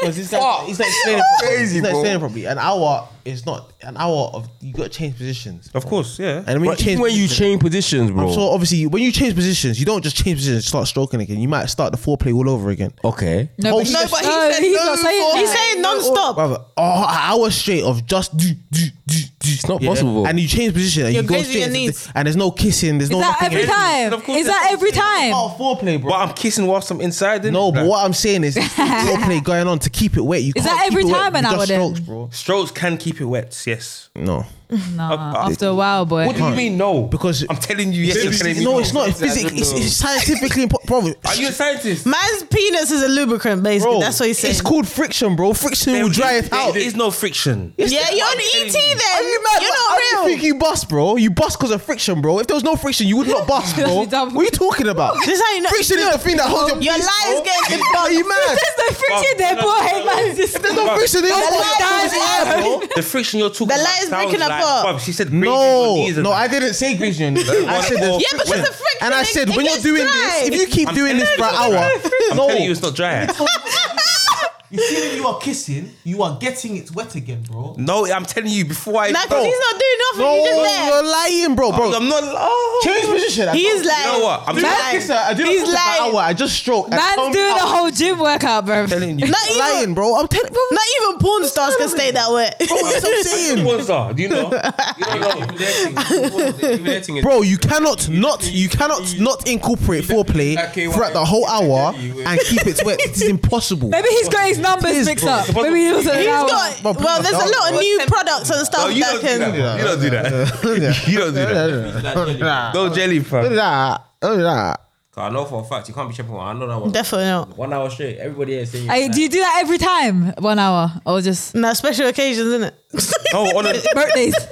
Speaker 5: Because he's
Speaker 6: Fuck.
Speaker 5: not, he's not explaining properly.
Speaker 6: Crazy,
Speaker 5: he's not
Speaker 6: bro.
Speaker 5: explaining properly. An hour is not an hour of you got to change positions.
Speaker 3: Of course, yeah.
Speaker 5: And when
Speaker 6: Bro,
Speaker 5: you change,
Speaker 6: even when you
Speaker 5: positions-
Speaker 6: change positions, bro.
Speaker 5: so obviously you- when you change positions, you don't just change positions, start stroking again. You might start the foreplay all over again.
Speaker 6: okay.
Speaker 2: No,
Speaker 5: Oh,
Speaker 2: but, he-
Speaker 5: no, but
Speaker 4: he said
Speaker 2: he's
Speaker 4: no
Speaker 2: not saying
Speaker 4: for-
Speaker 2: that.
Speaker 1: He's saying non-stop.
Speaker 5: Brother, oh, an hour straight of just do do do do. It's
Speaker 6: not possible.
Speaker 5: And you change position and
Speaker 1: You're
Speaker 5: you go
Speaker 1: grazing
Speaker 5: straight
Speaker 1: your
Speaker 5: into
Speaker 1: knees.
Speaker 5: the- and there's no kissing. There's
Speaker 2: Is
Speaker 5: no
Speaker 2: that
Speaker 5: nothing.
Speaker 2: every
Speaker 3: Of
Speaker 2: time?
Speaker 3: course
Speaker 2: Is that
Speaker 3: that's-
Speaker 2: every time?
Speaker 5: Oh, foreplay, bro.
Speaker 3: But I'm kissing whilst I'm inside. innit?
Speaker 5: no, but
Speaker 3: Like,
Speaker 5: what I'm saying is it's foreplay going on to keep it wet. You
Speaker 2: Is
Speaker 5: can't
Speaker 2: that
Speaker 5: keep
Speaker 2: every
Speaker 5: it wet
Speaker 2: time
Speaker 5: with
Speaker 2: an hour
Speaker 5: just
Speaker 2: then?
Speaker 5: strokes, bro.
Speaker 3: Strokes can keep it wet, yes.
Speaker 5: No.
Speaker 2: Nah, after a while, boy.
Speaker 3: What do you mean no?
Speaker 5: Because-
Speaker 3: I'm telling you yes. You're telling me
Speaker 5: no, it's not. It's, physic- it's, it's scientifically impossible.
Speaker 3: Are you a scientist?
Speaker 1: Man's penis is a lubricant, basically. that's what he's saying.
Speaker 5: It's called friction, bro. Friction will dry it out.
Speaker 3: There is no friction.
Speaker 1: Yeah, you're an
Speaker 5: E
Speaker 1: ET then.
Speaker 5: Are you mad?
Speaker 1: You're
Speaker 5: How
Speaker 1: not
Speaker 5: do you
Speaker 1: real.
Speaker 5: think you bust, bro? You bust because of friction, bro. If there was no friction, you would not bust, bro.
Speaker 2: That's dumb.
Speaker 5: what are you talking about?
Speaker 1: This is how you know-
Speaker 5: friction is the thing that holds your
Speaker 1: Your
Speaker 5: penis,
Speaker 1: lies
Speaker 5: bro.
Speaker 1: getting debunked.
Speaker 5: Are you mad?
Speaker 2: There's no friction there,
Speaker 3: no, no,
Speaker 2: boy.
Speaker 3: no.
Speaker 2: Man's just.
Speaker 5: If there's no friction, they
Speaker 1: The
Speaker 5: don't
Speaker 1: lies
Speaker 5: bust.
Speaker 1: is out.
Speaker 3: The friction you're talking
Speaker 1: The
Speaker 3: about
Speaker 1: light is
Speaker 3: sounds
Speaker 1: breaking
Speaker 3: like,
Speaker 1: apart.
Speaker 3: Bruv, she said
Speaker 5: No, no, I didn't say friction. I said there's
Speaker 1: Yeah, because
Speaker 5: friction.
Speaker 1: the friction
Speaker 5: And I
Speaker 1: makes-
Speaker 5: said
Speaker 1: it
Speaker 5: when you're
Speaker 1: gets
Speaker 5: doing
Speaker 1: dry.
Speaker 5: this, if you keep
Speaker 3: I'm
Speaker 5: doing this for an
Speaker 3: telling you
Speaker 5: hour,
Speaker 3: I'm
Speaker 5: no.
Speaker 3: telling you, it's not dry.
Speaker 5: You see, when you are kissing, you are getting it wet again, bro.
Speaker 3: No, I'm telling you before I.
Speaker 1: Nah, because he's not doing nothing.
Speaker 5: No,
Speaker 1: he's just
Speaker 5: you're
Speaker 1: there.
Speaker 5: lying, bro, bro.
Speaker 3: I'm not. Oh.
Speaker 5: Change position. I
Speaker 1: He
Speaker 5: don't-
Speaker 1: is like.
Speaker 3: know what? I'm
Speaker 5: Do
Speaker 3: lying.
Speaker 5: not kiss her. I do not
Speaker 1: He's
Speaker 5: kiss her for an
Speaker 1: lying.
Speaker 5: hour. I just stroked. I
Speaker 2: Man's
Speaker 5: come
Speaker 2: doing the
Speaker 5: out.
Speaker 2: whole gym workout, bro.
Speaker 3: telling you.
Speaker 1: Not even,
Speaker 5: lying, bro. I'm telling bro.
Speaker 1: not even porn stars can stay that wet.
Speaker 5: That's what I'm
Speaker 3: Who
Speaker 5: saying.
Speaker 3: was that? Do you know? You don't know.
Speaker 5: Bro, you cannot not you cannot not incorporate foreplay throughout the whole hour and keep it wet. It is impossible.
Speaker 2: Maybe he's got his numbers mixed up. Maybe he was an
Speaker 1: He's
Speaker 2: hour.
Speaker 1: got.
Speaker 5: Bro,
Speaker 1: Well, there's a lot of new products and stuff
Speaker 3: No, you
Speaker 1: that
Speaker 3: don't do
Speaker 1: can.
Speaker 3: that. You don't do that. You don't do that. No jelly, fam.
Speaker 10: I know for a fact you can't be tripping one. I know that one.
Speaker 1: Definitely not.
Speaker 10: One hour straight. Everybody here is saying.
Speaker 2: Hey, do you do that every time? One hour or just
Speaker 1: No special occasions, isn't it?
Speaker 3: No, on a
Speaker 2: birthdays?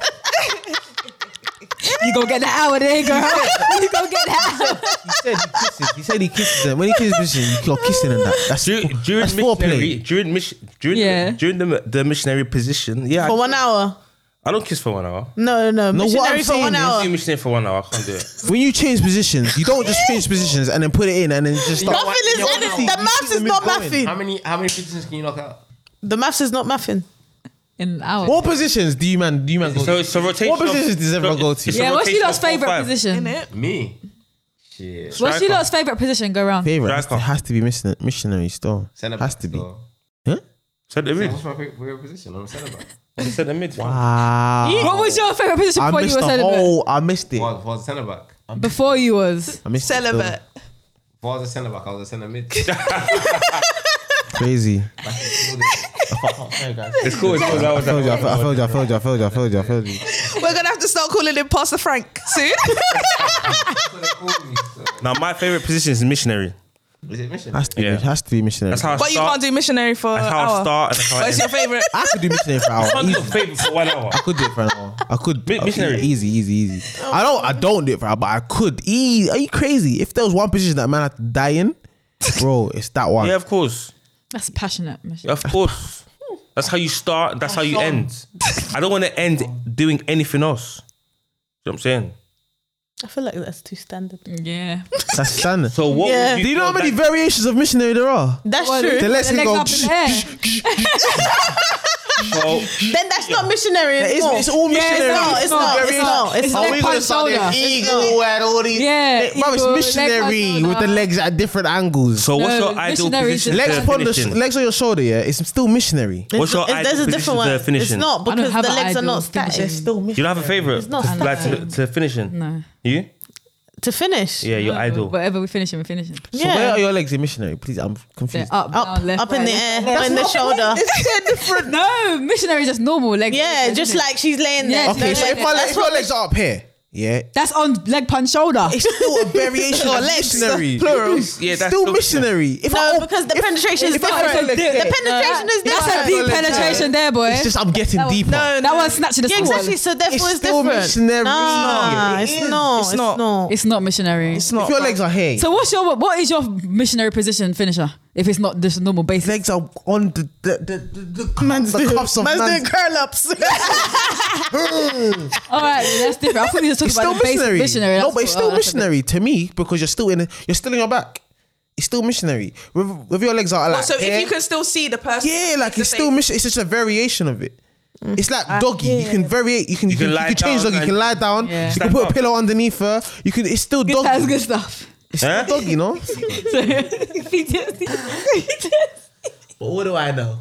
Speaker 2: You go get that hour there, girl. you go get that hour.
Speaker 5: He said he kisses. He said he kisses them. When he kisses bitches, you're kissing and that. That's
Speaker 3: During, during
Speaker 5: that's
Speaker 3: missionary,
Speaker 5: foreplay.
Speaker 3: during mission, during,
Speaker 2: Yeah.
Speaker 3: during the, the missionary position, yeah,
Speaker 1: For
Speaker 3: I,
Speaker 1: one hour.
Speaker 3: I don't kiss for one hour.
Speaker 1: No, no, no.
Speaker 5: No, what
Speaker 1: Missionary
Speaker 5: I'm
Speaker 1: for one
Speaker 5: saying is-
Speaker 3: I
Speaker 1: hour.
Speaker 3: don't do missionary for one hour. I can't do it.
Speaker 5: When you change positions, you don't just change positions and then put it in and then just start.
Speaker 1: Nothing is anything. The maths is not mathing.
Speaker 8: How many how many pigeons can you knock out?
Speaker 1: The maths is not mathing.
Speaker 2: In an hour.
Speaker 5: What positions do you man? Do you man go?
Speaker 3: So
Speaker 5: to?
Speaker 3: it's a rotation.
Speaker 5: What
Speaker 3: of-
Speaker 5: positions does everyone
Speaker 3: so
Speaker 5: go
Speaker 3: it's-
Speaker 5: to?
Speaker 3: it's a
Speaker 2: yeah, what's
Speaker 3: rotation
Speaker 2: your lot's
Speaker 3: of four or
Speaker 2: favourite
Speaker 3: five.
Speaker 2: position?
Speaker 8: Me. Shit.
Speaker 2: What's your
Speaker 3: Striker.
Speaker 2: lot's favourite position? Go round.
Speaker 5: Favorite has to,
Speaker 3: Striker.
Speaker 5: has to be mission, missionary still.
Speaker 8: Centre
Speaker 5: has
Speaker 8: back,
Speaker 5: to be.
Speaker 8: so-
Speaker 5: Huh?
Speaker 3: Set the mid.
Speaker 8: What's my favorite, favorite position? I'm a centre back.
Speaker 3: Set the mid. fam.
Speaker 5: Ah,
Speaker 2: What was your favourite position
Speaker 5: I
Speaker 2: before you
Speaker 5: missed
Speaker 2: were
Speaker 5: the
Speaker 2: celibate?
Speaker 5: whole. I missed it.
Speaker 8: Was was a centre back.
Speaker 2: Before you was.
Speaker 5: I missed it.
Speaker 4: Celibate.
Speaker 5: still.
Speaker 8: Was a centre back. I was a centre mid.
Speaker 5: Crazy.
Speaker 3: It's cool. It's cool. That was
Speaker 5: I failed you. I failed you. I failed you. I failed you. I failed you. I failed you.
Speaker 4: We're gonna have to start calling him Pastor Frank soon.
Speaker 3: Now my favorite position is missionary.
Speaker 8: Is it mission?
Speaker 5: Has to be.
Speaker 3: Yeah.
Speaker 5: Has to be missionary.
Speaker 3: That's how I
Speaker 4: but
Speaker 3: start.
Speaker 4: you can't do missionary for
Speaker 3: that's
Speaker 4: an
Speaker 3: how I
Speaker 4: hour.
Speaker 3: start. And that's how I
Speaker 4: But it's your
Speaker 3: end.
Speaker 4: favorite.
Speaker 5: I could do missionary for hours.
Speaker 3: I can't do
Speaker 5: Easy.
Speaker 3: a favorite for one hour.
Speaker 5: I could do it for an hour. I could
Speaker 3: Mi- missionary.
Speaker 5: Easy, easy, easy. I don't. I don't do it for an hour, but I could. Easy. Are you crazy? If there was one position that man had to die in, bro, it's that one.
Speaker 3: Yeah, of course.
Speaker 2: That's passionate. Michelle.
Speaker 3: Of course. That's how you start. That's how you end. I don't want to end doing anything else. You know what I'm saying?
Speaker 1: I feel like that's too standard.
Speaker 2: Yeah.
Speaker 5: That's standard.
Speaker 3: So what?
Speaker 1: Yeah.
Speaker 3: would
Speaker 5: do you know how many
Speaker 3: like-
Speaker 5: variations of missionary there are?
Speaker 1: That's
Speaker 2: Well,
Speaker 1: true.
Speaker 5: The legs
Speaker 2: The
Speaker 5: can go.
Speaker 2: legs up in the air.
Speaker 3: so,
Speaker 1: Then that's not missionary
Speaker 5: It's,
Speaker 1: anymore.
Speaker 5: it's all missionary.
Speaker 1: not, it's not, it's not, it's
Speaker 3: Oh,
Speaker 5: Are
Speaker 1: not.
Speaker 5: we gonna
Speaker 2: It's
Speaker 5: start
Speaker 2: not.
Speaker 5: this eagle and all these?
Speaker 2: Yeah,
Speaker 5: Hey,
Speaker 2: eagle,
Speaker 5: bro,
Speaker 2: leg
Speaker 5: it's missionary
Speaker 2: pasta,
Speaker 5: with the
Speaker 2: nah.
Speaker 5: legs at different angles.
Speaker 3: so what's
Speaker 2: No,
Speaker 3: your ideal
Speaker 2: missionary
Speaker 3: position?
Speaker 2: is
Speaker 3: to
Speaker 2: just-
Speaker 5: legs
Speaker 3: the
Speaker 5: upon the sh-
Speaker 3: finishing?
Speaker 5: legs on your shoulder. Yeah, it's still missionary.
Speaker 3: What's your
Speaker 1: It's-
Speaker 3: ideal
Speaker 1: there's a
Speaker 3: position
Speaker 1: different
Speaker 3: to
Speaker 1: one.
Speaker 3: the
Speaker 1: It's
Speaker 3: finishing?
Speaker 1: not
Speaker 2: don't
Speaker 1: because
Speaker 2: have
Speaker 1: the
Speaker 2: an
Speaker 1: legs are
Speaker 2: ideal
Speaker 1: not static.
Speaker 2: finishing.
Speaker 1: Still
Speaker 3: Do you don't have a favorite?
Speaker 1: not
Speaker 3: to, like to,
Speaker 1: standard.
Speaker 3: to finishing.
Speaker 2: No.
Speaker 3: You?
Speaker 1: to finish.
Speaker 3: Yeah, your idol.
Speaker 2: Whatever we finish, we finish.
Speaker 5: So
Speaker 1: Yeah.
Speaker 5: where are your legs in missionary? Please, I'm
Speaker 2: They're
Speaker 5: confused.
Speaker 2: up,
Speaker 1: Up,
Speaker 2: down, left,
Speaker 1: up in
Speaker 2: right,
Speaker 1: the
Speaker 2: left.
Speaker 1: air, in the shoulder.
Speaker 2: No, missionary is just normal leg.
Speaker 1: Yeah,
Speaker 2: isn't
Speaker 1: just
Speaker 2: it?
Speaker 1: like she's laying there.
Speaker 2: Yeah,
Speaker 5: Okay, so
Speaker 2: No,
Speaker 5: if
Speaker 2: no,
Speaker 5: my le-
Speaker 1: that's
Speaker 5: if your
Speaker 1: what-
Speaker 5: legs are up here, yeah,
Speaker 2: that's on leg punch shoulder.
Speaker 5: It's still a variation of missionary.
Speaker 4: plural.
Speaker 3: Yeah, that's
Speaker 5: still
Speaker 3: still
Speaker 5: missionary. If
Speaker 1: No,
Speaker 5: I op-
Speaker 1: because the penetration is
Speaker 5: if I
Speaker 1: different.
Speaker 5: felt like
Speaker 1: the
Speaker 5: that-
Speaker 1: penetration is
Speaker 2: That's
Speaker 1: different.
Speaker 2: a deep penetration there, boy.
Speaker 5: it's just I'm getting
Speaker 2: was-
Speaker 5: deeper.
Speaker 4: No,
Speaker 2: that one's snatching the
Speaker 1: Yeah,
Speaker 2: sword.
Speaker 1: exactly. So therefore, it's,
Speaker 5: It's still
Speaker 1: different.
Speaker 5: missionary.
Speaker 1: Nah,
Speaker 5: It's not.
Speaker 1: it's,
Speaker 5: It is.
Speaker 1: not. It's,
Speaker 4: It's not.
Speaker 1: not.
Speaker 2: It's not missionary.
Speaker 4: It's not.
Speaker 5: if your legs are here,
Speaker 2: so what's your what is your missionary position finisher? If it's not just normal basic.
Speaker 5: legs are on the the the, the, the, man's the cups of
Speaker 1: man's
Speaker 5: man's.
Speaker 1: doing curl ups.
Speaker 2: All right, that's different. I thought we were talking
Speaker 5: It's still
Speaker 2: about the basic
Speaker 5: missionary.
Speaker 2: missionary.
Speaker 5: No,
Speaker 2: That's
Speaker 5: but it's
Speaker 2: what- oh, that's a
Speaker 5: still
Speaker 2: bit-
Speaker 5: missionary to me because you're still in a, you're still in your back. It's still missionary. With, with your legs out like
Speaker 4: So
Speaker 5: here,
Speaker 4: if you can still see the person,
Speaker 5: yeah, like
Speaker 4: the
Speaker 5: it's still
Speaker 4: same.
Speaker 5: mission. It's just a variation of it. It's like doggy. You can variate. You can you
Speaker 3: can
Speaker 5: can, you
Speaker 3: lie
Speaker 5: can change
Speaker 3: down
Speaker 5: doggy. You
Speaker 3: and
Speaker 5: can lie down.
Speaker 2: Yeah.
Speaker 5: You can
Speaker 3: Stand
Speaker 5: put
Speaker 3: up.
Speaker 5: a pillow underneath her. You can. It's still doggy.
Speaker 2: That's good stuff.
Speaker 5: It's still doggy. You know. what do I know?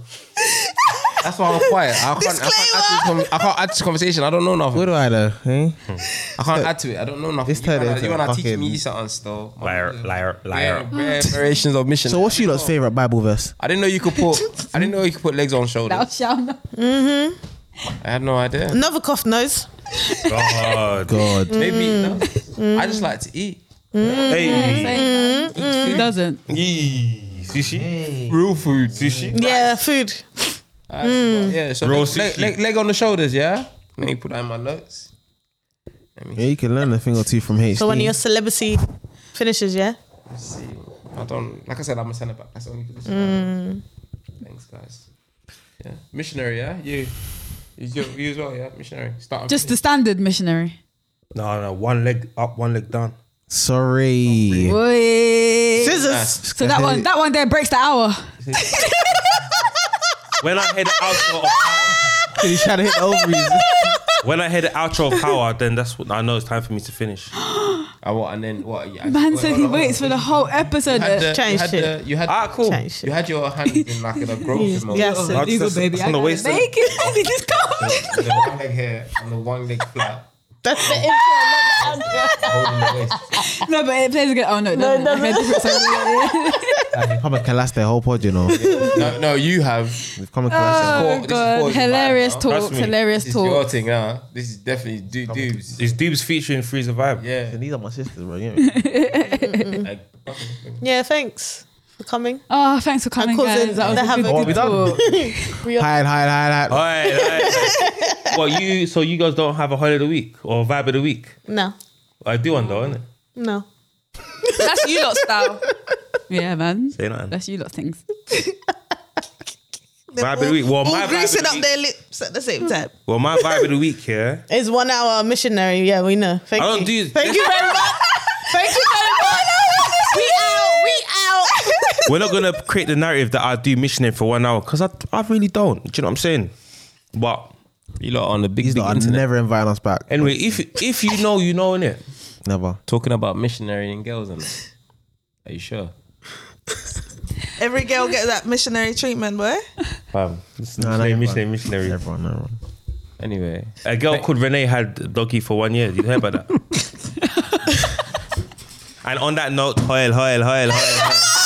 Speaker 8: That's why I'm quiet. I can't, I can't, add, to this con- I can't add to this conversation. I don't know nothing.
Speaker 5: What do I know? Eh?
Speaker 8: I can't add to it. I don't know nothing.
Speaker 5: This time
Speaker 8: you wanna,
Speaker 5: it's
Speaker 8: you
Speaker 5: a
Speaker 8: wanna teach
Speaker 5: fucking-
Speaker 8: me something still?
Speaker 3: Liar, liar,
Speaker 8: Bare-
Speaker 3: liar.
Speaker 8: bare variations of mission.
Speaker 5: So what's your lot's favorite Bible verse?
Speaker 8: I didn't know you could put. I didn't know you could put legs on
Speaker 2: Thou
Speaker 8: shoulders.
Speaker 2: shalt not.
Speaker 8: I had no idea.
Speaker 1: Novikov knows.
Speaker 3: God.
Speaker 5: God,
Speaker 8: Maybe no. I just like to eat.
Speaker 1: Mm-hmm.
Speaker 3: Hey.
Speaker 2: Say that. Who doesn't?
Speaker 3: Yee. Sushi.
Speaker 8: Real food.
Speaker 3: Sushi.
Speaker 1: Yeah, food.
Speaker 8: Yeah. So
Speaker 3: Raw
Speaker 8: leg,
Speaker 3: sushi.
Speaker 8: leg, leg on the shoulders. Yeah. Let me put that in my notes.
Speaker 5: yeah, you can learn a thing or two from HD.
Speaker 1: So when your celebrity finishes, yeah.
Speaker 8: Let's see. I don't. Like I said, I'm a centre back. That's the only position. I know. Thanks, guys. Yeah. Missionary. Yeah. You. You, you as well, yeah. Missionary. Start.
Speaker 2: Just the standard missionary.
Speaker 3: No, no. One leg up, one leg down.
Speaker 5: sorry,
Speaker 2: Oi.
Speaker 5: scissors.
Speaker 2: So that one, that one there breaks the hour.
Speaker 3: When I hear the outro of
Speaker 5: He's trying to hit the ovaries.
Speaker 3: when I hear the outro of power, then that's what I know. It's time for me to finish.
Speaker 8: I what? Oh, And then what? Yeah,
Speaker 2: Man
Speaker 8: wait,
Speaker 2: said
Speaker 8: hold
Speaker 2: he
Speaker 8: on, hold on.
Speaker 2: waits for the whole episode.
Speaker 8: You had the-
Speaker 1: Change
Speaker 8: you had
Speaker 1: shit.
Speaker 8: the- You had.
Speaker 3: Ah, cool.
Speaker 1: Change
Speaker 8: You had your hand in like in a growth mode.
Speaker 1: Yes, sir.
Speaker 3: That's-
Speaker 2: Eagle
Speaker 3: that's-
Speaker 2: baby,
Speaker 3: that's
Speaker 2: I
Speaker 3: on the
Speaker 2: gotta
Speaker 3: waist.
Speaker 2: make it. I need this come.
Speaker 8: The one leg here and the one leg flat.
Speaker 1: That's the intro. not the outro.
Speaker 8: Holding the waist.
Speaker 2: No, but it plays again. Oh no, no, no.
Speaker 5: Come and collapse their whole pod, you know.
Speaker 8: No, no, you have.
Speaker 5: We've come and collapsed.
Speaker 8: This
Speaker 2: Oh
Speaker 8: is for- this is for
Speaker 2: god,
Speaker 8: his vibe
Speaker 2: hilarious
Speaker 8: now.
Speaker 2: talks,
Speaker 3: Trust me.
Speaker 2: hilarious
Speaker 8: This is your
Speaker 2: talks.
Speaker 8: thing, huh? This is definitely do dudes.
Speaker 3: Is Deeb's featuring Freezer Vibe?
Speaker 8: Yeah.
Speaker 5: These are my sisters, bro. You know.
Speaker 8: Like,
Speaker 1: Yeah, thanks. for coming.
Speaker 2: Oh, thanks for coming,
Speaker 1: causing
Speaker 2: guys. That was
Speaker 1: the
Speaker 2: a good,
Speaker 1: havoc.
Speaker 2: good talk.
Speaker 1: We are
Speaker 5: Hide, hide, hide, hide.
Speaker 3: All right, all right. well, you so you guys don't have a holiday of the week or vibe of the week.
Speaker 1: no,
Speaker 3: I do one though, innit?
Speaker 1: no.
Speaker 11: That's you lot style.
Speaker 2: Yeah, man.
Speaker 3: Say nothing.
Speaker 2: That's you lot things.
Speaker 3: Vibe of the week. Well, my
Speaker 4: All
Speaker 3: vibe of
Speaker 4: greasing
Speaker 3: the
Speaker 4: up
Speaker 3: week.
Speaker 4: their lips at the same time.
Speaker 3: Well, my vibe of the week here.
Speaker 1: It's one hour missionary. Yeah, we know. Thank
Speaker 3: I don't
Speaker 1: you.
Speaker 3: do-
Speaker 1: Thank you very much. Oh, Thank you very much. We out. We out.
Speaker 3: We're not gonna create the narrative that I do missionary for one hour because I, I really don't. Do you know what I'm saying? But
Speaker 8: You lot on the big,
Speaker 5: He's
Speaker 8: big
Speaker 5: not
Speaker 8: internet
Speaker 5: never inviting us back.
Speaker 3: anyway, if if you know, you know, innit?
Speaker 5: Never.
Speaker 8: talking about missionary and girls and. Are you sure?
Speaker 4: Every girl gets that missionary treatment, boy.
Speaker 3: Fam, it's
Speaker 5: No, no,
Speaker 3: missionary,
Speaker 5: you're
Speaker 3: missionary,
Speaker 5: fine.
Speaker 3: missionary.
Speaker 5: Everyone, everyone.
Speaker 8: Anyway,
Speaker 3: A girl called Renee had doggy for one year. Did you hear about that? and on that note, hoil, hoil, hoil, hoil, hoil.